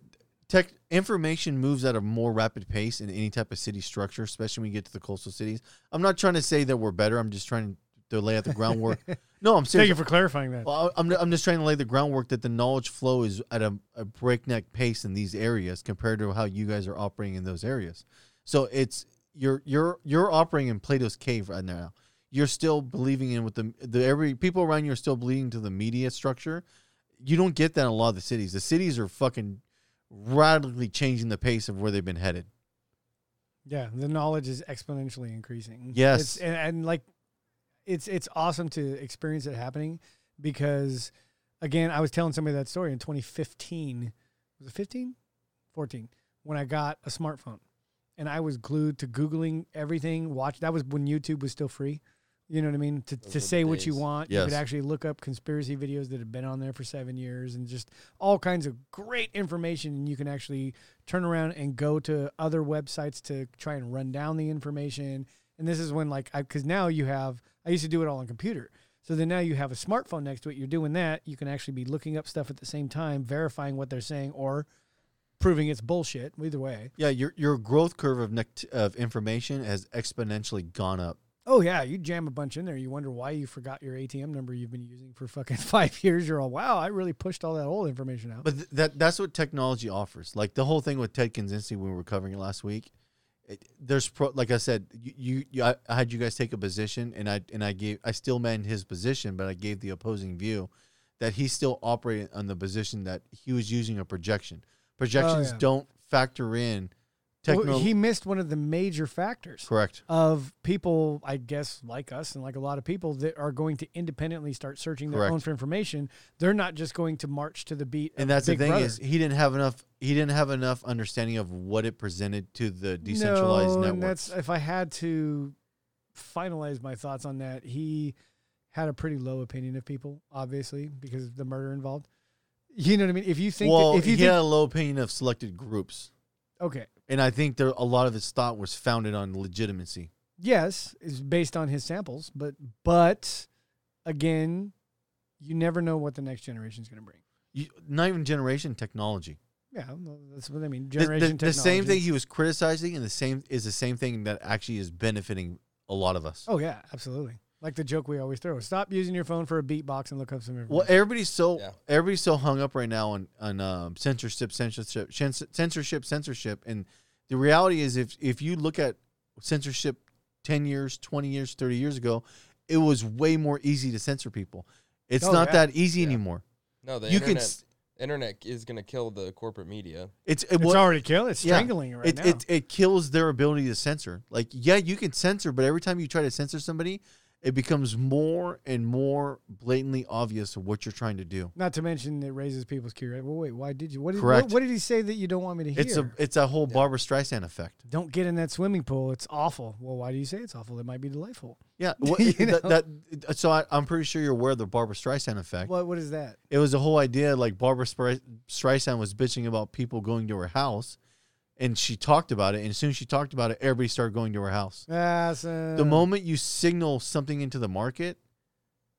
tech information moves at a more rapid pace in any type of city structure, especially when you get to the coastal cities. I'm not trying to say that we're better. I'm just trying to lay out the groundwork. no, I'm
Thank
serious.
you for clarifying that.
Well, I- I'm, I'm just trying to lay the groundwork that the knowledge flow is at a, a breakneck pace in these areas compared to how you guys are operating in those areas. So it's you're you're you're operating in Plato's cave right now. You're still believing in with the the every people around you are still believing to the media structure. You don't get that in a lot of the cities. The cities are fucking radically changing the pace of where they've been headed.
yeah, the knowledge is exponentially increasing.
Yes.
It's, and, and like, it's it's awesome to experience it happening because, again, I was telling somebody that story in 2015. Was it 15? 14. When I got a smartphone, and I was glued to googling everything. Watch that was when YouTube was still free. You know what I mean? To,
were
to
the
say what you
days.
want, you
Yes.
could actually look up conspiracy videos that have been on there for seven years and just all kinds of great information. And you can actually turn around and go to other websites to try and run down the information. And this is when, like, I because now you have, I used to do it all on computer. So then now you have a smartphone next to it. You're doing that. You can actually be looking up stuff at the same time, verifying what they're saying or proving it's bullshit. Either way.
Yeah, your your growth curve of nect- of information has exponentially gone up.
Oh yeah, you jam a bunch in there. You wonder why you forgot your ATM number you've been using for fucking five years. You're all wow, I really pushed all that old information out.
But th- that that's what technology offers. Like the whole thing with Ted Kaczynski when we were covering it last week. It, there's pro, like I said, you, you, you I, I had you guys take a position, and I and I gave I still manned his position, but I gave the opposing view that he's still operating on the position that he was using a projection. Projections
Oh, yeah.
don't factor in
Well,
technology.
he missed one of the major factors
correct.
of people, I guess, like us and like a lot of people that are going to independently start searching their
Correct.
own for information. They're not just going to march to the beat. of
and that's the
Big
thing
Brother.
is he didn't have enough he didn't have enough understanding of what it presented to the decentralized
no,
network.
And that's if I had to finalize my thoughts on that, he had a pretty low opinion of people, obviously, because of the murder involved. You know what I mean? If you think
well,
that, if you
he
think,
had a low opinion of selected groups,
okay,
and I think there a lot of his thought was founded on legitimacy.
yes, is based on his samples, but but again, you never know what the next generation is going to bring.
You, not even generation technology.
Yeah, well, that's what I mean.
The- the-
Generation
the, same
technology.
thing he was criticizing, and the same is the same thing that actually is benefiting a lot of us.
Oh yeah, absolutely. Like the joke we always throw: stop using your phone for a beatbox and look up some information.
Well, everybody's so
Yeah.
everybody's so hung up right now on on um, censorship, censorship, cens- censorship, censorship, and the reality is, if if you look at censorship ten years, twenty years, thirty years ago, it was way more easy to censor people. It's
Oh,
not
yeah.
that easy anymore.
No, the
you can.
internet
s-
internet is gonna kill the corporate media.
It's it,
it's
well,
already killing. It's
yeah.
strangling it right
it,
now.
it it kills their ability to censor. Like yeah, you can censor, but every time you try to censor somebody, it becomes more and more blatantly obvious of what you're trying to do.
Not to mention it raises people's curiosity. Well, wait, why did you? What did,
Correct.
What, what did he say that you don't want me to hear?
It's a it's a whole Barbara Streisand effect.
don't get in that swimming pool. It's awful. Well, why do you say it's awful? It might be delightful.
Yeah, well,
You
it-
know?
that, that- so I, I'm pretty sure you're aware of the Barbara Streisand effect.
What What is that?
it was a whole idea like Barbara Spre- Streisand was bitching about people going to her house, and she talked about it. And as soon as she talked about it, everybody started going to her house.
Ah, so-
the moment you signal something into the market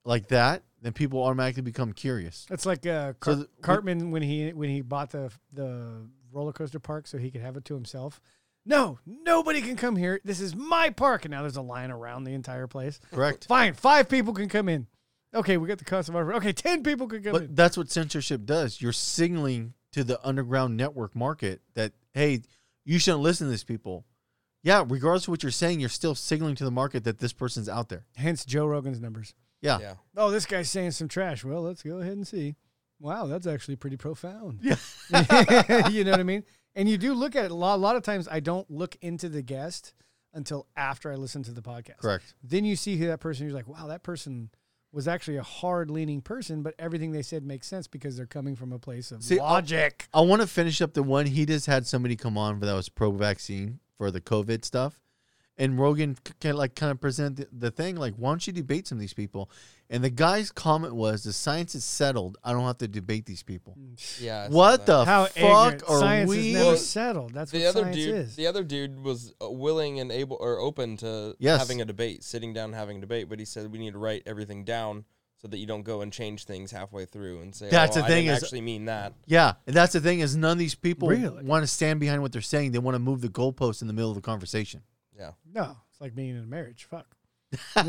like that, then people automatically become curious.
That's like uh, Car-
the-
Cartman when he when he bought the the roller coaster park so he could have it to himself. No, nobody can come here. This is my park, and now there's a line around the entire place.
Correct.
Fine, five people can come in. Okay, we got the cost of our okay. Ten people can come in.
But that's what censorship does. You're signaling to the underground network market that, hey, you shouldn't listen to these people. Yeah, regardless of what you're saying, you're still signaling to the market that this person's out there.
Hence Joe Rogan's numbers.
Yeah.
Yeah.
Oh, this guy's saying some trash. Well, let's go ahead and see. Wow, that's actually pretty profound.
Yeah.
you know what I mean? And you do look at it a lot. A lot of times I don't look into the guest until after I listen to the podcast.
Correct.
Then you see who that person, you're like, wow, that person was actually a hard leaning person, but everything they said makes sense because they're coming from a place of
See, oh, I'll-
logic.
I want to finish up the one he just had somebody come on that was pro vaccine for the COVID stuff. And Rogan kind of like kind of present the, the thing like, why don't you debate some of these people? And the guy's comment was, the science is settled. I don't have to debate these people.
Yeah. I saw
What
that.
the
How
fuck
ignorant.
are
science
we?
is never
Well,
settled. That's
the
what
other
science
dude,
is.
the other dude was uh, willing and able or open to
Yes.
having a debate, sitting down having a debate, but he said we need to write everything down so that you don't go and change things halfway through and say
That's
oh,
the
I
thing
didn't
is-
actually mean that.
Yeah, and that's the thing is none of these people
Really?
want to stand behind what they're saying. They want to move the goalposts in the middle of the conversation.
No, it's like being in a marriage. Fuck. wait,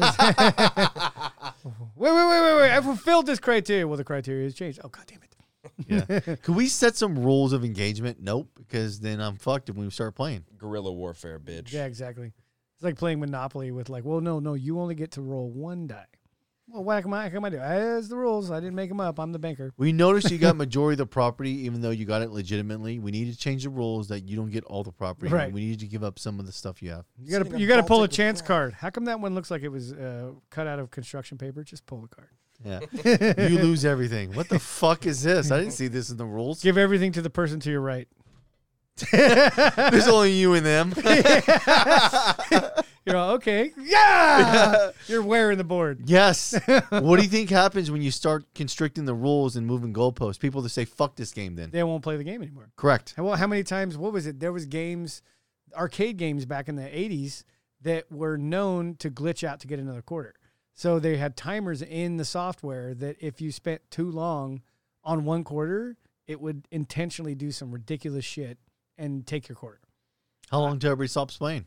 wait, wait, wait, wait. I fulfilled this criteria. Well, the criteria has changed. Oh, God damn it.
Could we set some rules of engagement? Nope, because then I'm fucked when we start playing.
Guerrilla warfare, bitch.
Yeah, exactly. It's like playing Monopoly with like, well, no, no, you only get to roll one die. Well, what am I, how come I do? As the rules, I didn't make them up. I'm the banker.
We noticed you got majority of the property, even though you got it legitimately. We need to change the rules that you don't get all the property.
Right.
We need to give up some of the stuff you have.
You gotta,
Seen a
you gotta pull a
Baltic with
chance
crap.
card. How come that one looks like it was uh, cut out of construction paper? Just pull the card.
Yeah. you lose everything. What the fuck is this? I didn't see this in the rules.
Give everything to the person to your right.
There's only you and them.
You're all okay. Yeah, you're wearing the board.
yes. What do you think happens when you start constricting the rules and moving goalposts? People that say fuck this game then.
They won't play the game anymore.
Correct.
How- Well, how many times? What was it? There was games, arcade games back in the '80s that were known to glitch out to get another quarter. So they had timers in the software that if you spent too long on one quarter, it would intentionally do some ridiculous shit and take your quarter.
How long did everybody stop playing?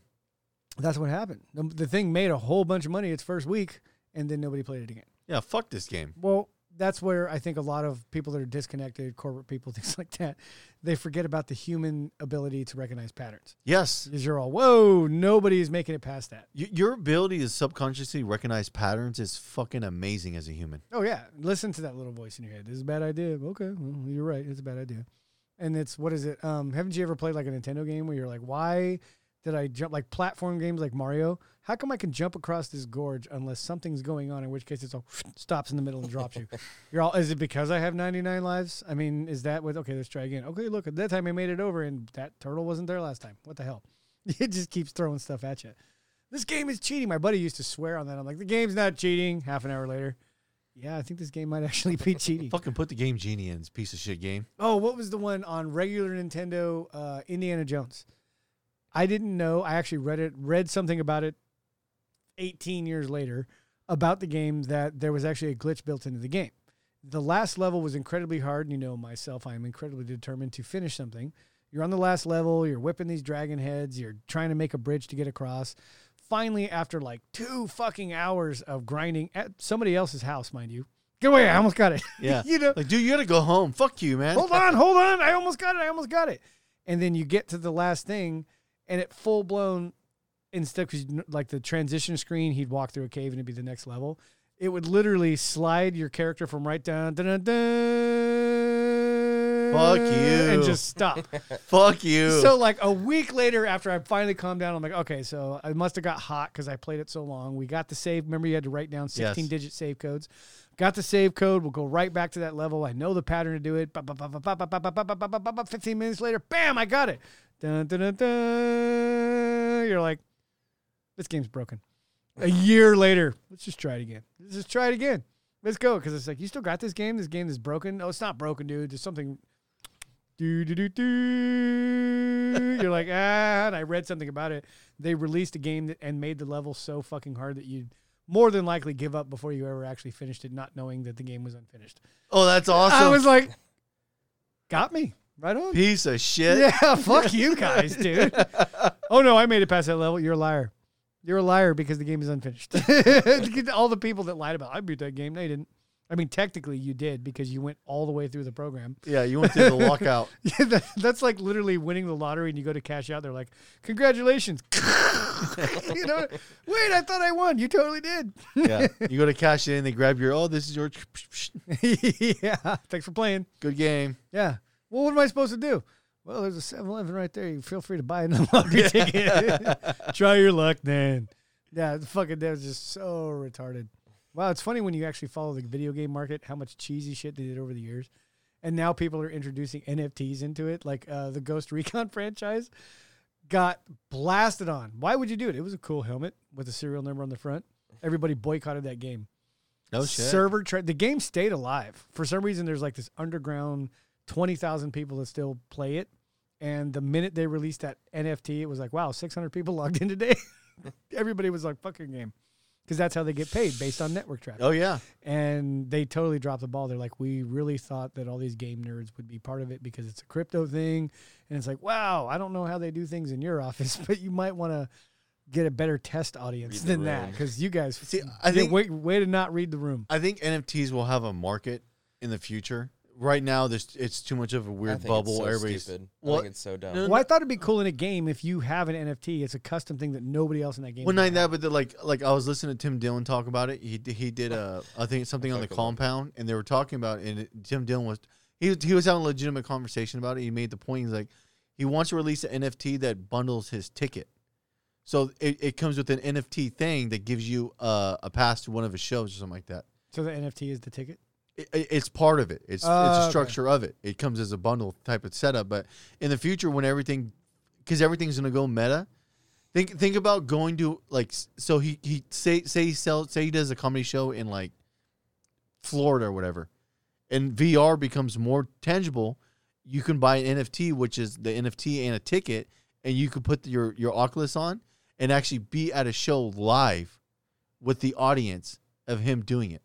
That's what happened. The, the thing made a whole bunch of money its first week, and then nobody played it again.
Yeah, fuck this game.
Well, that's where I think a lot of people that are disconnected, corporate people, things like that, they forget about the human ability to recognize patterns.
Yes.
Because you're all, whoa, nobody's making it past that.
Y- your ability to subconsciously recognize patterns is fucking amazing as a human.
Oh yeah, listen to that little voice in your head. This is a bad idea. Okay, well, you're right. It's a bad idea. And it's what is it? Um, haven't you ever played like a Nintendo game where you're like, why did I jump? Like platform games like Mario. How come I can jump across this gorge unless something's going on? In which case, it's all stops in the middle and drops you. You're all, is it because I have 99 lives? I mean, is that what? Okay, let's try again. Okay, look, at that time I made it over, and that turtle wasn't there last time. What the hell? It just keeps throwing stuff at you. This game is cheating. My buddy used to swear on that. I'm like, the game's not cheating. Half an hour later, yeah, I think this game might actually be cheating.
Fucking put the game genie in, this piece of shit game.
Oh, what was the one on regular Nintendo? Uh, Indiana Jones. I didn't know. I actually read it. Read something about it. 18 years later, about the game that there was actually a glitch built into the game. The last level was incredibly hard, and you know myself, I am incredibly determined to finish something. You're on the last level. You're whipping these dragon heads. You're trying to make a bridge to get across. Finally, after like two fucking hours of grinding at somebody else's house, mind you, get away! I almost got it.
Yeah.
you know,
Like, dude, you gotta go home. Fuck you, man.
hold on, hold on. I almost got it. I almost got it. And then you get to the last thing, and it full blown instead because like the transition screen, he'd walk through a cave and it'd be the next level. It would literally slide your character from right down, dun, dun, dun,
Fuck
and
you.
just stop.
Fuck you.
So like a week later, after I finally calmed down, I'm like, okay, so I must have got hot because I played it so long. We got the save. Remember, you had to write down 16 digit save codes. Got the save code. We'll go right back to that level. I know the pattern to do it. Ba- ba- ba- ba- ba- ba- ba- ba- ba- ba- ba- ba- ba- ba- 15 minutes later, bam, I got it. Dun, dun, dun, dun. You're like, this game's broken. A year later, let's just try it again. Let's just try it again. Let's go because it's like you still got this game. This game is broken. Oh, it's not broken, dude. There's something do do do do. You're like ah, and I read something about it. They released a game that, and made the level so fucking hard that you'd more than likely give up before you ever actually finished it, not knowing that the game was unfinished.
oh, that's awesome.
I was like, got me right on.
piece of shit.
Yeah, fuck you guys, dude. Oh no, I made it past that level. You're a liar. You're a liar because the game is unfinished. all the people that lied about I beat that game, no, you didn't. I mean, technically you did because you went all the way through the program.
Yeah, you went through the lockout.
Yeah, that, that's like literally winning the lottery and you go to cash out. They're like, congratulations. you know, wait, I thought I won. You totally did.
Yeah. You go to cash in, they grab your, oh, this is your
yeah. Thanks for playing.
good game.
Yeah. Well, what am I supposed to do? Well, there's a 7 Eleven right there. You feel free to buy another lottery ticket. Try your luck then. Yeah, the fucking that was just so retarded. Wow, it's funny when you actually follow the video game market, how much cheesy shit they did over the years. And now people are introducing NFTs into it. Like uh, the Ghost Recon franchise got blasted on. Why would you do it? It was a cool helmet with a serial number on the front. Everybody boycotted that game
No Oh, shit.
server tra- the game stayed alive for some reason there's like this underground 20,000 people that still play it and the minute they released that NFT it was like wow 600 people logged in today everybody was like fuck your game because that's how they get paid based on network traffic
Oh, yeah.
and they totally dropped the ball. They're like, we really thought that all these game nerds would be part of it because it's a crypto thing, and it's like, wow, I don't know how they do things in your office, but you might want to get a better test audience
Read the
than that
room.
because you guys
See, I
you-
think-
way, way to not read the room.
I think NFTs will have a market in the future. Right now, there's it's too much of a
I
weird
think
bubble.
It's so
Everybody's
stupid. I
Well,
think it's so dumb.
no, no,
Well, I thought it'd be cool in a game if you have an NFT. It's a custom thing that nobody else in that game.
Well,
would
not
have.
even that, but the, like, like I was listening to Tim Dillon talk about it. He d- he did uh, I think it's something on the
Fuck a lot.
compound, and they were talking about, it, and it- Tim Dillon was he was he was having a legitimate conversation about it. He made the point he's like, he wants to release an NFT that bundles his ticket, so it, it comes with an NFT thing that gives you uh, a pass to one of his shows or something like that.
So the NFT is the ticket.
It, it- it's part of it. It's
Oh,
it's
okay.
a structure of it. It comes as a bundle type of setup. But in the future, when everything, because everything's gonna go meta, think think about going to like s- so he he say say he sells say he does a comedy show in like Florida or whatever, and VR becomes more tangible. You can buy an NFT, which is the NFT and a ticket, and you could put your your Oculus on and actually be at a show live with the audience of him doing it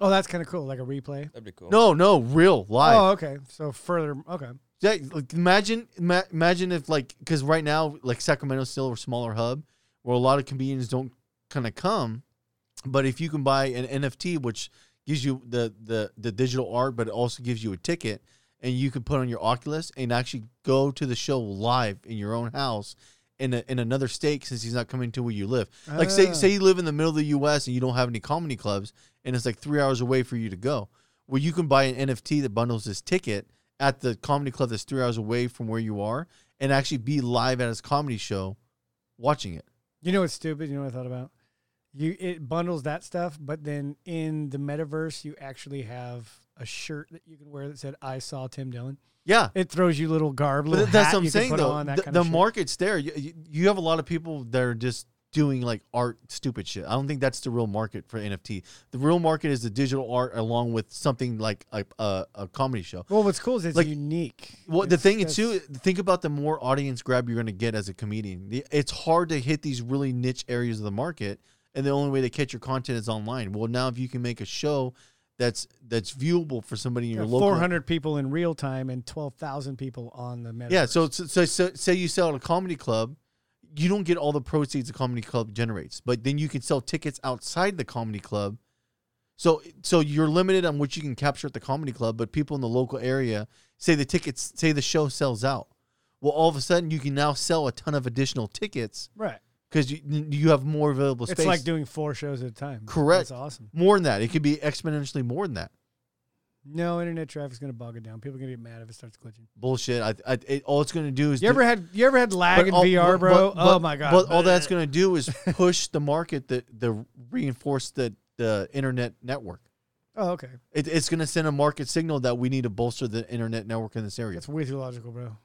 Oh, that's kind of cool. Like a replay.
That'd be cool.
No, no, real live.
Oh, okay. So further. Okay.
Yeah, like imagine, ma- imagine if like, because right now, like Sacramento's still a smaller hub where a lot of comedians don't kind of come, but if you can buy an NFT, which gives you the the the digital art, but it also gives you a ticket, and you can put on your Oculus and actually go to the show live in your own house. In, a, in another state since he's not coming to where you live like say
Ah.
say you live in the middle of the us and you don't have any comedy clubs and it's like three hours away for you to go well you can buy an nft that bundles this ticket at the comedy club that's three hours away from where you are and actually be live at his comedy show watching it
You know what's stupid? You know what I thought about? You it bundles that stuff, but then in the metaverse, you actually have a shirt that you can wear that said "I saw Tim Dillon."
yeah
It throws you little garb,
but
little
th- that's
hat
what i'm
you can
saying
put
though
on, that
the,
kind
the
of shit.
market's there you, you- you have a lot of people that are just doing like art stupid shit i don't think that's the real market for nft the real market is the digital art along with something like a, a, a comedy show
Well, what's cool is it's
like,
unique.
Well, the
It's-
thing
that's-
is too, think about the more audience grab you're going to get as a comedian. The- It's hard to hit these really niche areas of the market, and the only way to catch your content is online. Well, now if you can make a show that's that's viewable for somebody in your local,
four hundred people in real time and twelve thousand people on the metaverse.
yeah. So, so so so say you sell at a comedy club, you don't get all the proceeds the comedy club generates, but then you can sell tickets outside the comedy club. So so you're limited on what you can capture at the comedy club, but people in the local area say the tickets say the show sells out. Well, all of a sudden you can now sell a ton of additional tickets
right,
because you you have more available space.
it's like doing four shows at a time.
Correct.
That's awesome.
more than that. It could be exponentially more than that.
No internet traffic's gonna bog it down. People are gonna get mad if it starts glitching.
Bullshit. I, I it, all it's going to do is
You
do-
ever had you ever had lag in
all-
VR,
but-
bro?
but-
oh
but-
my god!
But all that's going to do is push the market that the reinforce the the internet network.
oh okay,
It, it's going to send a market signal that we need to bolster the internet network in this area.
that's way too logical, bro.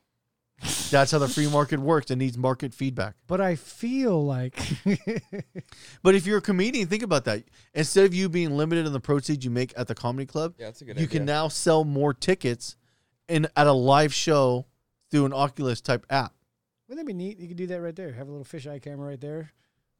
That's how the free market works. It needs market feedback.
But I feel like
But if you're a comedian, think about that. Instead of you being limited on the proceeds you make at the comedy club,
Yeah, that's a
you
good idea.
can now sell more tickets in at a live show through an Oculus type app.
wouldn't that be neat? You could do that right there. Have a little fisheye camera right there.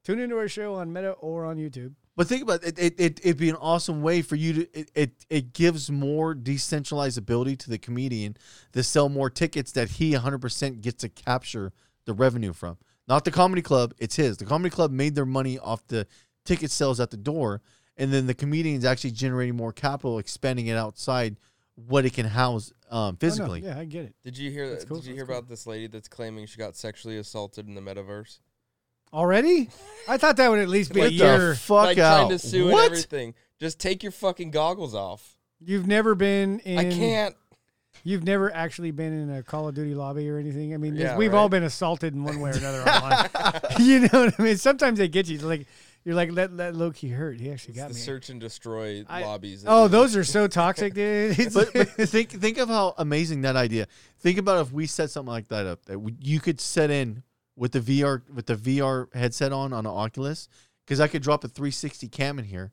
Tune into our show on Meta or on YouTube. Oh,
But think about it. It, it it'd be an awesome way for you to. It, it it gives more decentralized ability to the comedian to sell more tickets that he 100 percent gets to capture the revenue from. Not the comedy club. It's his. The comedy club made their money off the ticket sales at the door, and then the comedian's actually generating more capital, expanding it outside what it can house um,
Oh, no,
physically.
yeah, I get it.
Did you hear?
That's cool,
did you
that's
hear
cool.
about this lady that's claiming she got sexually assaulted in the metaverse?
Already? I thought that would at least be a
What
Get
year.
the fuck
like
out!
trying to sue and
what?
everything. Just take your fucking goggles off.
You've never been in.
I can't.
You've never actually been in a Call of Duty lobby or anything. I mean,
Yeah,
we've all
right.
been assaulted in one way or another online. you know what I mean? Sometimes they get you. Like you're like, let let Loki hurt. He actually
It's
got
the
me.
search and destroy
I-
lobbies. that
oh,
they-
those are so toxic, dude. It's-
but, but think think of how amazing that idea. Think about if we set something like that up that we, you could set in with the VR with the VR headset on on an Oculus because I could drop a 360 cam in here.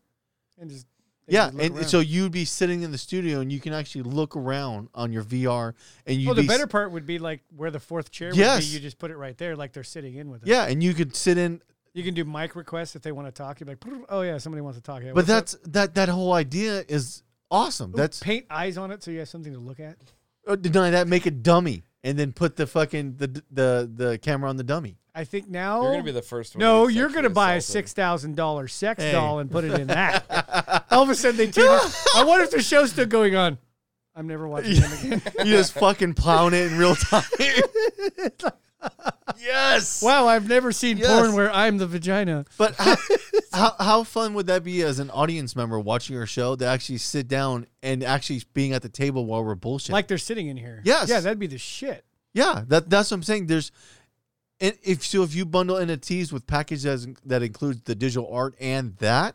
and just,
Yeah,
just look
and
around.
so you'd be sitting in the studio and you can actually look around on your VR and you.
Well, Oh, the better part would be like where the fourth chair would
Yes.
be. You just put it right there, like they're sitting in with it.
Yeah, and you could sit in,
You can do mic requests if they want to talk. You're like, "Brr, oh yeah, somebody wants to talk. Yeah,
but
what's up?"
that's that that whole idea is awesome.
Ooh,
That's
paint eyes on it so you have something to look at.
uh, deny that. Make a dummy and then put the fucking the the the camera on the dummy.
I think now
You're gonna be the first one. to
No,
get
you're gonna
sexually
buy a
assaulted.
six thousand dollar sex
Hey.
doll and put it in that. All of a sudden they team up. I wonder if the show's still going on. I'm never watching them again.
You just fucking plowing it in real time. yes.
Wow, I've never seen
Yes.
porn where I'm the vagina.
But how, how how fun would that be as an audience member watching our show to actually sit down and actually being at the table while we're bullshit?
Like they're sitting in here.
Yes.
Yeah, that'd be the shit.
yeah, that that's what I'm saying. There's, and if so, if you bundle NFTs with packages that includes the digital art and that,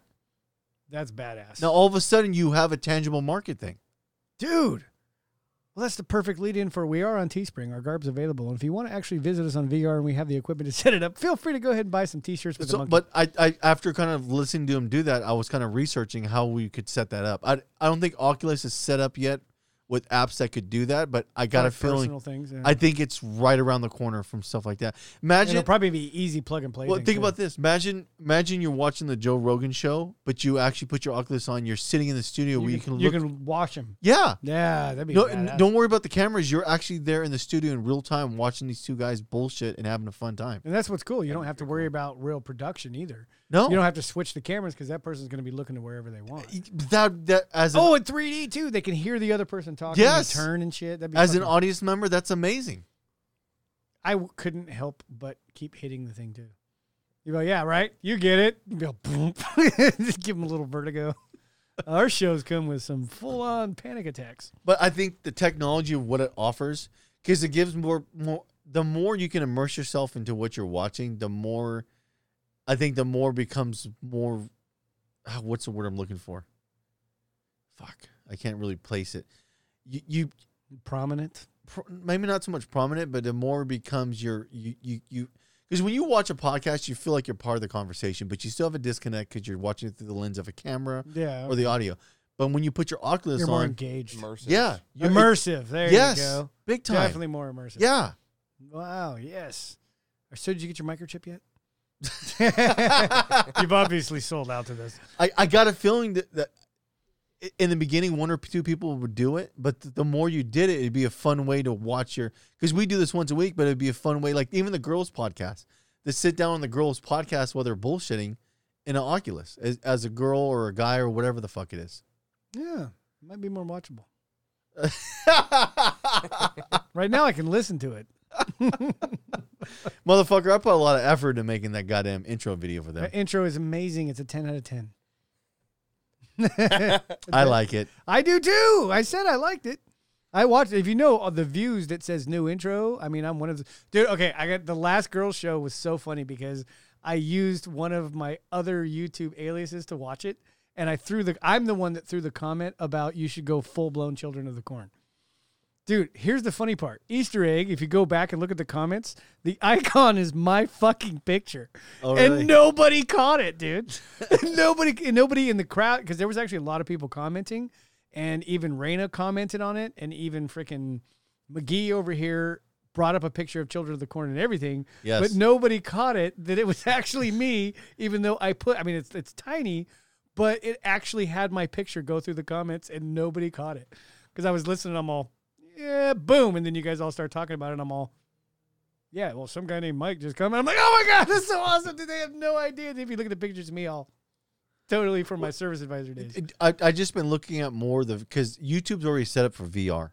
That's badass.
now all of a sudden you have a tangible market thing.
dude. Well, that's the perfect lead in for we are on Teespring. Our garb's available. And if you want to actually visit us on VR and we have the equipment to set it up, feel free to go ahead and buy some t shirts with the
So,
monkey.
but I, I after kind of listening to him do that, I was kind of researching how we could set that up. I I don't think Oculus is set up yet with apps that could do that, but I got a
Like
feeling
personal things. Yeah.
I think it's right around the corner from stuff like that.
And
Imagine
it'll probably be easy plug and play.
well,
thing,
think
too.
about this. Imagine, imagine you're watching the Joe Rogan show, but you actually put your Oculus on. You're sitting in the studio where
You
you
can,
can,
you
look.
can wash them.
yeah.
Yeah, that'd be
No, n-
badass.
don't worry about the cameras. You're actually there in the studio in real time, watching these two guys bullshit and having a fun time.
And that's what's cool. You don't have to worry about real production either.
No,
You don't have to switch the cameras because that person's going to be looking to wherever they want.
that that as an,
Oh, in 3D too. They can hear the other person talking.
Yes.
Yes. Turn and shit. That'd be
as an
fucking-
audience member, that's amazing.
I w- couldn't help but keep hitting the thing too. You go, yeah, right. You get it. You go, boom. Just give them a little vertigo. Our shows come with some full-on panic attacks.
But I think the technology of what it offers, because it gives more more. The more you can immerse yourself into what you're watching, the more, I think, the more becomes more. ah, What's the word I'm looking for? Fuck, I can't really place it. You, you
Prominent.
pr- maybe not so much prominent, but the more it becomes your you you you. Because when you watch a podcast, you feel like you're part of the conversation, but you still have a disconnect because you're watching it through the lens of a camera
Yeah.
or the audio. But when you put your Oculus
you're more
on,
engaged.
immersive.
yeah, you're
immersive. There
yes,
you go.
big time.
Definitely more immersive.
Yeah.
Wow. Yes. So did you get your microchip yet? You've obviously sold out to this.
I, I got a feeling that, that i- in the beginning, one or two people would do it, but th- the more you did it, it'd be a fun way to watch your. Because we do this once a week, but it'd be a fun way, like even the girls' podcast, to sit down on the girls' podcast while they're bullshitting in an Oculus as, as a girl or a guy or whatever the fuck it is.
Yeah, might be more watchable. Right now, I can listen to it.
Motherfucker, I put a lot of effort into making that goddamn intro video for them.
That intro is amazing. It's a ten out of ten.
I like it.
I do too. I said I liked it. I watched. If you know of the views that says new intro, I mean, I'm one of the dude. Okay, I got the last girl show was so funny because I used one of my other YouTube aliases to watch it, and I threw the. I'm the one that threw the comment about you should go full blown Children of the Corn. Dude, here's the funny part. Easter egg, if you go back and look at the comments, the icon is my fucking picture.
Oh, really?
And nobody caught it, dude. nobody and nobody in the crowd because there was actually a lot of people commenting and even Raina commented on it and even freaking McGee over here brought up a picture of Children of the Corn and everything.
Yes.
But nobody caught it that it was actually me, even though I put I mean it's it's tiny, but it actually had my picture go through the comments and nobody caught it. Because I was listening, I'm all, yeah, boom. And then you guys all start talking about it, and I'm all, yeah, well, some guy named Mike just come. And I'm like, oh my God, that's so awesome. Did they have no idea? And if you look at the pictures of me, all totally from my service advisor days.
It- I I just been looking at more of the because YouTube's already set up for VR,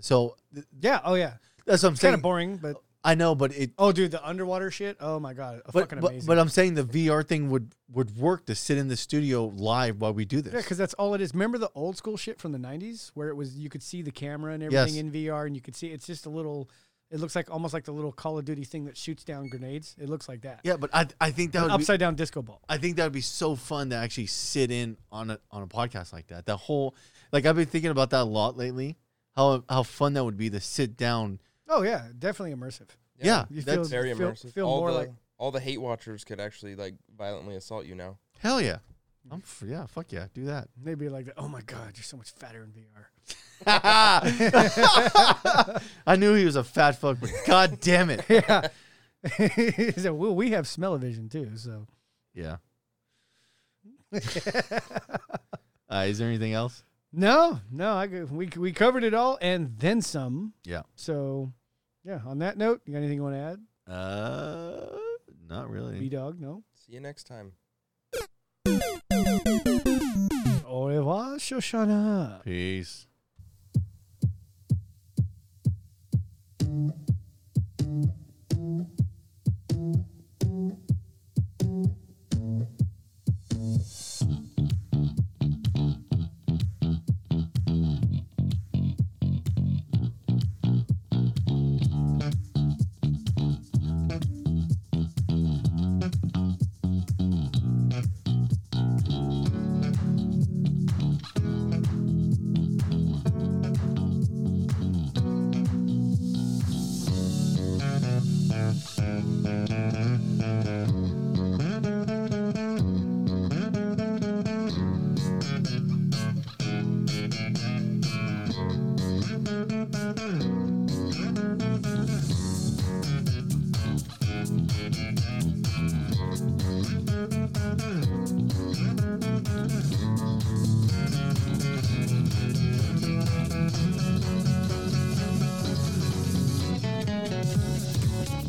so th-
yeah, oh yeah.
that's what I'm
It's kind of
saying.
boring, but
I know, but it
oh, dude, the underwater shit. Oh my God,
but,
fucking
but, uh,
amazing.
but I'm saying the VR thing would would work to sit in the studio live while we do this.
yeah, because that's all it is. Remember the old school shit from the '90s, where it was you could see the camera and everything
Yes.
in VR, and you could see it's just a little. It looks like almost like the little Call of Duty thing that shoots down grenades. It looks like that.
Yeah, but I I think that would
upside down disco ball.
be, I think that would be so fun to actually sit in on a on a podcast like that. That whole like I've been thinking about that a lot lately. How how fun that would be to sit down.
Oh yeah, definitely immersive.
Yeah,
You
that's
feel-
very
feel-
immersive.
feel
all
more
the
like-
all the hate watchers could actually like violently assault you now.
hell yeah. I'm f- yeah, fuck yeah, do that.
They'd be like, "Oh my god, you're so much fatter in VR."
I knew he was a fat fuck, but god damn it.
He said, well, we have smell-o-vision too, so
Yeah. uh, is there anything else?
no, no, I go- we we covered it all and then some.
Yeah.
So, yeah. On that note, you got anything you want to add?
Uh, not
B
really.
dog, no.
See you next time.
Au revoir, Shoshana.
Peace.
Fuck,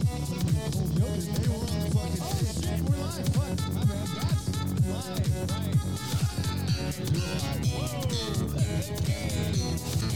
my bad. That's live, right? Live. You're live.